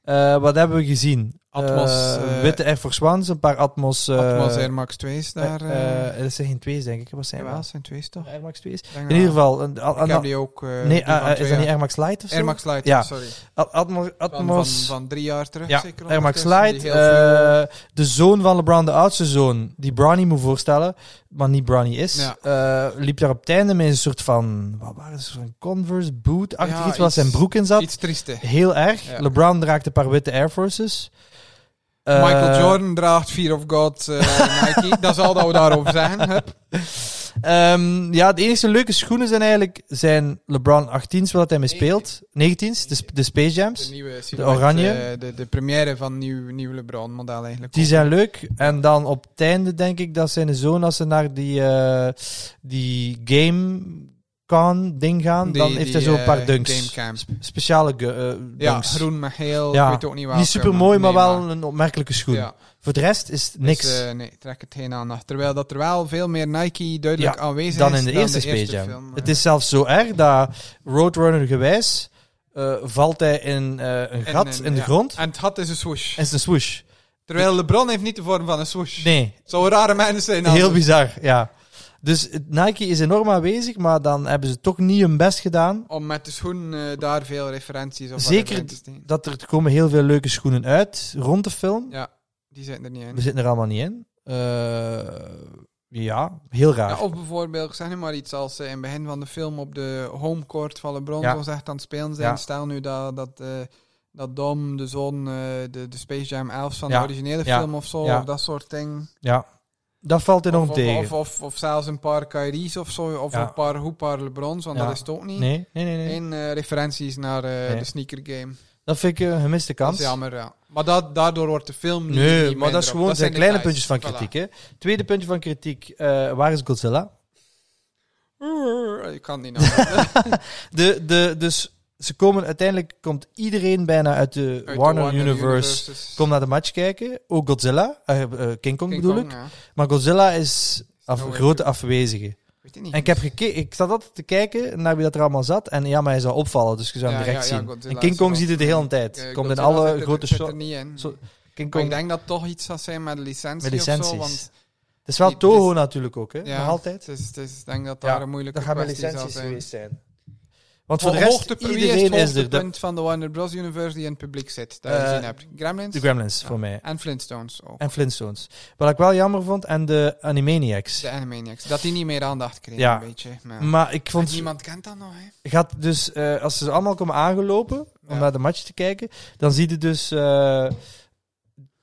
Speaker 1: Eh, wat hebben we gezien?
Speaker 2: Atmos,
Speaker 1: Eh,
Speaker 2: eh,
Speaker 1: witte Air Force Ones, een paar Atmos... eh,
Speaker 2: Atmos Air Max 2's daar. eh
Speaker 1: eh, eh, dat zijn geen twee's, denk ik. Wat zijn
Speaker 2: jawel,
Speaker 1: dat?
Speaker 2: zijn 2's toch?
Speaker 1: Air Max 2's?
Speaker 2: Denk
Speaker 1: In
Speaker 2: wel.
Speaker 1: ieder geval... Een, al-
Speaker 2: Ik
Speaker 1: al-
Speaker 2: heb die ook. eh,
Speaker 1: nee,
Speaker 2: die van
Speaker 1: eh, eh,
Speaker 2: twee
Speaker 1: is dat niet
Speaker 2: jaar.
Speaker 1: Air Max Light of zo?
Speaker 2: Air Max Light,
Speaker 1: Ja.
Speaker 2: sorry. Van-
Speaker 1: Al- Atmo-
Speaker 2: Van,
Speaker 1: Atmos...
Speaker 2: van, van drie jaar terug
Speaker 1: Ja,
Speaker 2: zeker.
Speaker 1: Air Max
Speaker 2: ondertussen,
Speaker 1: Light.
Speaker 2: die heel veel-
Speaker 1: eh, de zoon van LeBron, de oudste zoon, die Bronny moet voorstellen, maar niet Bronny is, eh, liep daar op het einde met een soort van, wat waren ze, een Converse boot-achtig
Speaker 2: Ja,
Speaker 1: iets waar
Speaker 2: iets-
Speaker 1: zijn broek in zat.
Speaker 2: Iets trieste.
Speaker 1: Heel erg.
Speaker 2: Ja.
Speaker 1: LeBron draagt een paar witte Air Forces. Eh,
Speaker 2: Michael Jordan draagt Fear of God eh, Nike. Dat is al dat we daarover zeggen. Hup.
Speaker 1: ehm, ja, de enige leuke schoenen zijn eigenlijk zijn LeBron 18's, wat hij mee speelt. 19's, de, sp- de Space
Speaker 2: De
Speaker 1: Jams.
Speaker 2: nieuwe
Speaker 1: silhouet, oranje.
Speaker 2: eh, de, de première van nieuw, nieuw LeBron model eigenlijk.
Speaker 1: Die zijn leuk. En dan op het einde denk ik dat zijn zoon, als ze naar die, eh, die GameCon ding gaan,
Speaker 2: Die-
Speaker 1: dan heeft
Speaker 2: die,
Speaker 1: hij zo een paar
Speaker 2: eh,
Speaker 1: dunks.
Speaker 2: Gamecamp.
Speaker 1: Sp- speciale ge- eh,
Speaker 2: Ja,
Speaker 1: dunks.
Speaker 2: groen met geel.
Speaker 1: Ja.
Speaker 2: Ik weet ook niet waar.
Speaker 1: Niet super mooi, maar wel een opmerkelijke schoen.
Speaker 2: Ja,
Speaker 1: Voor de rest is het
Speaker 2: dus,
Speaker 1: niks.
Speaker 2: eh, nee, trek het geen aandacht. Terwijl dat er wel veel meer Nike duidelijk
Speaker 1: Ja,
Speaker 2: aanwezig
Speaker 1: dan
Speaker 2: is
Speaker 1: in de eerste Space Jam.
Speaker 2: film, eh.
Speaker 1: het is zelfs zo erg dat Roadrunner gewijs eh, valt hij in eh, een
Speaker 2: En
Speaker 1: gat
Speaker 2: een-
Speaker 1: in de
Speaker 2: ja.
Speaker 1: grond en
Speaker 2: En het had is een swoosh.
Speaker 1: is een swoosh.
Speaker 2: Terwijl LeBron heeft niet de vorm van een swoosh.
Speaker 1: Nee,
Speaker 2: Zo rare mensen zijn
Speaker 1: Heel
Speaker 2: anders.
Speaker 1: bizar, ja. Dus het- Nike is enorm aanwezig, maar dan hebben ze toch niet hun best gedaan.
Speaker 2: Om met de schoen eh, daar veel referenties of
Speaker 1: Zeker
Speaker 2: whatever in te steken.
Speaker 1: Dat er komen heel veel leuke schoenen uit rond de film.
Speaker 2: Ja, die zitten er niet in.
Speaker 1: We zitten er allemaal niet in. Eh, ja, heel raar.
Speaker 2: Ja, of bijvoorbeeld, ik zeg nu maar iets als ze in het begin van de film op de homecourt van LeBron
Speaker 1: Ja.
Speaker 2: zo echt aan het spelen zijn.
Speaker 1: Ja.
Speaker 2: Stel nu dat, dat, eh, dat Dom, de zon, eh, de, de Space Jam 11 van
Speaker 1: Ja.
Speaker 2: de originele
Speaker 1: Ja.
Speaker 2: film of zo,
Speaker 1: Ja.
Speaker 2: of dat soort dingen.
Speaker 1: Ja, dat valt
Speaker 2: Of,
Speaker 1: enorm
Speaker 2: of,
Speaker 1: tegen.
Speaker 2: of, of, of zelfs een paar Kyrie's of zo, of
Speaker 1: Ja.
Speaker 2: een paar hoe paar LeBrons, want
Speaker 1: Ja.
Speaker 2: dat is het ook niet.
Speaker 1: nee, nee, nee, nee.
Speaker 2: Geen eh, referenties naar eh,
Speaker 1: Nee.
Speaker 2: de sneaker game.
Speaker 1: Dat vind ik een gemiste
Speaker 2: Dat
Speaker 1: kans.
Speaker 2: is jammer, ja. Maar dat, daardoor wordt de film niet niet
Speaker 1: nee, maar
Speaker 2: minder
Speaker 1: dat is
Speaker 2: op.
Speaker 1: gewoon zijn
Speaker 2: de
Speaker 1: kleine puntjes
Speaker 2: details.
Speaker 1: van
Speaker 2: Voilà.
Speaker 1: kritiek. Hè. Tweede puntje van kritiek, eh, waar is Godzilla?
Speaker 2: Ik kan het niet nou.
Speaker 1: De, de, dus ze komen, uiteindelijk komt iedereen bijna uit de,
Speaker 2: Uit
Speaker 1: Warner,
Speaker 2: de
Speaker 1: Universe
Speaker 2: is-
Speaker 1: Kom naar de match kijken. Ook Godzilla. eh, eh, King Kong
Speaker 2: King
Speaker 1: bedoel
Speaker 2: Kong,
Speaker 1: ik.
Speaker 2: ja.
Speaker 1: Maar Godzilla is af,
Speaker 2: No way.
Speaker 1: grote afwezige.
Speaker 2: Weet je niet.
Speaker 1: En ik, heb geke- ik zat altijd te kijken naar wie dat er allemaal zat. En ja, maar hij zou opvallen. Dus je zou hem
Speaker 2: Ja,
Speaker 1: direct
Speaker 2: ja, ja,
Speaker 1: zien.
Speaker 2: Godzilla
Speaker 1: en King
Speaker 2: is
Speaker 1: Kong
Speaker 2: er
Speaker 1: ziet het de
Speaker 2: wel.
Speaker 1: hele tijd.
Speaker 2: Eh,
Speaker 1: Komt in
Speaker 2: Godzilla zit
Speaker 1: alle
Speaker 2: er-
Speaker 1: grote
Speaker 2: zit er
Speaker 1: shots.
Speaker 2: niet in.
Speaker 1: zo- King
Speaker 2: Maar
Speaker 1: Kong
Speaker 2: ik denk dat het toch iets zou zijn met licenties.
Speaker 1: met
Speaker 2: Of zo,
Speaker 1: licenties.
Speaker 2: want
Speaker 1: Het is wel
Speaker 2: die- die
Speaker 1: Toho
Speaker 2: is-
Speaker 1: natuurlijk ook, hè?
Speaker 2: Ja.
Speaker 1: Nog altijd.
Speaker 2: het is, het is, ik denk dat
Speaker 1: Ja,
Speaker 2: daar een moeilijke
Speaker 1: Dat gaan met
Speaker 2: kwestie
Speaker 1: licenties
Speaker 2: zou zijn.
Speaker 1: geweest zijn. Want voor de rest,
Speaker 2: hoogtepunt, wie
Speaker 1: iedereen
Speaker 2: is
Speaker 1: is
Speaker 2: het
Speaker 1: er. De,
Speaker 2: hoogtepunt van de Warner Bros. Universe die in het publiek zit? Dat je
Speaker 1: Eh,
Speaker 2: gezien hebt. Gremlins
Speaker 1: de Gremlins,
Speaker 2: Ja.
Speaker 1: voor mij.
Speaker 2: en Flintstones ook.
Speaker 1: En Flintstones. Wat ik wel jammer vond, en de Animaniacs.
Speaker 2: de Animaniacs. Dat die niet meer aandacht kregen,
Speaker 1: Ja.
Speaker 2: een beetje. Maar,
Speaker 1: Maar ik vond...
Speaker 2: Niemand kent dat nog, hè?
Speaker 1: gaat dus, eh, als ze allemaal komen aangelopen om
Speaker 2: Ja.
Speaker 1: naar de match te kijken, dan zie je dus eh,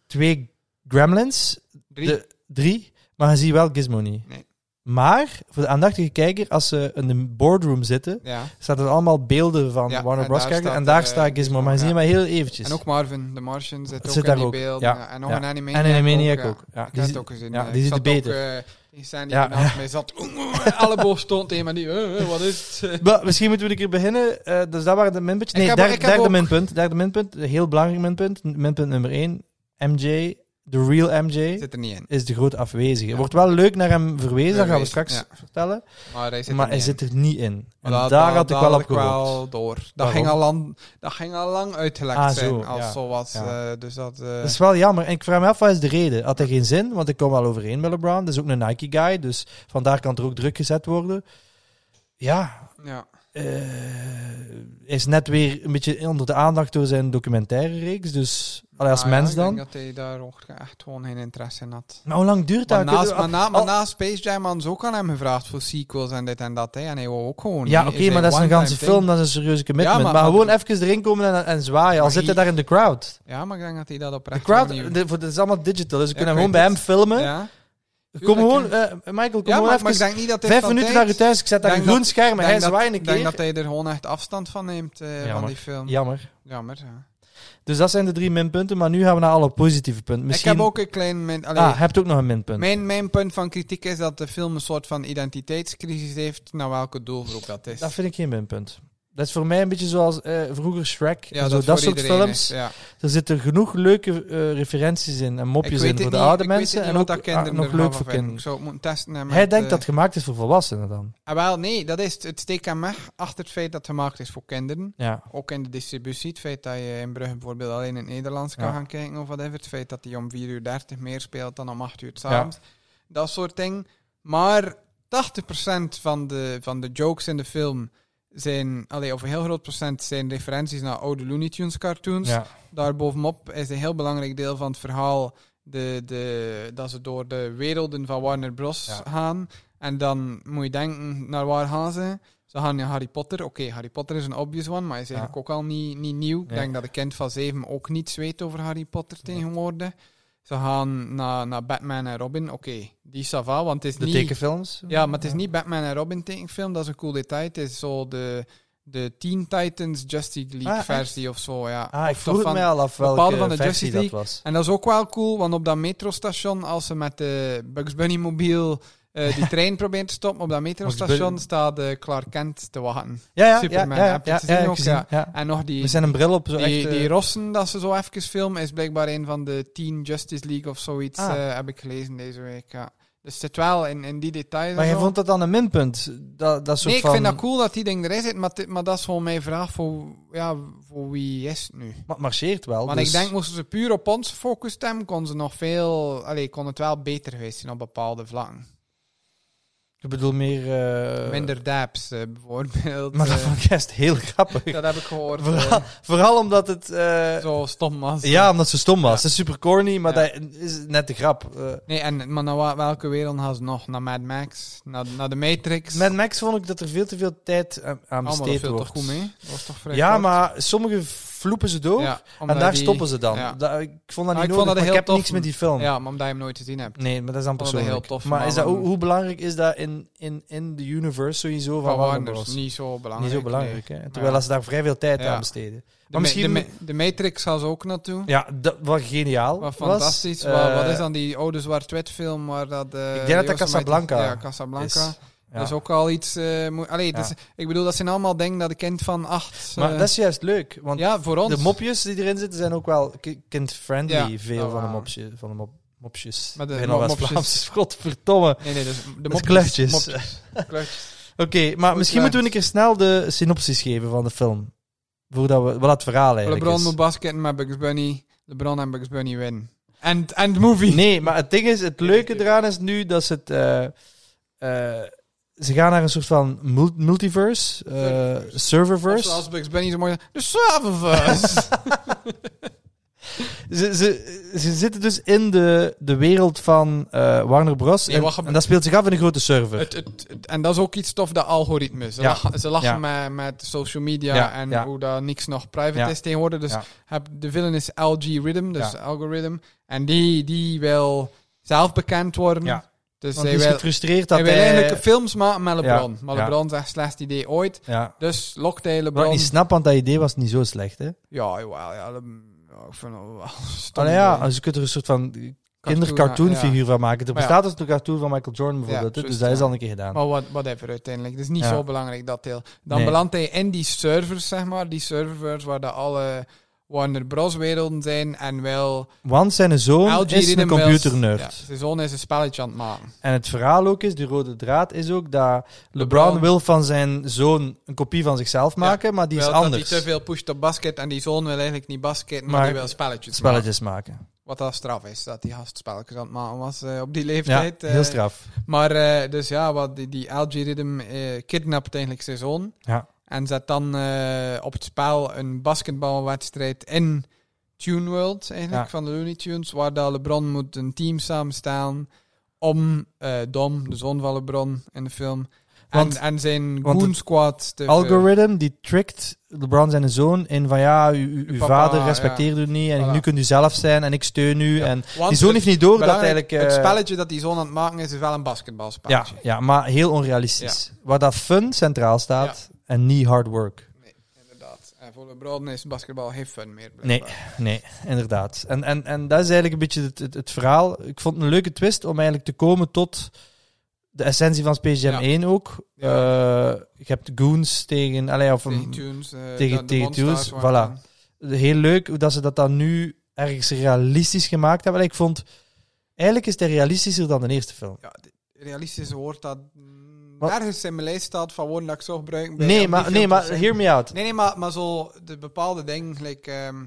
Speaker 1: twee gremlins,
Speaker 2: Drie.
Speaker 1: De, drie, maar je ziet wel Gizmo niet.
Speaker 2: Nee.
Speaker 1: Maar voor de aandachtige kijker, als ze in de boardroom zitten,
Speaker 2: ja.
Speaker 1: staan er allemaal beelden van
Speaker 2: Ja,
Speaker 1: Warner
Speaker 2: en
Speaker 1: Bros.
Speaker 2: daar
Speaker 1: kijken
Speaker 2: staat
Speaker 1: en daar
Speaker 2: er,
Speaker 1: staat
Speaker 2: eh,
Speaker 1: Gizmo, maar je
Speaker 2: ja.
Speaker 1: ziet hem maar heel eventjes.
Speaker 2: En ook Marvin, de Martian, zit ook
Speaker 1: Dus zit
Speaker 2: in
Speaker 1: daar
Speaker 2: die
Speaker 1: ook,
Speaker 2: beelden.
Speaker 1: ja.
Speaker 2: En nog
Speaker 1: Ja.
Speaker 2: een Animaniac
Speaker 1: en een Maniac
Speaker 2: ja.
Speaker 1: ook. Ja, Dus die
Speaker 2: Ik had
Speaker 1: zie-
Speaker 2: het ook gezien.
Speaker 1: ja,
Speaker 2: eh,
Speaker 1: die zit
Speaker 2: ik zat
Speaker 1: beter.
Speaker 2: Ook, eh, die zijn die
Speaker 1: Ja.
Speaker 2: naast mij zat. eh, Elleboog stond tegen maar die. eh, eh, wat is het?
Speaker 1: Maar misschien moeten we een keer beginnen. Eh, dus dat waren de minpuntjes.
Speaker 2: Ik
Speaker 1: Nee,
Speaker 2: heb-
Speaker 1: derde,
Speaker 2: ik heb
Speaker 1: derde
Speaker 2: ook-
Speaker 1: minpunt. Derde minpunt. Een Heel belangrijk minpunt. Minpunt nummer één. MJ de real MJ
Speaker 2: Zit er niet in.
Speaker 1: is de groot afwezige. Er wordt wel leuk naar hem verwezen, dat gaan we
Speaker 2: Verwezen,
Speaker 1: straks
Speaker 2: ja.
Speaker 1: vertellen.
Speaker 2: Maar hij zit
Speaker 1: maar
Speaker 2: er
Speaker 1: hij
Speaker 2: niet in.
Speaker 1: zit er niet in. En
Speaker 2: Maar dat-
Speaker 1: daar
Speaker 2: dat-
Speaker 1: had ik
Speaker 2: dat
Speaker 1: wel op
Speaker 2: ik
Speaker 1: gehoopt.
Speaker 2: wel eh, door. Dat
Speaker 1: Waarom?
Speaker 2: ging, al lang, dat ging al lang uitgelekt
Speaker 1: Ah,
Speaker 2: zijn.
Speaker 1: zo,
Speaker 2: als
Speaker 1: ja.
Speaker 2: zo was.
Speaker 1: Ja.
Speaker 2: eh, dus dat... eh,
Speaker 1: Dat is wel jammer. En ik vraag me af, wat is de reden? Had hij geen zin? Want ik kom wel overeen met LeBron. Dat is ook een Nike-guy, dus vandaar kan het er ook druk gezet worden. Ja,
Speaker 2: ja.
Speaker 1: eh, hij is net weer een beetje onder de aandacht door zijn documentaire reeks. Dus allee, als
Speaker 2: Ah, ja,
Speaker 1: mens
Speaker 2: Ik
Speaker 1: dan.
Speaker 2: denk dat hij daar ook echt gewoon geen interesse in had.
Speaker 1: Maar hoe lang duurt
Speaker 2: Maar
Speaker 1: dat?
Speaker 2: naast,
Speaker 1: Kunnen
Speaker 2: maar,
Speaker 1: we-
Speaker 2: na, maar
Speaker 1: al-
Speaker 2: na Space Jam hadden ze ook aan hem gevraagd voor sequels en dit en dat. Hè. En hij wou ook gewoon.
Speaker 1: ja,
Speaker 2: hè.
Speaker 1: oké,
Speaker 2: Is
Speaker 1: maar
Speaker 2: hij
Speaker 1: dat is een
Speaker 2: one-time
Speaker 1: ganse
Speaker 2: thing?
Speaker 1: film, dat is een serieuze commitment.
Speaker 2: Ja, maar-
Speaker 1: maar, gewoon even erin komen en, en zwaaien. Al
Speaker 2: Maar
Speaker 1: zit hij
Speaker 2: hij-
Speaker 1: daar in de crowd.
Speaker 2: Ja, maar ik denk dat hij dat
Speaker 1: De
Speaker 2: oprecht opnieuw-
Speaker 1: crowd, de, voor- dat is allemaal digital, dus we kunnen
Speaker 2: Ja, ik
Speaker 1: gewoon bij
Speaker 2: weet
Speaker 1: hem filmen.
Speaker 2: Ja,
Speaker 1: Kom
Speaker 2: Tuurlijk,
Speaker 1: gewoon,
Speaker 2: ja.
Speaker 1: eh, Michael, kom
Speaker 2: ja
Speaker 1: gewoon
Speaker 2: maar, maar ik
Speaker 1: even
Speaker 2: denk niet dat hij
Speaker 1: Vijf
Speaker 2: dat
Speaker 1: minuten
Speaker 2: deed.
Speaker 1: naar u thuis, ik zet daar een
Speaker 2: Denk
Speaker 1: groen
Speaker 2: dat-
Speaker 1: scherm en
Speaker 2: denk
Speaker 1: hij
Speaker 2: dat-
Speaker 1: zwaait een
Speaker 2: Ik denk dat
Speaker 1: keer.
Speaker 2: hij er gewoon echt afstand van neemt eh, van
Speaker 1: Jammer.
Speaker 2: die film.
Speaker 1: Jammer.
Speaker 2: Jammer. Ja.
Speaker 1: Dus dat zijn de drie minpunten, maar nu gaan we naar alle positieve punten. Misschien...
Speaker 2: Ik heb ook een klein. Min, allee,
Speaker 1: Ah, heb je ook nog een minpunt?
Speaker 2: mijn, mijn punt van kritiek is dat de film een soort van identiteitscrisis heeft naar welke doelgroep dat is.
Speaker 1: Dat vind ik geen minpunt. Dat is voor mij een beetje zoals eh, vroeger Shrek.
Speaker 2: ja,
Speaker 1: en zo,
Speaker 2: is
Speaker 1: dat,
Speaker 2: voor
Speaker 1: soort
Speaker 2: iedereen
Speaker 1: films.
Speaker 2: is, ja.
Speaker 1: Er zitten genoeg leuke eh, referenties in en
Speaker 2: Ik
Speaker 1: mopjes
Speaker 2: weet
Speaker 1: in
Speaker 2: het
Speaker 1: voor de
Speaker 2: niet,
Speaker 1: oude
Speaker 2: ik weet
Speaker 1: mensen.
Speaker 2: het
Speaker 1: En
Speaker 2: niet
Speaker 1: ook
Speaker 2: wat dat
Speaker 1: ah,
Speaker 2: kinderen
Speaker 1: nog
Speaker 2: ervan
Speaker 1: leuk voor
Speaker 2: vinden.
Speaker 1: kinderen.
Speaker 2: Ik zou het moeten testen. en
Speaker 1: Hij
Speaker 2: met,
Speaker 1: denkt
Speaker 2: eh,
Speaker 1: dat het gemaakt is voor volwassenen dan.
Speaker 2: Ah, wel, nee, dat is het. Het steekt aan weg achter het feit dat het gemaakt is voor kinderen.
Speaker 1: Ja.
Speaker 2: Ook in de distributie. Het feit dat je in Brugge bijvoorbeeld alleen in het Nederlands kan
Speaker 1: Ja.
Speaker 2: gaan kijken of whatever. Het feit dat hij om 4.30 uur meer speelt dan om 8 uur
Speaker 1: Ja.
Speaker 2: s'avonds. Dat soort dingen. Maar 80% van de, van de jokes in de film zijn, allee, of een heel groot procent zijn referenties naar oude Looney Tunes cartoons.
Speaker 1: ja.
Speaker 2: Daarbovenop is een heel belangrijk deel van het verhaal de, de, dat ze door de werelden van Warner Bros.
Speaker 1: Ja.
Speaker 2: gaan. En dan moet je denken, naar waar gaan ze? Ze gaan naar Harry Potter. Oké, Harry Potter is een obvious one, maar is eigenlijk ook al niet, niet nieuw. Ik
Speaker 1: Nee.
Speaker 2: denk dat een kind van zeven ook niets weet over Harry Potter tegenwoordig. Ze gaan naar, naar Batman en Robin. Oké, die sava, want het is
Speaker 1: De
Speaker 2: niet...
Speaker 1: tekenfilms.
Speaker 2: Ja, maar het is niet Batman en Robin tekenfilm. Dat is een cool detail. Het is zo de, de Teen Titans Justice League
Speaker 1: Ah, echt?
Speaker 2: versie of zo, ja.
Speaker 1: Ah, ik
Speaker 2: Of toch
Speaker 1: vroeg het
Speaker 2: van-
Speaker 1: mij al af
Speaker 2: bepaalde
Speaker 1: welke
Speaker 2: van de
Speaker 1: versie
Speaker 2: Justice
Speaker 1: dat
Speaker 2: League.
Speaker 1: was.
Speaker 2: En dat is ook wel cool, want op dat metrostation, als ze met de Bugs Bunny mobiel eh, die trein probeert te stoppen, op dat
Speaker 1: Bugs
Speaker 2: metrostation
Speaker 1: Bunny.
Speaker 2: staat eh, Clark Kent te wachten.
Speaker 1: Ja, ja, ja,
Speaker 2: Superman,
Speaker 1: ja,
Speaker 2: heb je
Speaker 1: ja,
Speaker 2: het gezien
Speaker 1: ja,
Speaker 2: ook?
Speaker 1: gezien,
Speaker 2: Ja.
Speaker 1: ja.
Speaker 2: En nog die,
Speaker 1: Met zijn een bril op, zo
Speaker 2: die,
Speaker 1: echt... eh,
Speaker 2: die rossen dat ze zo even filmen, is blijkbaar een van de Teen Justice League of zoiets,
Speaker 1: Ah.
Speaker 2: eh, heb ik gelezen deze week. Ja. Dus het zit wel in, in die details.
Speaker 1: Maar
Speaker 2: en
Speaker 1: jij
Speaker 2: zo.
Speaker 1: vond dat dan een minpunt? Dat, dat soort
Speaker 2: Nee, ik
Speaker 1: van...
Speaker 2: vind dat cool dat die ding erin zit, maar, dit- maar dat is gewoon mijn vraag voor, ja, voor wie is het nu?
Speaker 1: Maar het marcheert wel.
Speaker 2: Want
Speaker 1: dus-
Speaker 2: ik denk, moesten ze puur op ons focus stemmen, kon ze nog veel... Allee, kon het wel beter geweest zijn op bepaalde vlakken.
Speaker 1: Ik bedoel meer... eh,
Speaker 2: Minder dabs, eh, bijvoorbeeld.
Speaker 1: Maar dat
Speaker 2: Eh,
Speaker 1: vond ik juist heel grappig.
Speaker 2: dat heb ik gehoord.
Speaker 1: Vooral, vooral omdat het... eh,
Speaker 2: eh, zo stom was.
Speaker 1: ja, omdat ze stom was. Dat is super corny, maar
Speaker 2: Ja.
Speaker 1: dat is net de grap. Eh,
Speaker 2: Nee, en, maar naar wa- welke wereld gaan ze nog? Naar Mad Max? Naar, naar de Matrix?
Speaker 1: met Max vond ik dat er veel te veel tijd aan- aan
Speaker 2: Allemaal,
Speaker 1: besteed
Speaker 2: dat viel
Speaker 1: wordt.
Speaker 2: toch goed mee? Dat was toch vrij
Speaker 1: ja,
Speaker 2: kort?
Speaker 1: maar sommige vloepen ze door.
Speaker 2: Ja,
Speaker 1: en
Speaker 2: omdat
Speaker 1: daar
Speaker 2: die-
Speaker 1: stoppen ze dan.
Speaker 2: ja.
Speaker 1: Dat- ik vond dat niet
Speaker 2: Ah, ik
Speaker 1: nodig,
Speaker 2: vond dat
Speaker 1: maar
Speaker 2: heel
Speaker 1: ik heb
Speaker 2: tof.
Speaker 1: niks met die film.
Speaker 2: Ja, maar omdat je hem nooit gezien hebt.
Speaker 1: Nee, maar dat is dan
Speaker 2: vond dat
Speaker 1: persoonlijk.
Speaker 2: heel tof,
Speaker 1: maar
Speaker 2: maar
Speaker 1: is dat, hoe,
Speaker 2: dan-
Speaker 1: hoe belangrijk is dat in, in, in de universe sowieso van,
Speaker 2: Van
Speaker 1: Warner
Speaker 2: Warner,
Speaker 1: Bros?
Speaker 2: niet zo belangrijk.
Speaker 1: Niet zo
Speaker 2: nee.
Speaker 1: belangrijk, hè? Terwijl
Speaker 2: Ja.
Speaker 1: ze daar vrij veel tijd
Speaker 2: Ja.
Speaker 1: aan besteden.
Speaker 2: De, ma-
Speaker 1: misschien-
Speaker 2: de, ma- de Matrix gaan ze ook naartoe.
Speaker 1: Ja, dat was geniaal.
Speaker 2: Wat
Speaker 1: was.
Speaker 2: fantastisch.
Speaker 1: Eh,
Speaker 2: wat, wat is dan die oude zwart-wit film waar dat... eh,
Speaker 1: Ik denk dat dat
Speaker 2: Yosemite-
Speaker 1: Casablanca
Speaker 2: Ja, Casablanca.
Speaker 1: is. Ja.
Speaker 2: Dat is ook al iets... eh moe- Allee,
Speaker 1: Ja.
Speaker 2: dus, ik bedoel, dat zijn allemaal dingen dat een kind van acht...
Speaker 1: Maar
Speaker 2: eh,
Speaker 1: dat is juist leuk, want
Speaker 2: ja, voor ons.
Speaker 1: de mopjes die erin zitten zijn ook wel ki- kind-friendly.
Speaker 2: Ja.
Speaker 1: Veel
Speaker 2: Oh,
Speaker 1: van de
Speaker 2: wow.
Speaker 1: mopjes. Van de mop mopjes.
Speaker 2: Maar de
Speaker 1: Ik ben al
Speaker 2: mo-
Speaker 1: West-
Speaker 2: mopjes.
Speaker 1: Vlaams. Godverdomme.
Speaker 2: Nee, nee, dus de
Speaker 1: Met
Speaker 2: mopjes.
Speaker 1: kleurtjes.
Speaker 2: Mopjes. Kleurtjes.
Speaker 1: Oké, maar
Speaker 2: Goed
Speaker 1: misschien
Speaker 2: gedaan.
Speaker 1: moeten we een keer snel de synopsis geven van de film. Voordat we, wat het verhaal eigenlijk
Speaker 2: LeBron
Speaker 1: is.
Speaker 2: moet basketten met Bugs Bunny. LeBron en Bugs Bunny winnen. En en de movie.
Speaker 1: Nee, maar het ding is, het leuke eraan is nu dat ze het... eh, eh, ze gaan naar een soort van mul- multiverse, eh,
Speaker 2: Serververse. Of
Speaker 1: serververse.
Speaker 2: zoals Bugs Bunny zo mooi zegt, de Serververse.
Speaker 1: Ze, ze, ze zitten dus in de, de wereld van eh, Warner Bros.
Speaker 2: Nee,
Speaker 1: en,
Speaker 2: wacht even.
Speaker 1: en dat speelt zich af in een grote server.
Speaker 2: het, het, het- en dat is ook iets tof, dat algoritme. Ze
Speaker 1: Ja.
Speaker 2: lachen, ze lachen met, met social media
Speaker 1: Ja,
Speaker 2: en
Speaker 1: ja.
Speaker 2: hoe dat niks nog private
Speaker 1: Ja.
Speaker 2: is tegenwoordig. Dus
Speaker 1: Ja.
Speaker 2: heb, de villain is LG Rhythm, dus
Speaker 1: Ja.
Speaker 2: algoritme. En die, die wil zelf bekend worden.
Speaker 1: Ja.
Speaker 2: Dus
Speaker 1: Want
Speaker 2: hij
Speaker 1: die is
Speaker 2: wil,
Speaker 1: gefrustreerd dat
Speaker 2: hij wil
Speaker 1: hij...
Speaker 2: eigenlijk films maken met LeBron.
Speaker 1: Ja,
Speaker 2: Maar
Speaker 1: ja.
Speaker 2: LeBron zegt slecht idee ooit.
Speaker 1: ja.
Speaker 2: Dus lokt hij
Speaker 1: Wat ik
Speaker 2: LeBron.
Speaker 1: niet snap, want dat idee was niet zo slecht. Hè?
Speaker 2: Ja, jawel, ja, Le- ja, ik vind dat wel stom.
Speaker 1: Allee, ja,
Speaker 2: idee.
Speaker 1: als je kunt er een soort van
Speaker 2: ja, ja.
Speaker 1: kindercartoonfiguur van maken. Er
Speaker 2: Maar ja.
Speaker 1: bestaat dus een cartoon van Michael Jordan bijvoorbeeld. hè,
Speaker 2: juist,
Speaker 1: dus dat is
Speaker 2: ja.
Speaker 1: al een keer gedaan.
Speaker 2: Maar wat, Oh, whatever, uiteindelijk. Het is niet
Speaker 1: Ja.
Speaker 2: zo belangrijk, dat deel. Dan
Speaker 1: Nee.
Speaker 2: belandt hij in die servers, zeg maar. Die servers waar de alle Warner Bros. werelden zijn en wel...
Speaker 1: Want zijn zoon
Speaker 2: LG
Speaker 1: is een
Speaker 2: Rhythm Wells-
Speaker 1: computernerd.
Speaker 2: Ja, zijn zoon is een spelletje aan het maken.
Speaker 1: En het verhaal ook is, die rode draad is ook dat LeBron,
Speaker 2: LeBron
Speaker 1: wil van zijn zoon een kopie van zichzelf maken, maar die is
Speaker 2: Wel
Speaker 1: anders.
Speaker 2: Dat hij te veel pusht op basket en die zoon wil eigenlijk niet basket, maar,
Speaker 1: Maar-
Speaker 2: die wil spelletjes maken.
Speaker 1: Spelletjes maken.
Speaker 2: Wat dat straf is, dat die gast spelletjes aan het maken was eh, op die
Speaker 1: Ja,
Speaker 2: leeftijd. eh.
Speaker 1: heel straf.
Speaker 2: maar eh, dus ja, wat die, die algoritme eh, kidnapt eigenlijk zijn zoon.
Speaker 1: Ja.
Speaker 2: En zet dan eh, op het spel een basketbalwedstrijd in Tune World, eigenlijk,
Speaker 1: Ja.
Speaker 2: van de Looney Tunes, waar dat LeBron moet een team samenstellen om eh, Dom, de zoon van LeBron in de film,
Speaker 1: Want-
Speaker 2: en, en zijn
Speaker 1: want
Speaker 2: goon
Speaker 1: het
Speaker 2: squad te...
Speaker 1: Algorithm die trickt LeBron zijn zoon in van ja, u- u- uw
Speaker 2: Uw papa,
Speaker 1: vader respecteert u niet en
Speaker 2: Voilà.
Speaker 1: nu kunt u zelf zijn en ik steun u.
Speaker 2: Ja.
Speaker 1: En
Speaker 2: Want
Speaker 1: die zoon
Speaker 2: het-
Speaker 1: heeft niet door dat
Speaker 2: Belangrijk,
Speaker 1: eigenlijk... eh,
Speaker 2: het spelletje dat die zoon aan het maken is, is wel een
Speaker 1: ja,
Speaker 2: basketbalspelletje.
Speaker 1: ja, maar heel onrealistisch. Waar dat fun centraal staat en niet hard work.
Speaker 2: Inderdaad. En voor LeBron is basketbal geen fun meer.
Speaker 1: Nee,
Speaker 2: blijkbaar.
Speaker 1: nee, inderdaad. En, en, en dat is eigenlijk een beetje het, het, het verhaal. Ik vond het een leuke twist om eigenlijk te komen tot de essentie van Space Jam
Speaker 2: Ja.
Speaker 1: 1 ook.
Speaker 2: Ja.
Speaker 1: Eh, je hebt goons tegen... Allee, of
Speaker 2: Tegen
Speaker 1: een-
Speaker 2: Tunes. eh,
Speaker 1: tegen-
Speaker 2: dan de
Speaker 1: tegen
Speaker 2: Monsters
Speaker 1: Tunes,
Speaker 2: waren
Speaker 1: voilà.
Speaker 2: dan-
Speaker 1: heel leuk hoe dat ze dat dan nu ergens realistisch gemaakt hebben. Ik vond... Eigenlijk is het realistischer dan de eerste film.
Speaker 2: Ja, dit realistische woord dat mm,
Speaker 1: Wat?
Speaker 2: ergens in mijn lijst staat van woorden dat ik zou gebruiken. bij- om
Speaker 1: Nee,
Speaker 2: die
Speaker 1: maar,
Speaker 2: film
Speaker 1: nee,
Speaker 2: te
Speaker 1: maar
Speaker 2: zeggen.
Speaker 1: hear me out.
Speaker 2: Nee, nee, maar, maar zo de bepaalde dingen, gelijk ehm,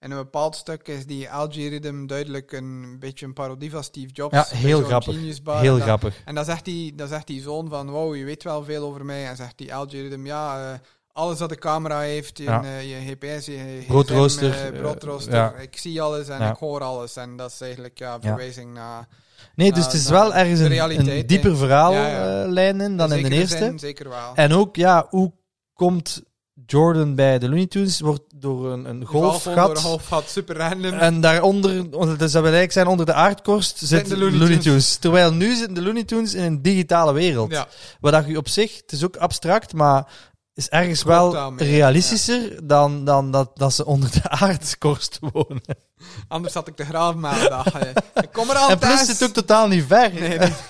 Speaker 2: in een bepaald stuk is die algoritme duidelijk een beetje een parodie van Steve Jobs.
Speaker 1: Ja, heel
Speaker 2: Zo'n
Speaker 1: grappig.
Speaker 2: Genius bar
Speaker 1: Heel
Speaker 2: en dan-
Speaker 1: grappig.
Speaker 2: En dan zegt, die, dan zegt die zoon van, wow, je weet wel veel over mij. En zegt die algoritme, ja, eh, alles wat de camera heeft, je,
Speaker 1: Ja.
Speaker 2: eh, je GPS, je GSM,
Speaker 1: Broodrooster,
Speaker 2: eh,
Speaker 1: eh,
Speaker 2: broodrooster,
Speaker 1: ja.
Speaker 2: ik zie alles en
Speaker 1: Ja.
Speaker 2: ik hoor alles. En dat is eigenlijk ja,
Speaker 1: Ja.
Speaker 2: verwijzing naar...
Speaker 1: Nee, dus
Speaker 2: Nou,
Speaker 1: het is
Speaker 2: nou,
Speaker 1: wel ergens
Speaker 2: de
Speaker 1: een,
Speaker 2: realiteit,
Speaker 1: een
Speaker 2: hè.
Speaker 1: dieper
Speaker 2: Ja, ja.
Speaker 1: verhaallijn in dan in de
Speaker 2: zekere
Speaker 1: eerste.
Speaker 2: zin, zeker wel.
Speaker 1: En ook, ja, hoe komt Jordan bij de Looney Tunes? Wordt door een, een
Speaker 2: Die valvol door een
Speaker 1: golfgat.
Speaker 2: golfgat, super random.
Speaker 1: En daaronder, want dus dat wil eigenlijk zijn, onder de aardkorst zitten de
Speaker 2: de
Speaker 1: Looney,
Speaker 2: Looney
Speaker 1: Tunes. Terwijl nu zitten de Looney Tunes in een digitale wereld.
Speaker 2: ja,
Speaker 1: Wat dat je op zich, het is ook abstract, maar is ergens
Speaker 2: Klopt
Speaker 1: wel
Speaker 2: daarmee,
Speaker 1: realistischer dan, dan dat, dat ze onder de aardkorst wonen.
Speaker 2: anders had ik de graaf maandag. eh. ik kom er al
Speaker 1: en plus
Speaker 2: thuis.
Speaker 1: het is ook totaal niet ver.
Speaker 2: Nee, nee.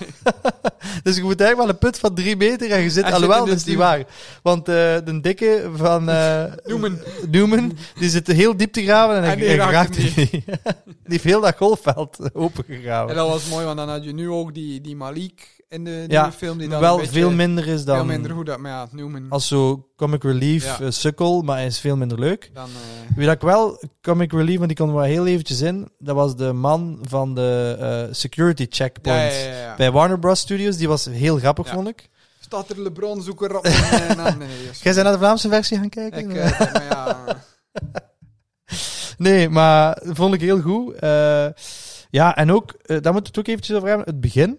Speaker 1: Dus je moet eigenlijk wel een put van drie meter en je zit,
Speaker 2: zit
Speaker 1: alhoewel,
Speaker 2: in de
Speaker 1: dat is niet
Speaker 2: diep-
Speaker 1: waar. Want eh, de dikke van eh,
Speaker 2: Newman.
Speaker 1: Newman, die zit heel diep te graven en,
Speaker 2: En
Speaker 1: hij-
Speaker 2: die
Speaker 1: hij
Speaker 2: Ah, raakt
Speaker 1: raakt hem
Speaker 2: hem
Speaker 1: niet. die heeft heel dat golfveld
Speaker 2: En
Speaker 1: opengegraven.
Speaker 2: dat was mooi, want dan had je nu ook die, die Malik in de
Speaker 1: Ja,
Speaker 2: nieuwe film. Die dan een
Speaker 1: Wel
Speaker 2: beetje-
Speaker 1: veel minder is dan
Speaker 2: Veel minder goed, dat, maar ja, Newman.
Speaker 1: als zo comic relief
Speaker 2: Ja.
Speaker 1: eh, sukkel, maar hij is veel minder leuk.
Speaker 2: Dan, eh,
Speaker 1: Wie dat ik wel comic relief, want die kon er wel heel eventjes in, dat was de man van de eh, security checkpoint.
Speaker 2: ja, ja, ja, ja.
Speaker 1: Bij Warner Bros. Studios, die was heel grappig,
Speaker 2: Ja.
Speaker 1: vond ik.
Speaker 2: Staat er LeBron zoeker op? Nee, nee, nee, nee,
Speaker 1: Jij bent naar de Vlaamse versie gaan kijken?
Speaker 2: Ik, eh, maar ja,
Speaker 1: Nee, maar vond ik heel goed. Eh, ja, en ook, eh, daar moeten we het ook eventjes over hebben. Het begin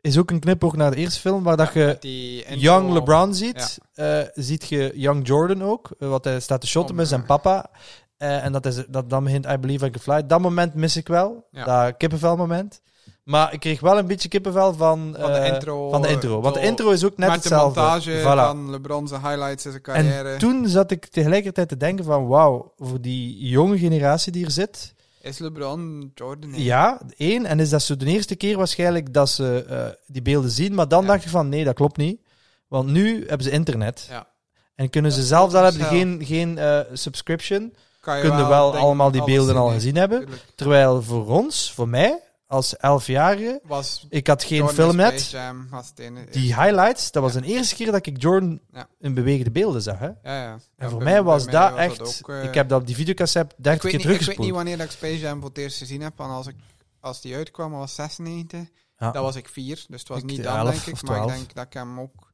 Speaker 1: is ook een knipoog naar de eerste film, waar dat je
Speaker 2: met die intro-
Speaker 1: Young LeBron ziet. eh, ziet je Young Jordan ook, eh, wat hij staat te shotten
Speaker 2: Om,
Speaker 1: met zijn
Speaker 2: eh.
Speaker 1: papa. Eh, en dat is, dat, dan begint I Believe I Can Fly. Dat moment mis ik wel,
Speaker 2: Ja.
Speaker 1: dat kippenvel moment. Maar ik kreeg wel een beetje kippenvel van,
Speaker 2: Van de
Speaker 1: eh,
Speaker 2: intro,
Speaker 1: van de intro. Want de
Speaker 2: zo,
Speaker 1: intro is ook net
Speaker 2: met de
Speaker 1: hetzelfde.
Speaker 2: montage
Speaker 1: Voilà.
Speaker 2: van LeBron zijn highlights in zijn carrière.
Speaker 1: En toen zat ik tegelijkertijd te denken van, wauw, voor die jonge generatie die er zit,
Speaker 2: Is LeBron Jordan? hè?
Speaker 1: Ja, één. En is dat zo de eerste keer waarschijnlijk dat ze eh, die beelden zien. Maar dan
Speaker 2: Ja.
Speaker 1: dacht je van, nee, dat klopt niet. Want nu hebben ze internet.
Speaker 2: Ja.
Speaker 1: En kunnen
Speaker 2: Dat
Speaker 1: ze
Speaker 2: is
Speaker 1: zelf,
Speaker 2: wel
Speaker 1: daar hebben ze
Speaker 2: zelf.
Speaker 1: geen, geen eh, subscription,
Speaker 2: Kan je
Speaker 1: kunnen wel
Speaker 2: denk-
Speaker 1: allemaal die
Speaker 2: alles
Speaker 1: beelden
Speaker 2: zien,
Speaker 1: al
Speaker 2: hè.
Speaker 1: gezien hebben.
Speaker 2: Tuurlijk.
Speaker 1: Terwijl voor ons, voor mij, als elfjarige,
Speaker 2: Was
Speaker 1: ik had geen
Speaker 2: Jordan
Speaker 1: film
Speaker 2: in
Speaker 1: net.
Speaker 2: Space Jam, was het ene-
Speaker 1: Die highlights, dat was de eerste keer dat ik Jordan
Speaker 2: Ja.
Speaker 1: in bewegende beelden zag. Hè?
Speaker 2: Ja, ja.
Speaker 1: En
Speaker 2: Ja,
Speaker 1: voor
Speaker 2: bij-
Speaker 1: mij
Speaker 2: bij
Speaker 1: was
Speaker 2: mij
Speaker 1: dat echt...
Speaker 2: ook, eh,
Speaker 1: ik heb dat op die videocassette
Speaker 2: ik
Speaker 1: 30
Speaker 2: weet,
Speaker 1: keer
Speaker 2: niet, ik weet niet
Speaker 1: teruggespoeld.
Speaker 2: wanneer dat ik Space Jam voor het eerst gezien heb, want als, ik, als die uitkwam, dat was 96.
Speaker 1: Ja.
Speaker 2: Dat was ik vier, dus het was
Speaker 1: Ik
Speaker 2: niet
Speaker 1: elf
Speaker 2: dan, denk
Speaker 1: of
Speaker 2: ik. Maar ik
Speaker 1: 12.
Speaker 2: denk dat ik hem ook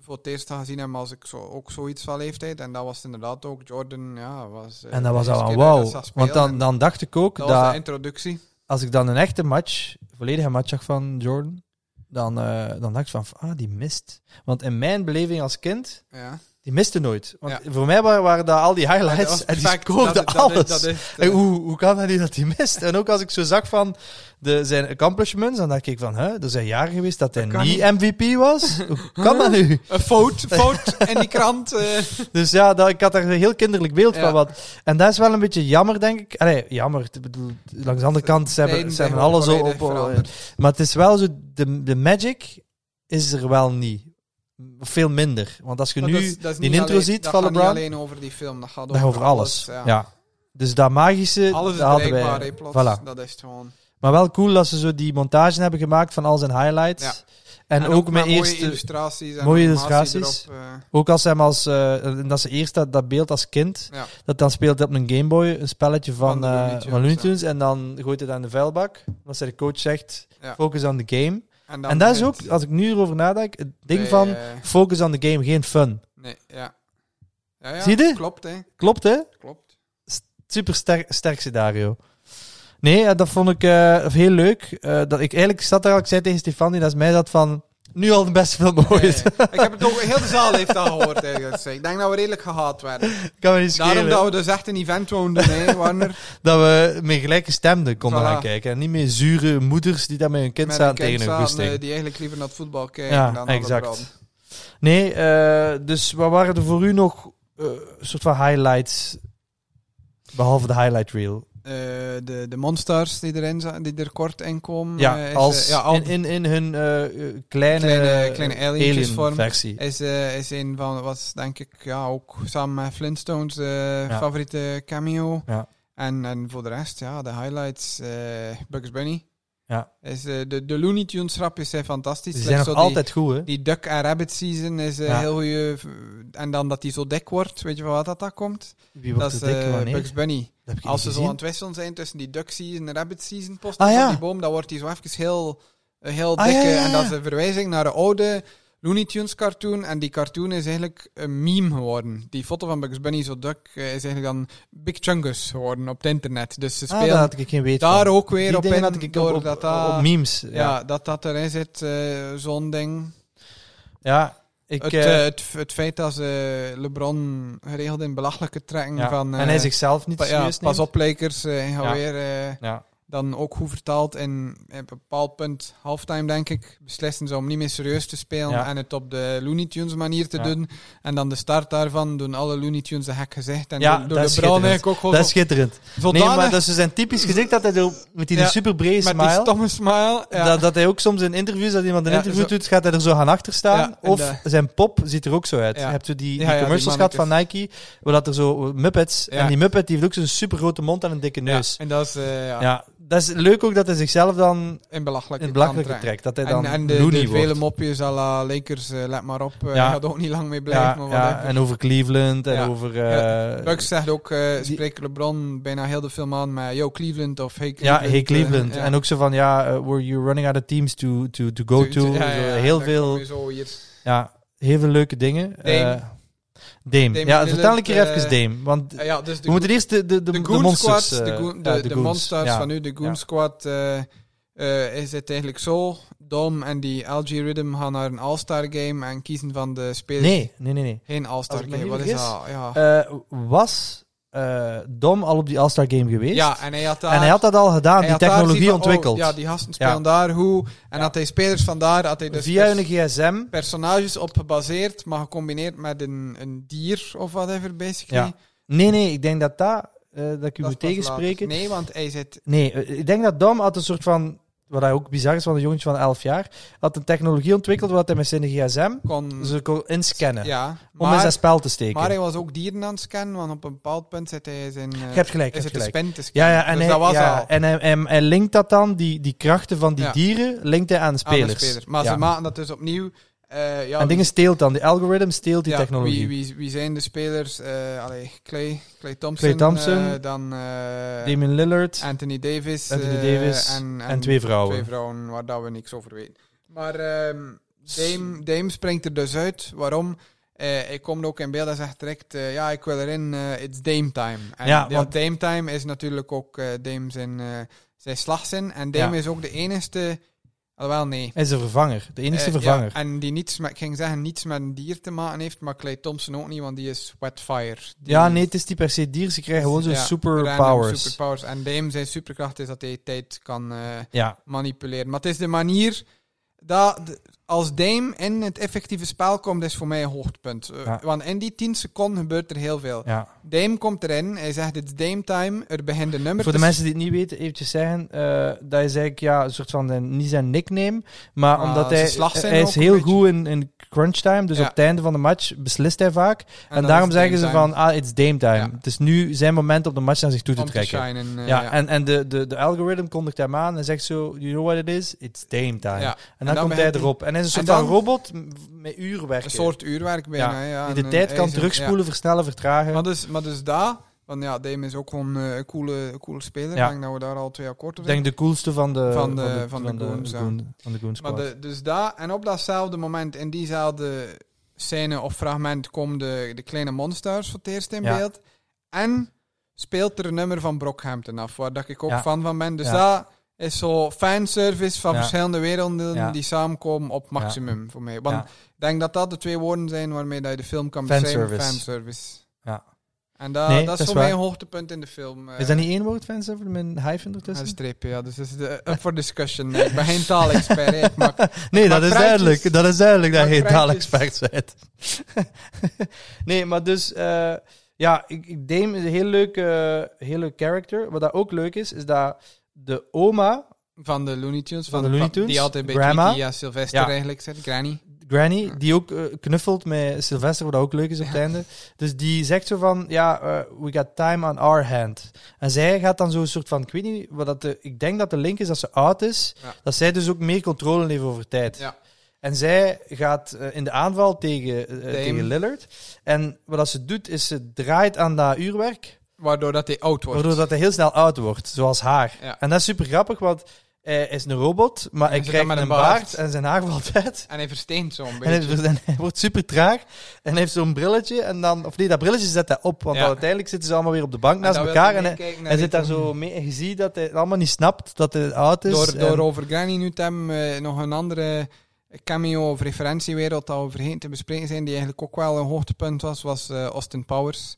Speaker 2: voor het eerst had gezien heb als ik zo, ook zoiets van leeftijd. En dat was inderdaad ook Jordan, ja, was... eh,
Speaker 1: En dat was
Speaker 2: de
Speaker 1: al
Speaker 2: eerste
Speaker 1: aan
Speaker 2: keer dat ik
Speaker 1: wauw.
Speaker 2: dat zag
Speaker 1: Want dan,
Speaker 2: spelen.
Speaker 1: dan dacht ik ook
Speaker 2: dat
Speaker 1: dat...
Speaker 2: was de introductie.
Speaker 1: als ik dan een echte match, een volledige match zag van Jordan, dan, eh, dan dacht ik van, ah, die mist. Want in mijn beleving als kind,
Speaker 2: Ja.
Speaker 1: die miste nooit. Want voor mij waren, waren dat al die
Speaker 2: Maar dat
Speaker 1: highlights
Speaker 2: was
Speaker 1: en die
Speaker 2: perfect.
Speaker 1: scoorde
Speaker 2: Dat- dat is-
Speaker 1: alles.
Speaker 2: dat is, eh,
Speaker 1: En hoe, hoe kan dat niet dat hij mist? En ook als ik zo zag van de, zijn accomplishments, dan dacht ik van, hè, er zijn jaren geweest dat hij
Speaker 2: Dat kan
Speaker 1: niet MVP was. Hoe kan dat nu?
Speaker 2: Een fout, fout in die krant. eh.
Speaker 1: Dus ja, dat, ik had daar een heel kinderlijk beeld
Speaker 2: Ja.
Speaker 1: van. Wat. En dat is wel een beetje jammer, denk ik. Allee, jammer. Ik bedoel, langs de andere kant, ze hebben,
Speaker 2: Tijden
Speaker 1: ze
Speaker 2: zijn
Speaker 1: hebben alles
Speaker 2: volledig
Speaker 1: op, op,
Speaker 2: veranderd.
Speaker 1: Maar het is wel zo, de, de magic is er wel niet. Veel minder. Want als je
Speaker 2: Maar
Speaker 1: nu
Speaker 2: dat is- dat is
Speaker 1: die
Speaker 2: niet
Speaker 1: intro
Speaker 2: alleen-
Speaker 1: ziet
Speaker 2: dat
Speaker 1: van
Speaker 2: gaat
Speaker 1: LeBron,
Speaker 2: niet alleen over die film, dat gaat
Speaker 1: dan over alles.
Speaker 2: ja.
Speaker 1: ja. Dus dat magische,
Speaker 2: Alles is
Speaker 1: dat hadden
Speaker 2: bereikbaar, hè,
Speaker 1: wij.
Speaker 2: plots.
Speaker 1: Voilà.
Speaker 2: Dat is het gewoon.
Speaker 1: Maar wel cool dat ze zo die montage hebben gemaakt van al zijn highlights.
Speaker 2: Ja.
Speaker 1: En, ook, met
Speaker 2: mooie
Speaker 1: eerste...
Speaker 2: illustraties. En
Speaker 1: mooie
Speaker 2: animatie
Speaker 1: illustraties.
Speaker 2: erop, eh.
Speaker 1: Ook als hem als... eh, en dat ze eerst dat, dat beeld als kind...
Speaker 2: Ja.
Speaker 1: Dat dan speelt op een Gameboy een spelletje van,
Speaker 2: Van de
Speaker 1: eh,
Speaker 2: Looney
Speaker 1: van Looney
Speaker 2: Tunes,
Speaker 1: Tunes. En dan gooit het aan de vuilbak. Wat ze de coach zegt,
Speaker 2: Ja.
Speaker 1: focus on the game.
Speaker 2: en,
Speaker 1: en dat is
Speaker 2: begint
Speaker 1: ook, als ik nu erover nadenk, het ding
Speaker 2: bij,
Speaker 1: van...
Speaker 2: eh,
Speaker 1: Focus on the game, geen fun.
Speaker 2: nee, ja. Ja, ja,
Speaker 1: Zie je?
Speaker 2: Klopt, hè.
Speaker 1: Klopt, hè?
Speaker 2: Klopt.
Speaker 1: Super sterk, sterk scenario. Nee, eh, dat vond ik eh, heel leuk. Eh, dat ik eigenlijk zat daar al, ik zei tegen Stefan, die naast mij zat van... Nu al de beste film ooit.
Speaker 2: Ja, ja, ja. Eh, Ik heb het ook, heel de zaal heeft dat gehoord eigenlijk. Dus Ik denk dat we redelijk gehaald werden.
Speaker 1: kan me niet schelen.
Speaker 2: Daarom dat we dus echt een event woonden, hè, Warner.
Speaker 1: dat we met gelijke stemden konden
Speaker 2: Voilà.
Speaker 1: gaan kijken. En niet meer zure moeders die daar met hun kind
Speaker 2: Met
Speaker 1: staan
Speaker 2: een kind
Speaker 1: tegen hun
Speaker 2: zaten,
Speaker 1: goesting.
Speaker 2: eh, die eigenlijk liever naar het voetbal kijken
Speaker 1: Ja,
Speaker 2: dan naar de
Speaker 1: exact.
Speaker 2: brand.
Speaker 1: Nee, eh, dus wat waren er voor u nog eh, soort van highlights? Behalve de highlight reel.
Speaker 2: Eh, de, de monsters die, erin za- die er kort in komen.
Speaker 1: Ja,
Speaker 2: eh, is,
Speaker 1: als
Speaker 2: eh, ja, al-
Speaker 1: in, in, in hun eh, eh, kleine,
Speaker 2: Kleine- kleine alientjes vorm.
Speaker 1: versie.
Speaker 2: is, eh, is een van, was denk ik ja, ook samen met Flintstones eh,
Speaker 1: Ja.
Speaker 2: favoriete cameo.
Speaker 1: Ja.
Speaker 2: En, en voor de rest, ja, de highlights. eh, Bugs Bunny.
Speaker 1: Ja.
Speaker 2: Is, eh, de, de Looney Tunes grapjes zijn fantastisch.
Speaker 1: Ze
Speaker 2: Like
Speaker 1: zijn nog
Speaker 2: zo die-
Speaker 1: altijd goed, hè?
Speaker 2: Die Duck en Rabbit season is eh,
Speaker 1: Ja.
Speaker 2: heel goeie. v- En dan dat hij zo dik wordt, weet je van wat dat, dat komt?
Speaker 1: Wie
Speaker 2: dat
Speaker 1: wordt
Speaker 2: is
Speaker 1: de dikke
Speaker 2: eh,
Speaker 1: wanneer?
Speaker 2: Bugs Bunny.
Speaker 1: Dat heb ik
Speaker 2: Als ze
Speaker 1: niet
Speaker 2: zo
Speaker 1: gezien.
Speaker 2: aan het wisselen zijn tussen die Duck season en Rabbit season post
Speaker 1: Ah,
Speaker 2: op
Speaker 1: ja.
Speaker 2: die boom, dan wordt hij zo even heel, eh, heel
Speaker 1: Ah, ja,
Speaker 2: dikke.
Speaker 1: ja, ja,
Speaker 2: En dat
Speaker 1: ja.
Speaker 2: is een verwijzing naar de oude Looney Tunes cartoon. En die cartoon is eigenlijk een meme geworden. Die foto van Bugs Bunny zo Duck eh, is eigenlijk dan Big Chungus geworden op het internet. Dus ze
Speaker 1: Ah, daar
Speaker 2: spelen
Speaker 1: had ik geen weet
Speaker 2: daar
Speaker 1: van.
Speaker 2: ook weer
Speaker 1: Die
Speaker 2: op
Speaker 1: dingen
Speaker 2: in,
Speaker 1: had ik
Speaker 2: door
Speaker 1: op,
Speaker 2: dat
Speaker 1: op,
Speaker 2: dat-
Speaker 1: op memes. Ja,
Speaker 2: ja.
Speaker 1: ja.
Speaker 2: dat dat erin zit, eh, zo'n ding.
Speaker 1: ik,
Speaker 2: het,
Speaker 1: eh,
Speaker 2: eh, het, f- het feit dat ze LeBron geregeld in belachelijke trekken
Speaker 1: ja.
Speaker 2: van... eh,
Speaker 1: en hij zichzelf niet
Speaker 2: pa- ja,
Speaker 1: serieus neemt.
Speaker 2: pas op, Lakers, eh, gaan
Speaker 1: Ja.
Speaker 2: weer... eh,
Speaker 1: Ja.
Speaker 2: dan ook goed vertaald in op een bepaald punt, halftime denk ik, beslissen ze om niet meer serieus te spelen
Speaker 1: Ja.
Speaker 2: en het op de Looney Tunes manier te
Speaker 1: Ja.
Speaker 2: doen. En dan de start daarvan doen alle Looney Tunes een gek gezicht. En
Speaker 1: Ja,
Speaker 2: door- door
Speaker 1: dat
Speaker 2: de
Speaker 1: is
Speaker 2: Brown
Speaker 1: schitterend.
Speaker 2: eigenlijk ook gewoon
Speaker 1: Dat is
Speaker 2: zo-
Speaker 1: schitterend.
Speaker 2: zodanig
Speaker 1: Nee, maar dat is zijn typisch gezicht dat hij zo met die
Speaker 2: Ja,
Speaker 1: super brede
Speaker 2: met die
Speaker 1: smile.
Speaker 2: stomme smile. Ja.
Speaker 1: Dat, dat hij ook soms in interviews, dat iemand een
Speaker 2: Ja,
Speaker 1: interview
Speaker 2: zo-
Speaker 1: doet, gaat hij er zo gaan achter staan.
Speaker 2: Ja, en
Speaker 1: of
Speaker 2: de-
Speaker 1: zijn pop ziet er ook zo uit.
Speaker 2: Ja.
Speaker 1: Je hebt zo die, die
Speaker 2: Ja, ja, die
Speaker 1: commercials gehad van Nike, waar dat er zo Muppets.
Speaker 2: Ja.
Speaker 1: En die Muppet die heeft ook zo'n super grote mond en een dikke
Speaker 2: Ja,
Speaker 1: neus. Ja.
Speaker 2: En dat is eh, ja,
Speaker 1: dat is leuk ook dat hij zichzelf dan
Speaker 2: in belachelijke,
Speaker 1: in belachelijke
Speaker 2: kant trekken.
Speaker 1: trekt. Dat hij dan
Speaker 2: En, en de,
Speaker 1: Looney
Speaker 2: de
Speaker 1: wordt.
Speaker 2: vele mopjes à la Lakers, eh, let maar op, eh,
Speaker 1: Ja.
Speaker 2: gaat ook niet lang mee
Speaker 1: ja,
Speaker 2: blijven. maar
Speaker 1: ja,
Speaker 2: whatever.
Speaker 1: en over Cleveland en
Speaker 2: Ja.
Speaker 1: over...
Speaker 2: Ja,
Speaker 1: eh,
Speaker 2: Bucks zegt ook, eh
Speaker 1: die-
Speaker 2: spreekt LeBron bijna heel de film aan met Yo Cleveland of Hey
Speaker 1: Ja,
Speaker 2: Cleveland.
Speaker 1: hey Cleveland.
Speaker 2: eh, ja.
Speaker 1: En ook zo van, ja, eh, were you running out of teams to, to, to go
Speaker 2: Zo-
Speaker 1: to?
Speaker 2: ja, ja,
Speaker 1: Zo
Speaker 2: ja,
Speaker 1: heel
Speaker 2: daar
Speaker 1: veel...
Speaker 2: kom je zo hier.
Speaker 1: Ja, heel veel leuke dingen.
Speaker 2: Dame.
Speaker 1: Eh, Dame.
Speaker 2: Dame
Speaker 1: Ja,
Speaker 2: Lillard,
Speaker 1: vertel een keer
Speaker 2: eh,
Speaker 1: even Dame. Want
Speaker 2: Eh, ja, dus de,
Speaker 1: we moeten eerst de, de, de,
Speaker 2: goon- de
Speaker 1: de
Speaker 2: Goon
Speaker 1: monsters...
Speaker 2: Squad, de,
Speaker 1: eh,
Speaker 2: goon- de,
Speaker 1: ja,
Speaker 2: de
Speaker 1: goons.
Speaker 2: monsters
Speaker 1: Ja.
Speaker 2: van nu, de Goon
Speaker 1: Ja.
Speaker 2: Squad, eh, eh, is het eigenlijk zo. Dom en die LG Rhythm gaan naar een All-Star Game en kiezen van de spelers.
Speaker 1: Nee, nee, nee. nee.
Speaker 2: Geen All-Star
Speaker 1: Als ik me
Speaker 2: Game,
Speaker 1: niet
Speaker 2: wat is
Speaker 1: vergis,
Speaker 2: dat? Ja,
Speaker 1: Eh, was eh, Dom al op die All-Star Game geweest?
Speaker 2: ja en hij had daar...
Speaker 1: en hij had dat al gedaan, die
Speaker 2: hij had daar
Speaker 1: technologie
Speaker 2: zien van,
Speaker 1: ontwikkeld.
Speaker 2: Oh, ja, die gasten
Speaker 1: Ja.
Speaker 2: spelen daar, hoe... En
Speaker 1: Ja.
Speaker 2: had hij spelers van daar, had hij dus...
Speaker 1: Via
Speaker 2: pers-
Speaker 1: hun gsm.
Speaker 2: Personages op gebaseerd, maar gecombineerd met een, een dier of whatever, basically.
Speaker 1: Ja. Nee, nee, ik denk dat dat... eh, dat ik u moet
Speaker 2: Dat is pas later.
Speaker 1: tegenspreken.
Speaker 2: Nee, want hij zit...
Speaker 1: Nee, eh, ik denk dat Dom had een soort van... Wat hij ook bizar is van een jongetje van 11 jaar. Had een technologie ontwikkeld wat hij met zijn gsm...
Speaker 2: Kon,
Speaker 1: Ze kon inscannen.
Speaker 2: ja,
Speaker 1: Om in zijn spel te steken.
Speaker 2: Maar hij was ook dieren aan het scannen, want op een bepaald punt zit hij zijn. eh,
Speaker 1: Je hebt gelijk, je
Speaker 2: is
Speaker 1: hebt
Speaker 2: het de
Speaker 1: gelijk.
Speaker 2: spin te scannen.
Speaker 1: Ja, ja, en,
Speaker 2: Dus
Speaker 1: hij,
Speaker 2: dat was
Speaker 1: ja,
Speaker 2: al.
Speaker 1: en hij, hij, hij linkt dat dan, die, die krachten van die
Speaker 2: Ja.
Speaker 1: dieren, linkt hij aan de
Speaker 2: Aan de
Speaker 1: spelers.
Speaker 2: speler. Maar
Speaker 1: Ja.
Speaker 2: ze maken dat dus opnieuw. eh ja,
Speaker 1: en
Speaker 2: wie-
Speaker 1: dingen steelt dan, die algorithm steelt die
Speaker 2: ja,
Speaker 1: technologie.
Speaker 2: Wie, wie, wie zijn de spelers? eh allee, Clay, Clay Thompson.
Speaker 1: Klay Thompson,
Speaker 2: eh, dan eh,
Speaker 1: Damien Lillard
Speaker 2: Anthony Davis.
Speaker 1: Anthony
Speaker 2: eh,
Speaker 1: Davis
Speaker 2: en,
Speaker 1: en twee vrouwen.
Speaker 2: Twee vrouwen waar dat we niks over weten. Maar ehm Dame, Dame springt er dus uit. Waarom? Eh hij komt ook in beeld en zegt direct: eh, Ja, ik wil erin, eh, it's Dame time. En
Speaker 1: Ja,
Speaker 2: ja,
Speaker 1: want-
Speaker 2: Dame time is natuurlijk ook eh, Dame zijn, eh, zijn slagzin. En Dame
Speaker 1: Ja.
Speaker 2: is ook de enigste. Alhoewel, nee.
Speaker 1: Hij is een vervanger, de enige
Speaker 2: Eh, ja,
Speaker 1: vervanger.
Speaker 2: en die niets met, ik ging zeggen, niets met een dier te maken heeft, maar Clay Thompson ook niet, want die is wet fire. Die
Speaker 1: Ja, nee, het is die per se dier, ze krijgen gewoon zo'n
Speaker 2: ja, random
Speaker 1: superpowers.
Speaker 2: superpowers. En Dame zijn superkracht is dat hij tijd kan eh,
Speaker 1: Ja,
Speaker 2: manipuleren. Maar het is de manier dat... de- als Dame in het effectieve spel komt, is voor mij een hoogtepunt. Eh,
Speaker 1: Ja.
Speaker 2: Want in die 10 seconden gebeurt er heel veel.
Speaker 1: Ja.
Speaker 2: Dame komt erin, hij zegt het is Dame time, er begint de nummer
Speaker 1: Voor de
Speaker 2: te
Speaker 1: mensen die het niet weten, eventjes zeggen, eh, dat is eigenlijk ja, een soort van, zijn- niet zijn nickname, maar
Speaker 2: Ah,
Speaker 1: omdat
Speaker 2: zijn
Speaker 1: hij,
Speaker 2: slagzin
Speaker 1: hij
Speaker 2: ook
Speaker 1: is
Speaker 2: een
Speaker 1: heel
Speaker 2: beetje.
Speaker 1: goed in, in crunch time, dus
Speaker 2: Ja.
Speaker 1: op het einde van de match beslist hij vaak. En,
Speaker 2: dan is
Speaker 1: daarom
Speaker 2: het
Speaker 1: zeggen
Speaker 2: Dame
Speaker 1: ze
Speaker 2: time
Speaker 1: van, ah, it's Dame time.
Speaker 2: Ja.
Speaker 1: Het is nu zijn moment om de match naar zich toe te
Speaker 2: om te
Speaker 1: trekken.
Speaker 2: shinen, eh,
Speaker 1: ja, en, en de, de, de algoritme kondigt hem aan en zegt zo, you know what it is? It's Dame time.
Speaker 2: Ja.
Speaker 1: En dan, komt
Speaker 2: dan
Speaker 1: hij
Speaker 2: begint hij-
Speaker 1: erop. En hij is een soort
Speaker 2: En
Speaker 1: van
Speaker 2: dan-
Speaker 1: robot m- met uurwerken.
Speaker 2: Een soort uurwerk bijna. Ja.
Speaker 1: die de
Speaker 2: en-
Speaker 1: tijd
Speaker 2: en
Speaker 1: kan
Speaker 2: hij-
Speaker 1: terugspoelen, versnellen, vertragen.
Speaker 2: Ja. Maar, dus, maar dus daar, want ja, Dame is ook gewoon eh, een coole, een coole speler.
Speaker 1: Ja.
Speaker 2: Ik denk dat we daar al twee akkoord
Speaker 1: Ik
Speaker 2: op
Speaker 1: denk de coolste van de
Speaker 2: Van de- van de Goons, ja.
Speaker 1: Goon- van de Goon
Speaker 2: Maar
Speaker 1: Squad.
Speaker 2: de, dus daar, en op datzelfde moment, in diezelfde scène of fragment, komen de, de kleine monsters voor het eerst in
Speaker 1: Ja.
Speaker 2: beeld. En speelt er een nummer van Brockhampton af, waar dat ik ook
Speaker 1: Ja.
Speaker 2: fan van ben. Dus
Speaker 1: Ja.
Speaker 2: dat is zo fanservice van
Speaker 1: Ja.
Speaker 2: verschillende werelden
Speaker 1: Ja.
Speaker 2: die samenkomen op maximum voor mij. Want
Speaker 1: Ja.
Speaker 2: ik denk dat dat de twee woorden zijn waarmee dat je de film kan beschrijven.
Speaker 1: Fanservice.
Speaker 2: Fanservice.
Speaker 1: Ja.
Speaker 2: En dat,
Speaker 1: Nee,
Speaker 2: dat
Speaker 1: dat
Speaker 2: is
Speaker 1: is
Speaker 2: voor mij
Speaker 1: waar.
Speaker 2: een hoogtepunt in de film. eh,
Speaker 1: is dat niet één woord, fans, met een hyphen
Speaker 2: een
Speaker 1: ertussen?
Speaker 2: streepje, ja. Dus dat is de, up for discussion. Ik ben geen taalexpert. hè. Ik maak
Speaker 1: Nee,
Speaker 2: Maar
Speaker 1: dat is
Speaker 2: praatjes-
Speaker 1: duidelijk. Dat is duidelijk dat
Speaker 2: maar
Speaker 1: je geen
Speaker 2: praatjes-
Speaker 1: taalexpert bent. nee, maar dus... eh, ja, ik, ik Dame is een heel leuk, eh, heel leuk character. Wat dat ook leuk is, is dat de oma,
Speaker 2: Van de Looney Tunes.
Speaker 1: Van de Looney Tunes,
Speaker 2: Die altijd bij
Speaker 1: Grandma.
Speaker 2: Grandma. Ja, Sylvester
Speaker 1: Ja.
Speaker 2: eigenlijk zit. Granny.
Speaker 1: Granny, die ook eh, knuffelt met Sylvester, wat ook leuk is op het einde. Dus die zegt zo van, ja, eh, we got time on our hand. En zij gaat dan zo'n soort van, ik weet niet, wat dat de, ik denk dat de link is dat ze oud is,
Speaker 2: Ja.
Speaker 1: dat zij dus ook meer controle heeft over tijd.
Speaker 2: Ja.
Speaker 1: En zij gaat eh, in de aanval tegen, eh,
Speaker 2: Dame.
Speaker 1: tegen Lillard. En wat dat ze doet, is ze draait aan dat uurwerk.
Speaker 2: Waardoor dat hij oud wordt.
Speaker 1: Waardoor dat hij heel snel oud wordt, zoals haar.
Speaker 2: Ja.
Speaker 1: En dat is super grappig, want hij is een robot, maar
Speaker 2: hij
Speaker 1: hij
Speaker 2: zit
Speaker 1: krijgt
Speaker 2: dan
Speaker 1: een
Speaker 2: met
Speaker 1: baard.
Speaker 2: een baard.
Speaker 1: en zijn haar valt uit.
Speaker 2: En hij versteent zo'n
Speaker 1: En
Speaker 2: beetje.
Speaker 1: hij, en hij wordt super traag en hij heeft zo'n brilletje. En dan, of nee, dat brilletje zet hij op, want
Speaker 2: Ja.
Speaker 1: dan uiteindelijk zitten ze allemaal weer op de bank
Speaker 2: En
Speaker 1: naast
Speaker 2: dan wil
Speaker 1: elkaar.
Speaker 2: hij
Speaker 1: En hij,
Speaker 2: meekijken naar
Speaker 1: hij
Speaker 2: die
Speaker 1: zit daar
Speaker 2: film.
Speaker 1: zo mee en je ziet dat hij het allemaal niet snapt dat hij oud is.
Speaker 2: Door, door
Speaker 1: en-
Speaker 2: over Granny nu te hebben, eh, nog een andere cameo of referentiewereld dat we vergeten te bespreken zijn, die eigenlijk ook wel een hoogtepunt was, was eh, Austin Powers.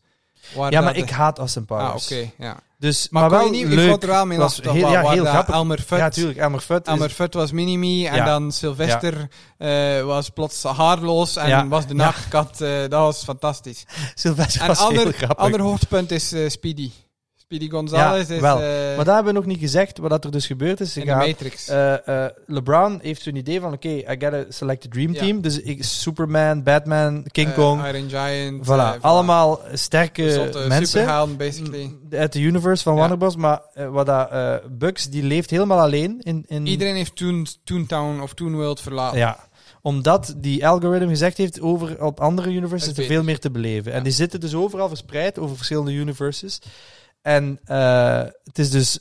Speaker 2: Waar
Speaker 1: ja,
Speaker 2: dat
Speaker 1: maar
Speaker 2: de-
Speaker 1: ik haat Austin
Speaker 2: Ah,
Speaker 1: Powers.
Speaker 2: oké, ja.
Speaker 1: dus,
Speaker 2: Maar,
Speaker 1: maar,
Speaker 2: kon
Speaker 1: wel
Speaker 2: je niet,
Speaker 1: leuk.
Speaker 2: ik vond er wel mee
Speaker 1: was
Speaker 2: lachen, toch?
Speaker 1: heel-
Speaker 2: waar-
Speaker 1: ja,
Speaker 2: waar
Speaker 1: heel
Speaker 2: dat
Speaker 1: grappig.
Speaker 2: Elmer Fudd
Speaker 1: ja, tuurlijk. Elmer Fudd is-
Speaker 2: Elmer Fudd was Minimi en
Speaker 1: Ja.
Speaker 2: dan Sylvester eh, was plots haarloos en
Speaker 1: Ja.
Speaker 2: was de
Speaker 1: Ja.
Speaker 2: nachtkat. eh, dat was fantastisch.
Speaker 1: Sylvester
Speaker 2: En
Speaker 1: was heel
Speaker 2: ander,
Speaker 1: grappig.
Speaker 2: ander hoogtepunt is eh, Speedy. Speedy Gonzalez
Speaker 1: Ja,
Speaker 2: is
Speaker 1: wel.
Speaker 2: eh,
Speaker 1: maar daar hebben we nog niet gezegd wat dat er dus gebeurd is. Ze
Speaker 2: in
Speaker 1: gaan-
Speaker 2: de Matrix.
Speaker 1: eh, eh, LeBron heeft zo'n idee van: oké, I gotta select a dream
Speaker 2: Ja.
Speaker 1: team. Dus ik, Superman, Batman, King
Speaker 2: Eh,
Speaker 1: Kong.
Speaker 2: Iron Giant.
Speaker 1: Voilà,
Speaker 2: eh,
Speaker 1: allemaal sterke
Speaker 2: Zotte
Speaker 1: mensen Mm,
Speaker 2: Superhelden, basically.
Speaker 1: m, uit de universe van
Speaker 2: Ja.
Speaker 1: Warner Bros. Maar eh, wat dat, eh, Bugs, die leeft helemaal alleen in... in
Speaker 2: Iedereen heeft Toon, Toontown of Toon World verlaten.
Speaker 1: mm. Ja, omdat die algoritme gezegd heeft over op andere universes
Speaker 2: Het
Speaker 1: er
Speaker 2: beter.
Speaker 1: veel meer te beleven.
Speaker 2: Ja.
Speaker 1: En die zitten dus overal verspreid over verschillende universes. En eh, het is dus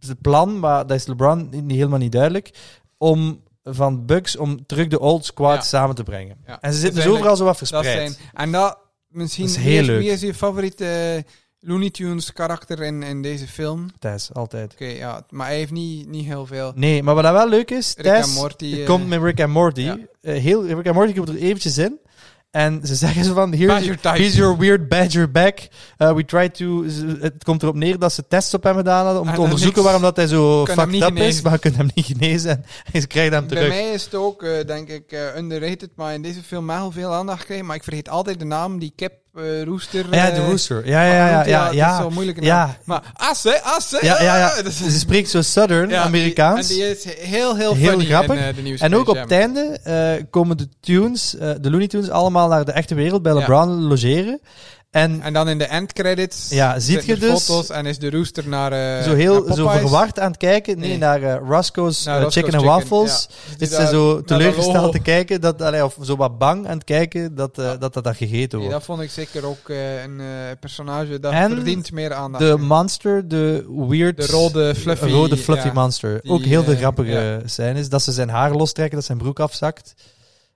Speaker 1: het plan, maar dat is LeBron niet, niet helemaal niet duidelijk, om van Bugs om terug de old squad
Speaker 2: Ja.
Speaker 1: samen te brengen.
Speaker 2: Ja.
Speaker 1: En ze
Speaker 2: Dus
Speaker 1: zitten dus
Speaker 2: eigenlijk,
Speaker 1: overal zo wat
Speaker 2: Dat
Speaker 1: verspreid.
Speaker 2: zijn, en dat, misschien,
Speaker 1: Dat is
Speaker 2: wie
Speaker 1: heel
Speaker 2: is-
Speaker 1: leuk.
Speaker 2: wie is je favoriete eh, Looney Tunes karakter in, in deze film? Oké,
Speaker 1: Thijs, altijd.
Speaker 2: ja, maar hij heeft niet, niet heel veel.
Speaker 1: Nee, maar wat dat wel leuk is,
Speaker 2: Rick en
Speaker 1: Thijs
Speaker 2: Morty. eh,
Speaker 1: komt met Rick en Morty.
Speaker 2: ja.
Speaker 1: Eh, heel, Rick en Morty komt er eventjes in. En ze zeggen ze van, here's
Speaker 2: Badger
Speaker 1: your,
Speaker 2: type.
Speaker 1: here's your weird badger back. Eh, we tried to... ze- Het komt erop neer dat ze tests op hem gedaan hadden om
Speaker 2: En
Speaker 1: te
Speaker 2: dan
Speaker 1: onderzoeken
Speaker 2: Ah, niks.
Speaker 1: waarom dat hij zo
Speaker 2: Kunnen hem
Speaker 1: fucked
Speaker 2: niet
Speaker 1: up is.
Speaker 2: genezen.
Speaker 1: Maar kunnen hem niet genezen en, en ze krijgen hem
Speaker 2: Bij
Speaker 1: terug.
Speaker 2: mij is het ook, eh, denk ik, eh, underrated, maar in deze film wel veel aandacht gekregen. Maar ik vergeet altijd de naam, die kip, eh, rooster.
Speaker 1: Ah ja, de
Speaker 2: eh,
Speaker 1: rooster. Ja, ja, ja.
Speaker 2: noemt hij
Speaker 1: Ja, ja,
Speaker 2: dat? Dat is
Speaker 1: ja.
Speaker 2: zo'n moeilijke naam.
Speaker 1: Ja,
Speaker 2: Maar asse, asse.
Speaker 1: ja, ja.
Speaker 2: Dat is-
Speaker 1: Ze spreekt zo Southern,
Speaker 2: Ja, die-
Speaker 1: Amerikaans.
Speaker 2: en die is heel, heel,
Speaker 1: Heel
Speaker 2: funny
Speaker 1: grappig.
Speaker 2: In, eh, de nieuwe
Speaker 1: En
Speaker 2: Space
Speaker 1: ook op
Speaker 2: Jam.
Speaker 1: het einde eh, komen de tunes, eh, de Looney Tunes, allemaal naar de echte wereld bij
Speaker 2: Ja.
Speaker 1: LeBron logeren. En
Speaker 2: En dan in de endcredits.
Speaker 1: Ja, ziet
Speaker 2: zitten
Speaker 1: je
Speaker 2: de
Speaker 1: dus-
Speaker 2: foto's en is de rooster naar. eh,
Speaker 1: zo heel
Speaker 2: naar
Speaker 1: zo
Speaker 2: Popeyes.
Speaker 1: verward aan het kijken. Nee,
Speaker 2: Nee.
Speaker 1: naar eh, Roscoe's
Speaker 2: Naar
Speaker 1: eh,
Speaker 2: Roscoe's
Speaker 1: Chicken and
Speaker 2: Chicken,
Speaker 1: Waffles.
Speaker 2: Die
Speaker 1: Dus ze
Speaker 2: daar-
Speaker 1: zijn zo
Speaker 2: dat
Speaker 1: teleurgesteld
Speaker 2: logo.
Speaker 1: te kijken, dat, allee, of zo wat bang aan het kijken, dat eh,
Speaker 2: Ja.
Speaker 1: dat, dat daar gegeten
Speaker 2: Nee,
Speaker 1: wordt.
Speaker 2: dat vond ik zeker ook eh, een eh, personage dat
Speaker 1: En
Speaker 2: verdient meer aandacht.
Speaker 1: de monster, de weird...
Speaker 2: De rode fluffy.
Speaker 1: rode fluffy
Speaker 2: ja.
Speaker 1: monster.
Speaker 2: Die,
Speaker 1: Ook heel veel
Speaker 2: eh,
Speaker 1: grappige scènes. Dat ze zijn haar lostrekken, dat zijn broek afzakt.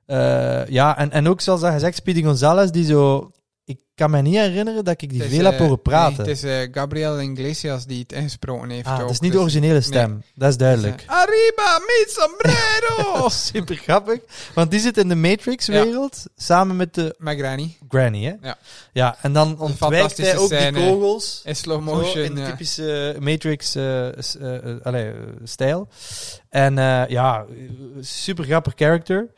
Speaker 1: Eh, ja, en, en ook zoals dat gezegd, Speedy Gonzalez, die zo... Ik kan me niet herinneren dat ik die
Speaker 2: Het is,
Speaker 1: veel heb
Speaker 2: eh,
Speaker 1: horen praten.
Speaker 2: nee, het is eh, Gabriel Iglesias die het ingesproken heeft.
Speaker 1: ah,
Speaker 2: ook,
Speaker 1: het is niet de
Speaker 2: dus-
Speaker 1: originele stem, dat is duidelijk.
Speaker 2: Eh, Arriba, mi sombrero!
Speaker 1: Super grappig, want die zit in de Matrix-wereld samen met de
Speaker 2: Met Granny.
Speaker 1: Granny, hè?
Speaker 2: Ja.
Speaker 1: Ja, en dan ontwijkt
Speaker 2: fantastische
Speaker 1: hij ook
Speaker 2: scène.
Speaker 1: die kogels.
Speaker 2: In slow
Speaker 1: Zo,
Speaker 2: motion. eh,
Speaker 1: in de
Speaker 2: ja.
Speaker 1: typische eh, Matrix-stijl. eh, en eh, ja, super grappig character.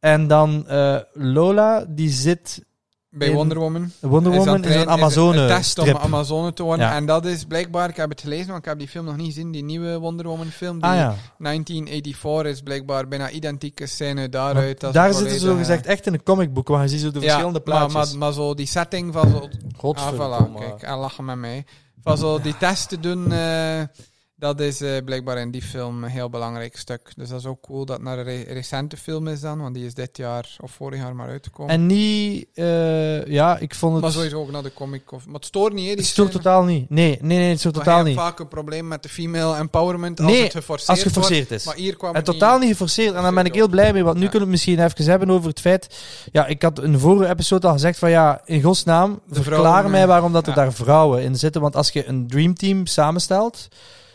Speaker 1: En dan eh, Lola, die zit
Speaker 2: Bij
Speaker 1: in-
Speaker 2: Wonder Woman.
Speaker 1: Wonder
Speaker 2: Is aan
Speaker 1: Woman
Speaker 2: het
Speaker 1: in
Speaker 2: trainen,
Speaker 1: zo'n
Speaker 2: is een- een
Speaker 1: Amazone
Speaker 2: test om
Speaker 1: strip.
Speaker 2: Amazone te worden.
Speaker 1: Ja.
Speaker 2: En dat is blijkbaar, ik heb het gelezen, want ik heb die film nog niet gezien. Die nieuwe Wonder Woman film. Die
Speaker 1: Ah ja,
Speaker 2: 1984 is blijkbaar bijna identieke scène
Speaker 1: Want
Speaker 2: daaruit. als
Speaker 1: daar
Speaker 2: het
Speaker 1: zitten ze
Speaker 2: volledig,
Speaker 1: zo gezegd echt in een comicboek, waar je ziet zo de
Speaker 2: eh,
Speaker 1: verschillende
Speaker 2: ja, maar-
Speaker 1: plaatjes.
Speaker 2: Maar, maar zo die setting van zo... Ah, voilà,
Speaker 1: Godverdomme.
Speaker 2: kijk, en lachen met mij. Van zo die testen doen, eh, dat is eh, blijkbaar in die film een heel belangrijk stuk. Dus dat is ook cool dat het naar een re- recente film is dan, want die is dit jaar of vorig jaar maar uitgekomen.
Speaker 1: en niet, eh, ja, ik vond het...
Speaker 2: maar sowieso ook naar de comic of... Maar het stoort niet, hè, die
Speaker 1: het stoort
Speaker 2: scène.
Speaker 1: totaal niet. Nee, nee, nee, het stoort
Speaker 2: Maar
Speaker 1: totaal
Speaker 2: hij
Speaker 1: niet.
Speaker 2: heeft vaak een probleem met de female empowerment als
Speaker 1: Nee,
Speaker 2: het geforceerd,
Speaker 1: Als geforceerd is.
Speaker 2: wordt. Maar hier kwam
Speaker 1: En
Speaker 2: het
Speaker 1: totaal niet geforceerd. En daar ben ik heel blij mee. Want nu
Speaker 2: Ja.
Speaker 1: kunnen we het misschien even hebben over het feit. Ja, ik had in de vorige episode al gezegd van ja, in godsnaam,
Speaker 2: De
Speaker 1: verklaar
Speaker 2: vrouwen,
Speaker 1: mij
Speaker 2: eh,
Speaker 1: waarom dat er
Speaker 2: ja.
Speaker 1: daar vrouwen in zitten. Want als je een dreamteam samenstelt,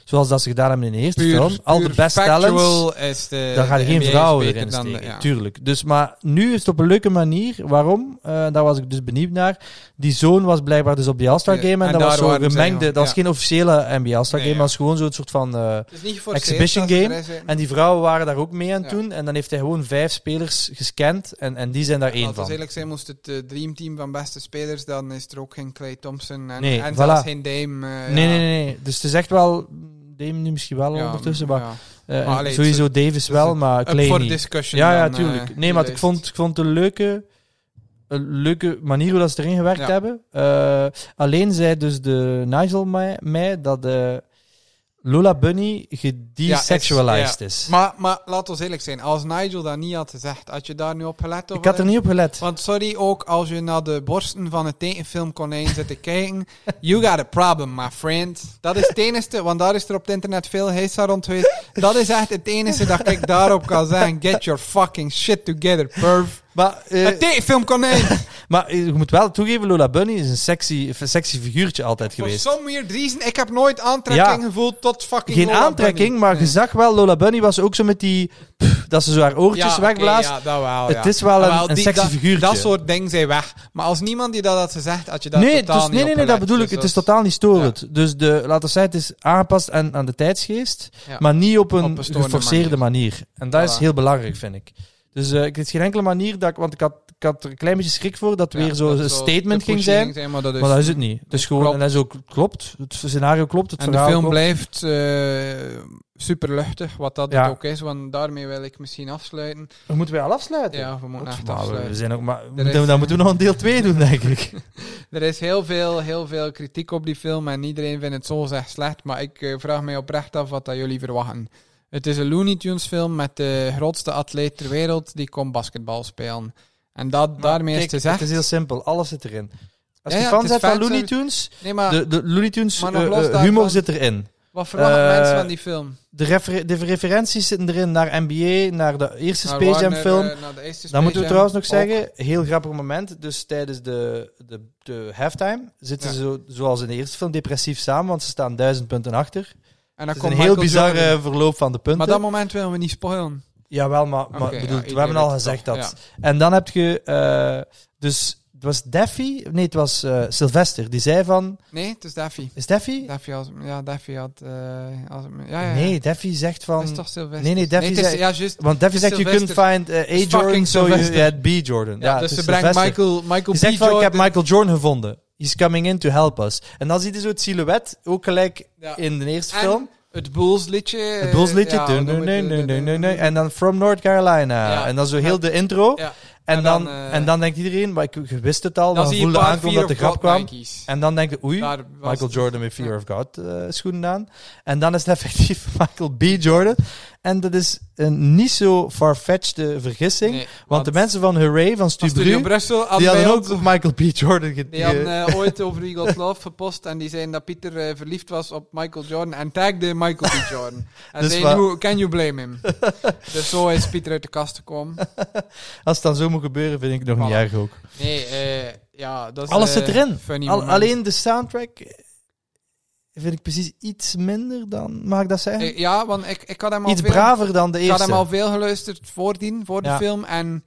Speaker 1: zoals dat ze gedaan hebben in de eerste
Speaker 2: Puur,
Speaker 1: film, al de
Speaker 2: puur
Speaker 1: best talents,
Speaker 2: factual is de,
Speaker 1: dan gaan er
Speaker 2: de
Speaker 1: geen
Speaker 2: NBA is
Speaker 1: vrouwen
Speaker 2: beter
Speaker 1: erin
Speaker 2: eh, dan de-
Speaker 1: steken.
Speaker 2: ja.
Speaker 1: Tuurlijk. Dus, maar nu is het op een leuke manier. Waarom? Eh, daar was ik dus benieuwd naar. Die zoon was blijkbaar dus op die All-Star
Speaker 2: Ja,
Speaker 1: Game. En,
Speaker 2: en
Speaker 1: dat was
Speaker 2: daar
Speaker 1: zo
Speaker 2: waren ze
Speaker 1: gemengde.
Speaker 2: van,
Speaker 1: Dat was
Speaker 2: ja.
Speaker 1: geen officiële NBA All-Star Game.
Speaker 2: Nee, ja.
Speaker 1: Dat was gewoon zo'n soort van... eh,
Speaker 2: Het is niet geforceerd.
Speaker 1: Exhibition
Speaker 2: dat ze
Speaker 1: game.
Speaker 2: erin zitten.
Speaker 1: en die vrouwen waren daar ook mee aan
Speaker 2: Ja.
Speaker 1: toen. En dan heeft hij gewoon vijf spelers gescand. En, en die zijn daar één
Speaker 2: Laten we
Speaker 1: van.
Speaker 2: eerlijk zijn, moest het eh, dreamteam van beste spelers, dan is er ook geen Clay Thompson en,
Speaker 1: Nee,
Speaker 2: en
Speaker 1: voilà.
Speaker 2: zelfs geen Dame. eh,
Speaker 1: Nee,
Speaker 2: ja.
Speaker 1: nee, nee. Dus het is echt wel... Dame nu misschien wel
Speaker 2: Ja,
Speaker 1: ondertussen.
Speaker 2: ja.
Speaker 1: Maar, eh,
Speaker 2: Maar allee,
Speaker 1: sowieso Davis
Speaker 2: het is
Speaker 1: wel,
Speaker 2: een-
Speaker 1: maar
Speaker 2: Up
Speaker 1: Clay
Speaker 2: for
Speaker 1: niet.
Speaker 2: discussion.
Speaker 1: Ja,
Speaker 2: dan,
Speaker 1: ja,
Speaker 2: eh,
Speaker 1: tuurlijk. nee,
Speaker 2: die
Speaker 1: maar ik
Speaker 2: lijst.
Speaker 1: vond, ik vond het een leuke, een leuke manier hoe dat ze erin gewerkt
Speaker 2: Ja.
Speaker 1: hebben. Eh, alleen zei dus de Nigel mij, mij dat eh Lola Bunny gedesexualized
Speaker 2: Ja,
Speaker 1: is.
Speaker 2: Maar, maar laten we eerlijk zijn, als Nigel dat niet had gezegd, had je daar nu op gelet? Of
Speaker 1: Ik had er niet op gelet.
Speaker 2: Want sorry, ook als je naar de borsten van het tekenfilm Konijn zit te kijken, you got a problem, my friend. Dat is het enige, want daar is er op het internet veel heisa rond geweest. Dat is echt het enige dat ik daarop kan zeggen. Get your fucking shit together, perv.
Speaker 1: Maar, eh,
Speaker 2: Het tekenfilm Konijn!
Speaker 1: maar eh, je moet wel toegeven, Lola Bunny is een sexy, een sexy figuurtje altijd
Speaker 2: For
Speaker 1: geweest.
Speaker 2: some weird reason, ik heb nooit aantrekking
Speaker 1: Ja.
Speaker 2: gevoeld tot fucking
Speaker 1: Geen
Speaker 2: Lola
Speaker 1: aantrekking,
Speaker 2: Bunny.
Speaker 1: maar
Speaker 2: Nee.
Speaker 1: je zag wel, Lola Bunny was ook zo met die... pff, dat ze zo haar oortjes
Speaker 2: oké,
Speaker 1: wegblaast.
Speaker 2: ja, dat wel, ja.
Speaker 1: Het is wel een-
Speaker 2: Ah,
Speaker 1: een
Speaker 2: die-
Speaker 1: sexy
Speaker 2: dat-
Speaker 1: figuurtje.
Speaker 2: Dat soort dingen zijn weg. Maar als niemand die dat had gezegd, had je dat
Speaker 1: nee,
Speaker 2: totaal
Speaker 1: dus,
Speaker 2: niet
Speaker 1: nee, nee, nee, dat
Speaker 2: opgelet.
Speaker 1: bedoel ik.
Speaker 2: Dus
Speaker 1: Het
Speaker 2: dat
Speaker 1: is totaal niet storend. Dus de, laten we zeggen, het is aangepast aan, aan de tijdsgeest,
Speaker 2: Ja.
Speaker 1: maar niet op een,
Speaker 2: Op een storende
Speaker 1: geforceerde manier. En dat is
Speaker 2: Voilà.
Speaker 1: heel belangrijk, vind ik. Dus eh, het is geen enkele manier dat ik, want ik had, ik had er een klein beetje schrik voor dat
Speaker 2: Ja,
Speaker 1: weer zo'n
Speaker 2: dat zo
Speaker 1: statement
Speaker 2: de
Speaker 1: ging
Speaker 2: pushing
Speaker 1: zijn.
Speaker 2: maar dat is,
Speaker 1: Maar dat is het niet. Het is
Speaker 2: Het
Speaker 1: gewoon,
Speaker 2: klopt.
Speaker 1: en dat is ook, het klopt. Het scenario klopt, het
Speaker 2: En de
Speaker 1: verhaal
Speaker 2: film
Speaker 1: klopt.
Speaker 2: blijft eh super luchtig, wat dat
Speaker 1: Ja.
Speaker 2: het ook is. Want daarmee wil ik misschien afsluiten.
Speaker 1: Dan moeten wij al afsluiten.
Speaker 2: Ja, we moeten
Speaker 1: Ops,
Speaker 2: echt
Speaker 1: maar we- we
Speaker 2: afsluiten.
Speaker 1: zijn ook, maar
Speaker 2: Er is-
Speaker 1: dan moeten we nog een deel 2 doen, denk ik.
Speaker 2: Er is heel veel, heel veel kritiek op die film en iedereen vindt het zo zeg slecht. Maar ik eh, vraag mij oprecht af wat dat jullie verwachten. Het is een Looney Tunes film met de grootste atleet ter wereld die komt basketbal spelen. En dat, daarmee
Speaker 1: Kijk,
Speaker 2: is gezegd...
Speaker 1: Het is heel simpel, alles zit erin. Als
Speaker 2: Ja,
Speaker 1: je
Speaker 2: ja,
Speaker 1: fan
Speaker 2: het is eh,
Speaker 1: bent van
Speaker 2: fanservice.
Speaker 1: Looney Tunes,
Speaker 2: nee, maar
Speaker 1: de, de Looney Tunes
Speaker 2: Maar nog
Speaker 1: eh,
Speaker 2: los
Speaker 1: eh,
Speaker 2: daarvan-
Speaker 1: humor zit erin.
Speaker 2: wat verwachten
Speaker 1: eh,
Speaker 2: mensen van die film?
Speaker 1: De, refer- de referenties zitten erin naar NBA, naar de eerste Space Jam film.
Speaker 2: eh,
Speaker 1: Dan moeten we trouwens nog zeggen, heel grappig moment. Dus tijdens de, de, de halftime zitten
Speaker 2: Ja.
Speaker 1: ze, zo, zoals in de eerste film, depressief samen, want ze staan duizend punten achter. Het
Speaker 2: En dan
Speaker 1: is
Speaker 2: komt
Speaker 1: een heel
Speaker 2: Michael
Speaker 1: bizar
Speaker 2: Jordan.
Speaker 1: eh, verloop van de punten.
Speaker 2: Maar dat moment willen we niet spoilen.
Speaker 1: Jawel, maar, maar
Speaker 2: Oké, ja,
Speaker 1: bedoel, we
Speaker 2: iedereen
Speaker 1: hebben al
Speaker 2: weet het
Speaker 1: gezegd
Speaker 2: toch,
Speaker 1: dat. En dan heb je, eh, dus het was Daffy, nee het was eh, Sylvester, die zei van,
Speaker 2: Nee, het is Daffy.
Speaker 1: is Daffy?
Speaker 2: Daffy had... Ja, Daffy had... eh, als, ja, ja, ja.
Speaker 1: Nee, Daffy zegt
Speaker 2: Dat
Speaker 1: van,
Speaker 2: is toch Sylvester?
Speaker 1: nee, nee, Daffy
Speaker 2: het is-
Speaker 1: zei-
Speaker 2: Ja, juist.
Speaker 1: Want Daffy
Speaker 2: Het is
Speaker 1: zegt, you couldn't
Speaker 2: Sylvester.
Speaker 1: find eh, A
Speaker 2: is
Speaker 1: Jordan,
Speaker 2: fucking
Speaker 1: so you
Speaker 2: Sylvester.
Speaker 1: had B Jordan.
Speaker 2: Ja,
Speaker 1: Ja,
Speaker 2: dus
Speaker 1: het
Speaker 2: ze
Speaker 1: is
Speaker 2: brengt
Speaker 1: Sylvester.
Speaker 2: Michael, Michael
Speaker 1: Die
Speaker 2: B.
Speaker 1: zegt wel, ik heb
Speaker 2: Jordan-
Speaker 1: Michael Jordan gevonden. He's coming in to help us. En dan ziet hij zo het silhouet, ook gelijk
Speaker 2: Ja.
Speaker 1: in de eerste
Speaker 2: En
Speaker 1: film.
Speaker 2: Het Bulls liedje.
Speaker 1: Het Bulls liedje.
Speaker 2: ja,
Speaker 1: dun,
Speaker 2: noem
Speaker 1: dun,
Speaker 2: het,
Speaker 1: dun,
Speaker 2: eh,
Speaker 1: dun, dun, dun.
Speaker 2: dun, dun.
Speaker 1: En dan From North Carolina.
Speaker 2: Ja.
Speaker 1: En dan zo heel de intro.
Speaker 2: Ja.
Speaker 1: En,
Speaker 2: En
Speaker 1: dan,
Speaker 2: dan, eh,
Speaker 1: en dan denkt iedereen, maar ik je wist het al,
Speaker 2: Dan
Speaker 1: dan
Speaker 2: zie je
Speaker 1: voelde
Speaker 2: paar
Speaker 1: aankomen
Speaker 2: vier
Speaker 1: dat de
Speaker 2: of
Speaker 1: grap
Speaker 2: God
Speaker 1: kwam.
Speaker 2: Nike's.
Speaker 1: En dan denkt je, oei,
Speaker 2: Daar was
Speaker 1: Michael
Speaker 2: het.
Speaker 1: Jordan met Fear of God eh, schoenen aan. En dan is het effectief Michael B. Jordan. En dat is een niet zo farfetchede vergissing.
Speaker 2: Nee,
Speaker 1: Want de mensen van Hooray, van
Speaker 2: van
Speaker 1: Stu
Speaker 2: Studio
Speaker 1: Bru,
Speaker 2: Brussel
Speaker 1: die
Speaker 2: hadden
Speaker 1: hadden
Speaker 2: wij
Speaker 1: ook
Speaker 2: ons-
Speaker 1: Michael B. Jordan ge-
Speaker 2: Die hadden eh, ooit over We Got Love gepost en die zeiden dat Pieter eh, verliefd was op Michael Jordan en tagde Michael B. Jordan. En
Speaker 1: Dus
Speaker 2: zeiden,
Speaker 1: wat-
Speaker 2: "Who- can you blame him? dus zo is Pieter uit de kast gekomen.
Speaker 1: Als het dan zo moet gebeuren, vind ik het nog niet
Speaker 2: Voilà.
Speaker 1: erg ook.
Speaker 2: Nee, eh, Ja, dat is
Speaker 1: Alles
Speaker 2: eh,
Speaker 1: zit erin.
Speaker 2: funny
Speaker 1: Al-
Speaker 2: moment.
Speaker 1: alleen de soundtrack eh, vind ik precies iets minder dan, mag ik dat zeggen?
Speaker 2: Eh, ja, want ik, ik had hem al
Speaker 1: iets
Speaker 2: veel,
Speaker 1: braver dan de
Speaker 2: ik had
Speaker 1: eerste.
Speaker 2: hem al veel geluisterd voordien, voor
Speaker 1: Ja.
Speaker 2: de film. En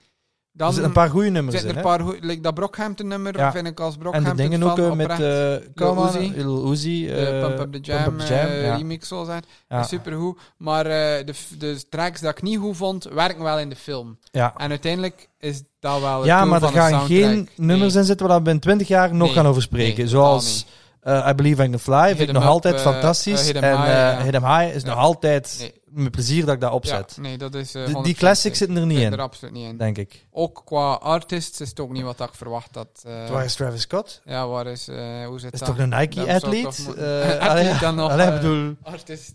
Speaker 2: dan
Speaker 1: er zitten een paar goede nummers
Speaker 2: zitten
Speaker 1: in.
Speaker 2: er
Speaker 1: hè?
Speaker 2: een paar goe- like dat Brockhampton nummer
Speaker 1: Ja.
Speaker 2: vind ik als
Speaker 1: en de
Speaker 2: Brockhampton
Speaker 1: dingen ook
Speaker 2: fan
Speaker 1: eh, met
Speaker 2: oprecht.
Speaker 1: eh
Speaker 2: Lil
Speaker 1: Come
Speaker 2: Uzi.
Speaker 1: On, Lil Uzi,
Speaker 2: de
Speaker 1: eh,
Speaker 2: Pump Up The Jam,
Speaker 1: Pump Up The Jam,
Speaker 2: eh,
Speaker 1: ja.
Speaker 2: remix zal zijn.
Speaker 1: Ja.
Speaker 2: Supergoed. Maar eh, de, f- de tracks dat ik niet goed vond, werken wel in de film.
Speaker 1: Ja.
Speaker 2: En uiteindelijk is dat wel het
Speaker 1: Ja,
Speaker 2: doel
Speaker 1: maar er
Speaker 2: van een
Speaker 1: gaan
Speaker 2: soundtrack.
Speaker 1: geen nummers in zitten waar we in 20 jaar nog
Speaker 2: Nee,
Speaker 1: gaan over spreken.
Speaker 2: nee,
Speaker 1: Zoals eh, I Believe I Can Fly
Speaker 2: Hit
Speaker 1: vind ik
Speaker 2: 'em
Speaker 1: nog
Speaker 2: up,
Speaker 1: altijd
Speaker 2: eh, eh,
Speaker 1: fantastisch.
Speaker 2: Hit 'em
Speaker 1: en
Speaker 2: high,
Speaker 1: eh,
Speaker 2: ja.
Speaker 1: Hit 'em High is
Speaker 2: Ja.
Speaker 1: nog altijd
Speaker 2: Nee.
Speaker 1: met plezier dat ik dat opzet.
Speaker 2: Ja, nee, dat is... eh,
Speaker 1: De-
Speaker 2: 100%
Speaker 1: die classics
Speaker 2: zeker.
Speaker 1: zitten er niet
Speaker 2: Zitten
Speaker 1: in,
Speaker 2: er absoluut niet in.
Speaker 1: denk ik.
Speaker 2: Ook qua artists is het ook niet wat ik verwacht had. eh.
Speaker 1: Waar is Travis Scott?
Speaker 2: Ja, waar is... eh, hoe zit
Speaker 1: Is
Speaker 2: dat?
Speaker 1: toch een
Speaker 2: dat zou
Speaker 1: Nike-atleet?
Speaker 2: toch mo-
Speaker 1: Eh,
Speaker 2: Atleet
Speaker 1: allee,
Speaker 2: dan nog,
Speaker 1: allee,
Speaker 2: eh.
Speaker 1: bedoel,
Speaker 2: Artist.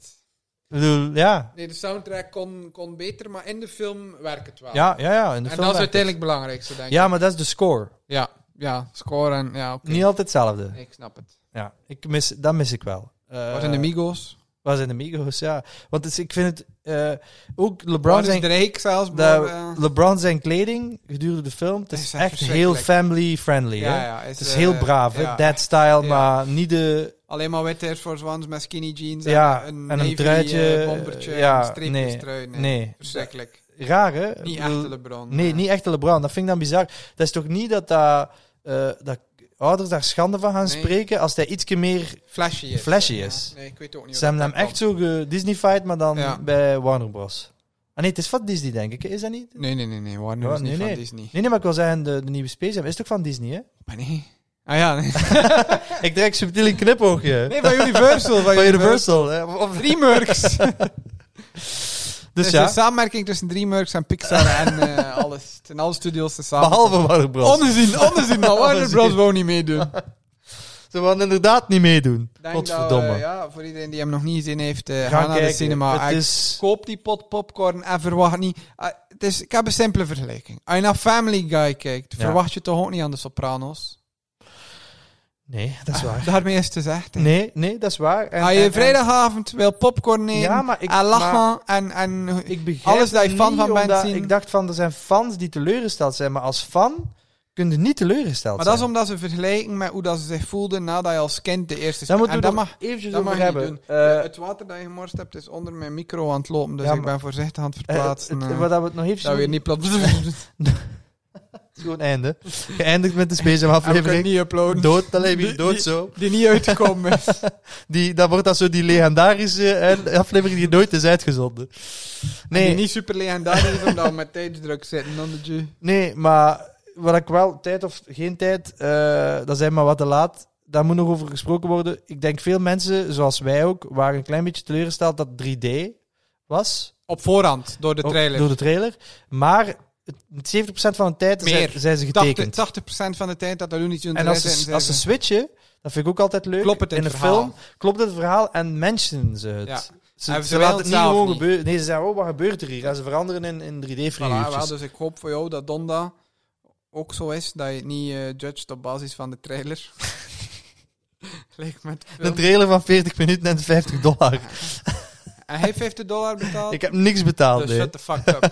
Speaker 1: bedoel, ja.
Speaker 2: Nee, de soundtrack kon, kon beter, maar in de film werkt het wel.
Speaker 1: Ja, ja, ja. In de
Speaker 2: en
Speaker 1: film
Speaker 2: dat is
Speaker 1: werkt
Speaker 2: uiteindelijk het belangrijkste, denk
Speaker 1: het.
Speaker 2: ik.
Speaker 1: Ja, maar dat is de score.
Speaker 2: Ja, ja, score en... Ja, oké.
Speaker 1: Niet altijd hetzelfde.
Speaker 2: Ik snap het.
Speaker 1: Ja, ik mis, dat mis ik wel. Eh,
Speaker 2: Wat in de Migos?
Speaker 1: Waar zijn de Migos? Ja. Want het is- ik vind het... eh, ook LeBron
Speaker 2: Waar is
Speaker 1: zijn,
Speaker 2: Drake zelfs?
Speaker 1: dat-
Speaker 2: bijvoorbeeld?
Speaker 1: LeBron zijn kleding gedurende de film... Het
Speaker 2: eh, Is
Speaker 1: is,
Speaker 2: echt
Speaker 1: echt heel
Speaker 2: verschrikkelijk.
Speaker 1: family-friendly. hè.
Speaker 2: ja,
Speaker 1: het is heel
Speaker 2: eh,
Speaker 1: braaf, hè.
Speaker 2: ja.
Speaker 1: That style,
Speaker 2: Ja.
Speaker 1: maar niet de...
Speaker 2: Alleen maar witte Air Force Ones met skinny jeans
Speaker 1: Ja,
Speaker 2: en een,
Speaker 1: en een
Speaker 2: navy,
Speaker 1: truitje,
Speaker 2: eh, bombertje,
Speaker 1: ja,
Speaker 2: en een streepjes
Speaker 1: nee,
Speaker 2: trui. Nee,
Speaker 1: Nee.
Speaker 2: Verschrikkelijk.
Speaker 1: Raar, hè?
Speaker 2: Niet
Speaker 1: Ik bedoel,
Speaker 2: echt LeBron. eh.
Speaker 1: Nee, niet echt LeBron. Dat vind ik dan bizar. Dat is toch niet dat, dat, eh, dat ouders daar schande van gaan
Speaker 2: Nee.
Speaker 1: spreken als hij ietsje meer...
Speaker 2: Flashy is.
Speaker 1: Flashy
Speaker 2: Ja,
Speaker 1: is.
Speaker 2: Nee, ik weet ook niet.
Speaker 1: Ze hebben hem echt zo gedisneyfied, maar dan
Speaker 2: Ja.
Speaker 1: bij Warner Bros. Ah nee, het is van Disney, denk ik. hè? Is dat niet?
Speaker 2: Nee, nee, nee, nee. Warner
Speaker 1: Ja,
Speaker 2: is niet
Speaker 1: Oh, nee,
Speaker 2: van
Speaker 1: nee.
Speaker 2: Disney.
Speaker 1: Nee, nee, maar ik wil zeggen, de, de nieuwe Space Jam is toch van Disney, hè?
Speaker 2: Maar nee. Ah ja, nee.
Speaker 1: Ik trek subtiel een knipoogje.
Speaker 2: nee van Universal. Van
Speaker 1: Van
Speaker 2: Universal.
Speaker 1: Universal. hè. Of- of-
Speaker 2: Dreamworks.
Speaker 1: Dus
Speaker 2: Dus de
Speaker 1: ja,
Speaker 2: samenwerking tussen Dreamworks en Pixar en eh, alles. Het zijn alle studios te samen.
Speaker 1: behalve Warner Bros.
Speaker 2: Onnezien, onnezien. Maar Warner
Speaker 1: Onnezien.
Speaker 2: Bros. wou niet meedoen.
Speaker 1: Ze wilden inderdaad niet meedoen.
Speaker 2: Denk
Speaker 1: Godverdomme.
Speaker 2: dat, eh, ja, voor iedereen die hem nog niet gezien heeft, eh,
Speaker 1: Ga
Speaker 2: ga naar de
Speaker 1: kijken.
Speaker 2: cinema.
Speaker 1: Het
Speaker 2: Ik
Speaker 1: is...
Speaker 2: Koop die pot popcorn en verwacht niet... eh, het is, ik heb een simpele vergelijking. Als je naar Family Guy kijkt,
Speaker 1: Ja.
Speaker 2: verwacht je toch ook niet aan de Sopranos? Ah,
Speaker 1: Nee, dat is waar.
Speaker 2: Daarmee is het gezegd. hè.
Speaker 1: Ah. Nee, nee, dat is waar. En-
Speaker 2: Als
Speaker 1: en-
Speaker 2: je
Speaker 1: en-
Speaker 2: vrijdagavond wil popcorn nemen
Speaker 1: Ja, maar ik-
Speaker 2: en lachen
Speaker 1: maar-
Speaker 2: en... en
Speaker 1: Ik begrijp
Speaker 2: Alles dat je fan
Speaker 1: niet,
Speaker 2: van bent
Speaker 1: omdat
Speaker 2: zien.
Speaker 1: Ik dacht van, er zijn fans die teleurgesteld zijn, maar als fan kun je niet teleurgesteld
Speaker 2: maar dat
Speaker 1: zijn.
Speaker 2: is omdat ze vergelijken met hoe dat ze zich voelden nadat je als kind de eerste...
Speaker 1: Dan
Speaker 2: spe-
Speaker 1: moeten
Speaker 2: en
Speaker 1: we
Speaker 2: dat
Speaker 1: dat
Speaker 2: mag,
Speaker 1: eventjes
Speaker 2: dat mag
Speaker 1: over
Speaker 2: je niet
Speaker 1: hebben.
Speaker 2: doen.
Speaker 1: Eh,
Speaker 2: het water dat je gemorst hebt is onder mijn micro aan het lopen, dus
Speaker 1: Ja,
Speaker 2: ik
Speaker 1: maar-
Speaker 2: ben voorzichtig aan het
Speaker 1: eh,
Speaker 2: verplaatsen.
Speaker 1: het-
Speaker 2: eh,
Speaker 1: wat dat we het nog eventjes
Speaker 2: dat weer
Speaker 1: doen,
Speaker 2: niet plat...
Speaker 1: het is gewoon einde. Geëindigd met de Space Jam
Speaker 2: En we kunnen
Speaker 1: aflevering.
Speaker 2: niet uploaden.
Speaker 1: Dood, dan heb je
Speaker 2: Die-
Speaker 1: dood
Speaker 2: die-
Speaker 1: zo.
Speaker 2: Die niet uitgekomen is.
Speaker 1: Die, dat wordt dan zo die legendarische eh, aflevering die nooit is uitgezonden.
Speaker 2: Nee.
Speaker 1: Nee,
Speaker 2: niet super legendarisch is, omdat we met tijdsdruk zitten. Dan dat je...
Speaker 1: nee, maar wat ik wel, tijd of geen tijd, eh, dat zijn maar wat te laat. Daar moet nog over gesproken worden. Ik denk veel mensen, zoals wij ook, waren een klein beetje teleurgesteld dat 3D was.
Speaker 2: Op voorhand, door de
Speaker 1: Ook
Speaker 2: trailer.
Speaker 1: Door de trailer. Maar het- 70% van de tijd
Speaker 2: Meer.
Speaker 1: zijn, zijn ze getekend.
Speaker 2: 80, 80% van de tijd dat er nu niet in de
Speaker 1: En
Speaker 2: trailer
Speaker 1: als
Speaker 2: zit,
Speaker 1: ze,
Speaker 2: zijn
Speaker 1: als ze
Speaker 2: ze-
Speaker 1: switchen, dat vind ik ook altijd leuk.
Speaker 2: Klopt het in
Speaker 1: een
Speaker 2: het verhaal?
Speaker 1: film klopt het verhaal en mensen ze het.
Speaker 2: Ja.
Speaker 1: Ze,
Speaker 2: En
Speaker 1: ze,
Speaker 2: ze willen
Speaker 1: laten het
Speaker 2: het
Speaker 1: niet
Speaker 2: zelf
Speaker 1: gewoon
Speaker 2: niet.
Speaker 1: gebeuren. Nee, ze zeggen, oh, wat gebeurt er hier? En ze veranderen in, in 3 d
Speaker 2: Voilà, wel,
Speaker 1: figuurtjes
Speaker 2: dus ik hoop voor jou dat Donda ook zo is, dat je het niet eh judged op basis van de trailer. Lijkt met
Speaker 1: Een trailer van 40 minuten en 50 dollar.
Speaker 2: En hij 50 dollar betaald,
Speaker 1: Ik heb niks betaald.
Speaker 2: dus
Speaker 1: nee.
Speaker 2: shut the fuck up.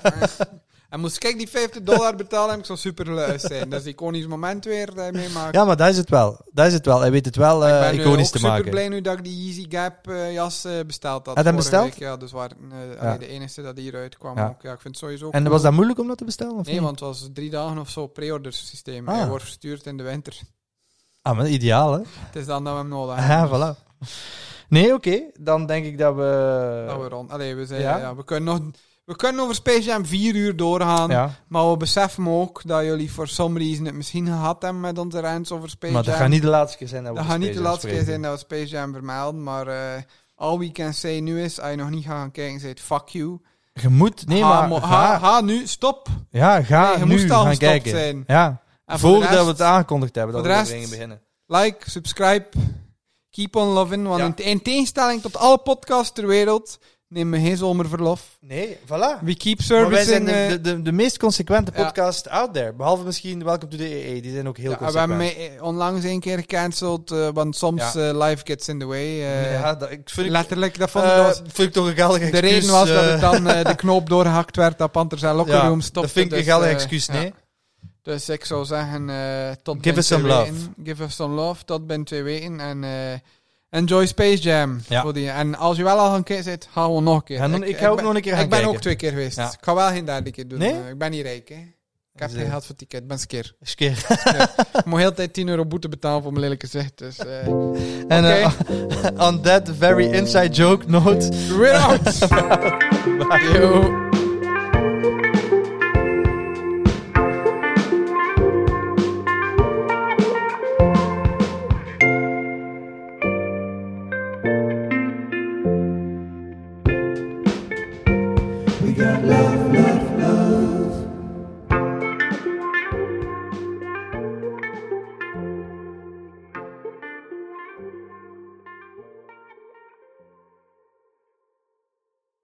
Speaker 2: en moest ik die 50 dollar betalen, en ik zou super lui zijn. Dat is een iconisch moment weer dat je meemaakt.
Speaker 1: Ja, maar dat is het wel. Dat is het wel. Hij weet het wel eh,
Speaker 2: ik ben nu
Speaker 1: iconisch
Speaker 2: ook
Speaker 1: te
Speaker 2: super
Speaker 1: maken.
Speaker 2: blij nu dat ik die Yeezy Gap eh, jas eh, besteld had.
Speaker 1: Had hem
Speaker 2: vorige
Speaker 1: besteld?
Speaker 2: week. Ja, dus waar, eh, allee, de enige dat hieruit kwam.
Speaker 1: Ja.
Speaker 2: Ook. Ja, ik vind het sowieso
Speaker 1: En
Speaker 2: cool.
Speaker 1: was dat moeilijk om dat te bestellen? Of
Speaker 2: Nee,
Speaker 1: niet?
Speaker 2: want het was drie dagen of zo pre-order systeem.
Speaker 1: Ah.
Speaker 2: Hij wordt verstuurd in de winter.
Speaker 1: Ah, maar ideaal, hè?
Speaker 2: Het is dan dat we hem nodig hebben.
Speaker 1: Ja, voilà. Nee, oké. Dan denk ik dat we...
Speaker 2: Dat we rond. Allee, we, zijn,
Speaker 1: Ja?
Speaker 2: ja? we, kunnen nog, we kunnen over Space Jam vier uur doorgaan.
Speaker 1: Ja.
Speaker 2: Maar we beseffen ook dat jullie voor some reason het misschien gehad hebben met onze rants over Space
Speaker 1: Maar
Speaker 2: Jam.
Speaker 1: dat gaat niet de laatste keer zijn dat we
Speaker 2: Dat
Speaker 1: over
Speaker 2: gaat niet de
Speaker 1: Space
Speaker 2: laatste
Speaker 1: Jam
Speaker 2: keer zijn
Speaker 1: spreken.
Speaker 2: dat we Space Jam vermelden, maar eh all we can say nu is, als je nog niet gaat gaan kijken, zei het fuck you.
Speaker 1: Je moet... Nee,
Speaker 2: ga,
Speaker 1: maar...
Speaker 2: mo-
Speaker 1: ga-
Speaker 2: ga, ga nu, stop.
Speaker 1: Ja, ga
Speaker 2: Nee, je
Speaker 1: nu
Speaker 2: moest al
Speaker 1: gaan
Speaker 2: gestopt
Speaker 1: kijken.
Speaker 2: zijn.
Speaker 1: Ja,
Speaker 2: En voor de
Speaker 1: voordat
Speaker 2: rest,
Speaker 1: we het aangekondigd hebben dat
Speaker 2: voor
Speaker 1: we
Speaker 2: de
Speaker 1: erover
Speaker 2: rest-
Speaker 1: gingen beginnen.
Speaker 2: Like, subscribe, keep on loving, want
Speaker 1: Ja.
Speaker 2: in, in tegenstelling tot alle podcasts ter wereld, nemen we geen zomerverlof.
Speaker 1: Nee, voilà.
Speaker 2: We keep
Speaker 1: Maar wij
Speaker 2: servicing.
Speaker 1: zijn
Speaker 2: eh,
Speaker 1: de, de, de, de meest consequente
Speaker 2: Ja.
Speaker 1: podcast out there. Behalve misschien Welcome to the EE. Die zijn ook heel
Speaker 2: ja, we
Speaker 1: consequent.
Speaker 2: hebben mij, eh, onlangs een keer gecanceld, eh, want soms eh, life gets in the way. eh,
Speaker 1: ja, dat, ik vind, ik,
Speaker 2: letterlijk, dat vond ik...
Speaker 1: eh,
Speaker 2: dat was-
Speaker 1: vind ik toch een geldig
Speaker 2: de
Speaker 1: excuus.
Speaker 2: reden was dat
Speaker 1: eh,
Speaker 2: het dan eh, de knoop doorgehakt werd, dat Panthers en Locker
Speaker 1: ja,
Speaker 2: Room stopte.
Speaker 1: Dat vind ik een
Speaker 2: dus,
Speaker 1: geldig
Speaker 2: eh,
Speaker 1: excuus,
Speaker 2: ja.
Speaker 1: nee.
Speaker 2: Dus ik zou zeggen, eh, tot
Speaker 1: Give
Speaker 2: binnen
Speaker 1: us some
Speaker 2: twee
Speaker 1: love.
Speaker 2: weken. Give us some love, tot binnen twee weken. En eh, enjoy Space Jam.
Speaker 1: Ja.
Speaker 2: Voor die. En als je wel al een keer zit, ga gewoon nog een keer.
Speaker 1: Ga dan- ik ga ook
Speaker 2: ben-
Speaker 1: nog een keer gaan
Speaker 2: Ik ben
Speaker 1: kijken.
Speaker 2: ook twee keer geweest.
Speaker 1: Ja.
Speaker 2: Ik ga wel geen derde keer doen.
Speaker 1: Nee?
Speaker 2: Eh, Ik ben niet rijk, hè. Ik heb
Speaker 1: Dus,
Speaker 2: geen
Speaker 1: eh,
Speaker 2: geld voor ticket, ik ben skeer.
Speaker 1: Eens een keer.
Speaker 2: ik moet heel de tijd 10 euro boete betalen voor mijn lelijke gezicht. Dus, eh,
Speaker 1: En eh, on that very inside joke note.
Speaker 2: we're out! Yo.
Speaker 3: We got love, love.